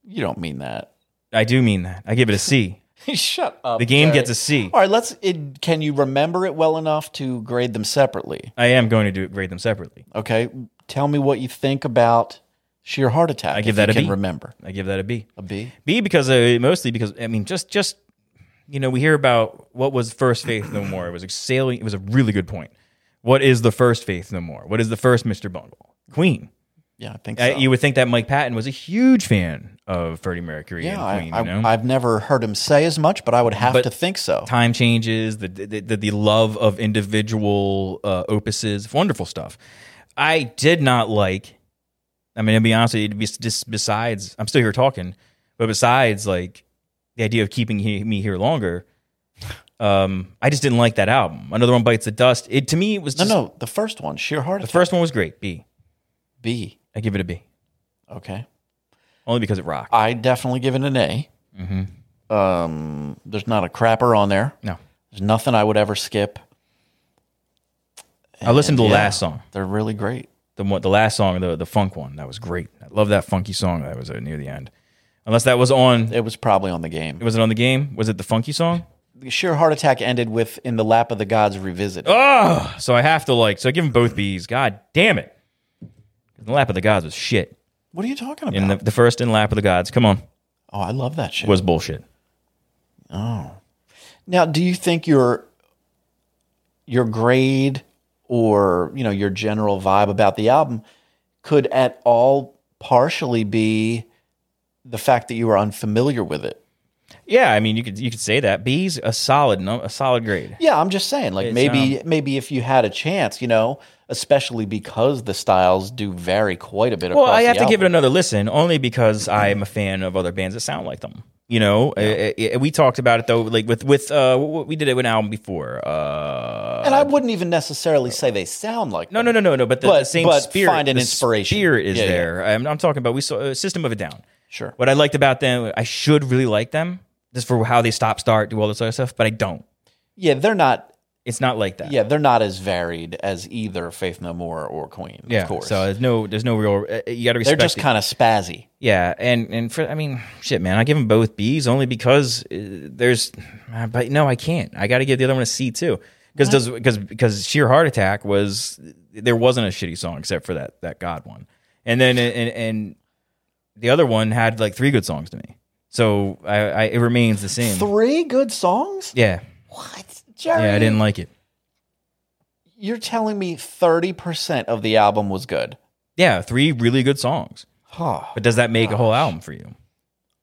Speaker 1: You don't mean that.
Speaker 4: I do mean that. I give it a C.
Speaker 1: Shut up.
Speaker 4: The game
Speaker 1: Jerry.
Speaker 4: gets a C.
Speaker 1: All right, let's. It, can you remember it well enough to grade them separately?
Speaker 4: I am going to do grade them separately.
Speaker 1: Okay. Tell me what you think about sheer heart attack.
Speaker 4: I give
Speaker 1: if
Speaker 4: that
Speaker 1: you
Speaker 4: a
Speaker 1: can
Speaker 4: B.
Speaker 1: remember
Speaker 4: I give that a B.
Speaker 1: a B.
Speaker 4: B because uh, mostly because I mean just just you know we hear about what was first faith no more. It was a salient. It was a really good point. What is the first faith no more? What is the first Mister Bungle? Queen.
Speaker 1: Yeah, I think so.
Speaker 4: I- Uh, you would think that Mike Patton was a huge fan of Freddie Mercury.
Speaker 1: yeah,
Speaker 4: and Queen,
Speaker 1: I,
Speaker 4: you know?
Speaker 1: have never heard him say as much, but I would have
Speaker 4: But-
Speaker 1: to think so.
Speaker 4: time changes, the the, the, the love of individual uh, opuses, wonderful stuff. I did not like. I mean, to be honest, with you, bes- just besides, I'm still here talking, but besides, like the idea of keeping he, me here longer, um, I just didn't like that album. Another one bites the dust. It to me it was
Speaker 1: No,
Speaker 4: just,
Speaker 1: no, the first one, sheer heart.
Speaker 4: The
Speaker 1: Attack.
Speaker 4: first one was great. B.
Speaker 1: B.
Speaker 4: I give it a B,
Speaker 1: Okay,
Speaker 4: only because it rocked.
Speaker 1: I definitely give it an A. Mm-hmm. Um, there's not a crapper on there.
Speaker 4: No,
Speaker 1: There's nothing I would ever skip.
Speaker 4: I listened to the
Speaker 1: Yeah,
Speaker 4: last song.
Speaker 1: They're really great.
Speaker 4: the one, the last song, the the funk one, that was great. I love that funky song that was uh, near the end. Unless that was on,
Speaker 1: It was probably on the game.
Speaker 4: was it on the game? Was it the funky song?
Speaker 1: Sheer heart attack ended with "In the Lap of the Gods" revisited.
Speaker 4: Oh, so I have to like, so I give them both B's. God damn it! The lap of the gods was shit.
Speaker 1: What are you talking about?
Speaker 4: In the, the first in lap of the gods, come on,
Speaker 1: oh, I love that shit. Oh.
Speaker 4: was bullshit.
Speaker 1: Now, do you think your your grade or you know your general vibe about the album could at all partially be the fact that you are unfamiliar with it?
Speaker 4: Yeah, I mean, you could you could say that B's a solid num- a solid grade.
Speaker 1: Yeah, I'm just saying, like
Speaker 4: It's,
Speaker 1: maybe maybe if you had a chance, you know, especially because the styles do vary quite a bit.
Speaker 4: Well,
Speaker 1: across
Speaker 4: I
Speaker 1: the
Speaker 4: have to give it
Speaker 1: album.
Speaker 4: another listen only because I'm a fan of other bands that sound like them. You know, Uh, uh, uh, we talked about it though, like with with uh, w- w- we did it with an album before. Uh,
Speaker 1: And I wouldn't even necessarily say they sound like
Speaker 4: no, no, no, no, no. But the,
Speaker 1: But-
Speaker 4: the same
Speaker 1: but
Speaker 4: spirit,
Speaker 1: find an
Speaker 4: the
Speaker 1: inspiration.
Speaker 4: Spirit is
Speaker 1: Yeah, yeah.
Speaker 4: there. I'm, I'm talking about we saw uh, System of a Down.
Speaker 1: Sure.
Speaker 4: What I liked about them, I should really like them just for how they stop, start, do all this other stuff, but I don't.
Speaker 1: Yeah, they're not.
Speaker 4: It's not like that.
Speaker 1: Yeah, they're not as varied as either Faith No More or Queen.
Speaker 4: yeah.
Speaker 1: of course.
Speaker 4: So there's no, there's no real. Uh, you got to
Speaker 1: they're
Speaker 4: respect.
Speaker 1: just
Speaker 4: it.
Speaker 1: kind of spazzy.
Speaker 4: Yeah, and and for I mean, shit, man, I give them both Bs only because uh, there's, uh, but no, I can't. I got to give the other one a C too, because does because because sheer heart attack was there wasn't a shitty song except for that that God one, and then and and the other one had like three good songs to me, so I, I it remains the same.
Speaker 1: Three good songs?
Speaker 4: Yeah,
Speaker 1: What? Jerry,
Speaker 4: yeah, I didn't like it.
Speaker 1: you're telling me 30% of the album was good.
Speaker 4: Yeah, three really good songs,
Speaker 1: Huh.
Speaker 4: but does that make a whole album for you?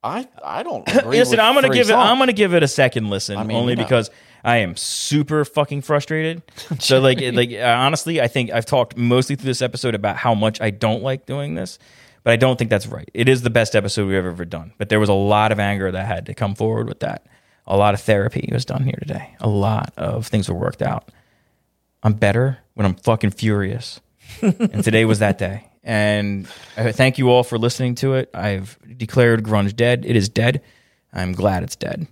Speaker 1: I, I don't agree
Speaker 4: Listen,
Speaker 1: with
Speaker 4: I'm gonna
Speaker 1: three
Speaker 4: give it.
Speaker 1: songs.
Speaker 4: I'm gonna give it a second listen,
Speaker 1: I mean,
Speaker 4: only
Speaker 1: you know.
Speaker 4: because I am super fucking frustrated. so like, it- like uh, honestly, I think I've talked mostly through this episode about how much I don't like doing this, but I don't think that's right. It is the best episode we've ever done, but there was a lot of anger that had to come forward with that. A lot of therapy was done here today. A lot of things were worked out. I'm better when I'm fucking furious. and today was that day. And I thank you all for listening to it. I've declared grunge dead. It is dead. I'm glad it's dead.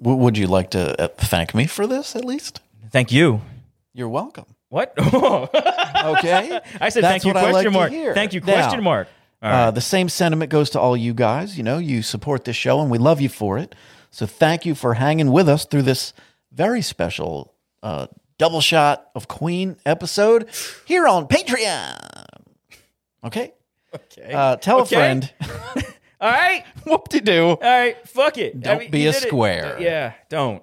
Speaker 1: W- would you like to uh, thank me for this at least?
Speaker 4: Thank you.
Speaker 1: You're welcome.
Speaker 4: What?
Speaker 1: Okay.
Speaker 4: I said
Speaker 1: That's
Speaker 4: thank you
Speaker 1: what I like
Speaker 4: question
Speaker 1: to
Speaker 4: mark.
Speaker 1: hear.
Speaker 4: Thank you
Speaker 1: Now,
Speaker 4: question mark. All right.
Speaker 1: Uh, the same sentiment goes to all you guys. You know, you support this show and we love you for it. So thank you for hanging with us through this very special uh, double shot of Queen episode here on Patreon. Okay. Okay. Uh, tell
Speaker 4: Okay.
Speaker 1: a friend.
Speaker 4: all right.
Speaker 1: Whoop de doo.
Speaker 4: All right. Fuck it.
Speaker 1: Don't be
Speaker 4: you
Speaker 1: a
Speaker 4: did it.
Speaker 1: square.
Speaker 4: Yeah. Don't.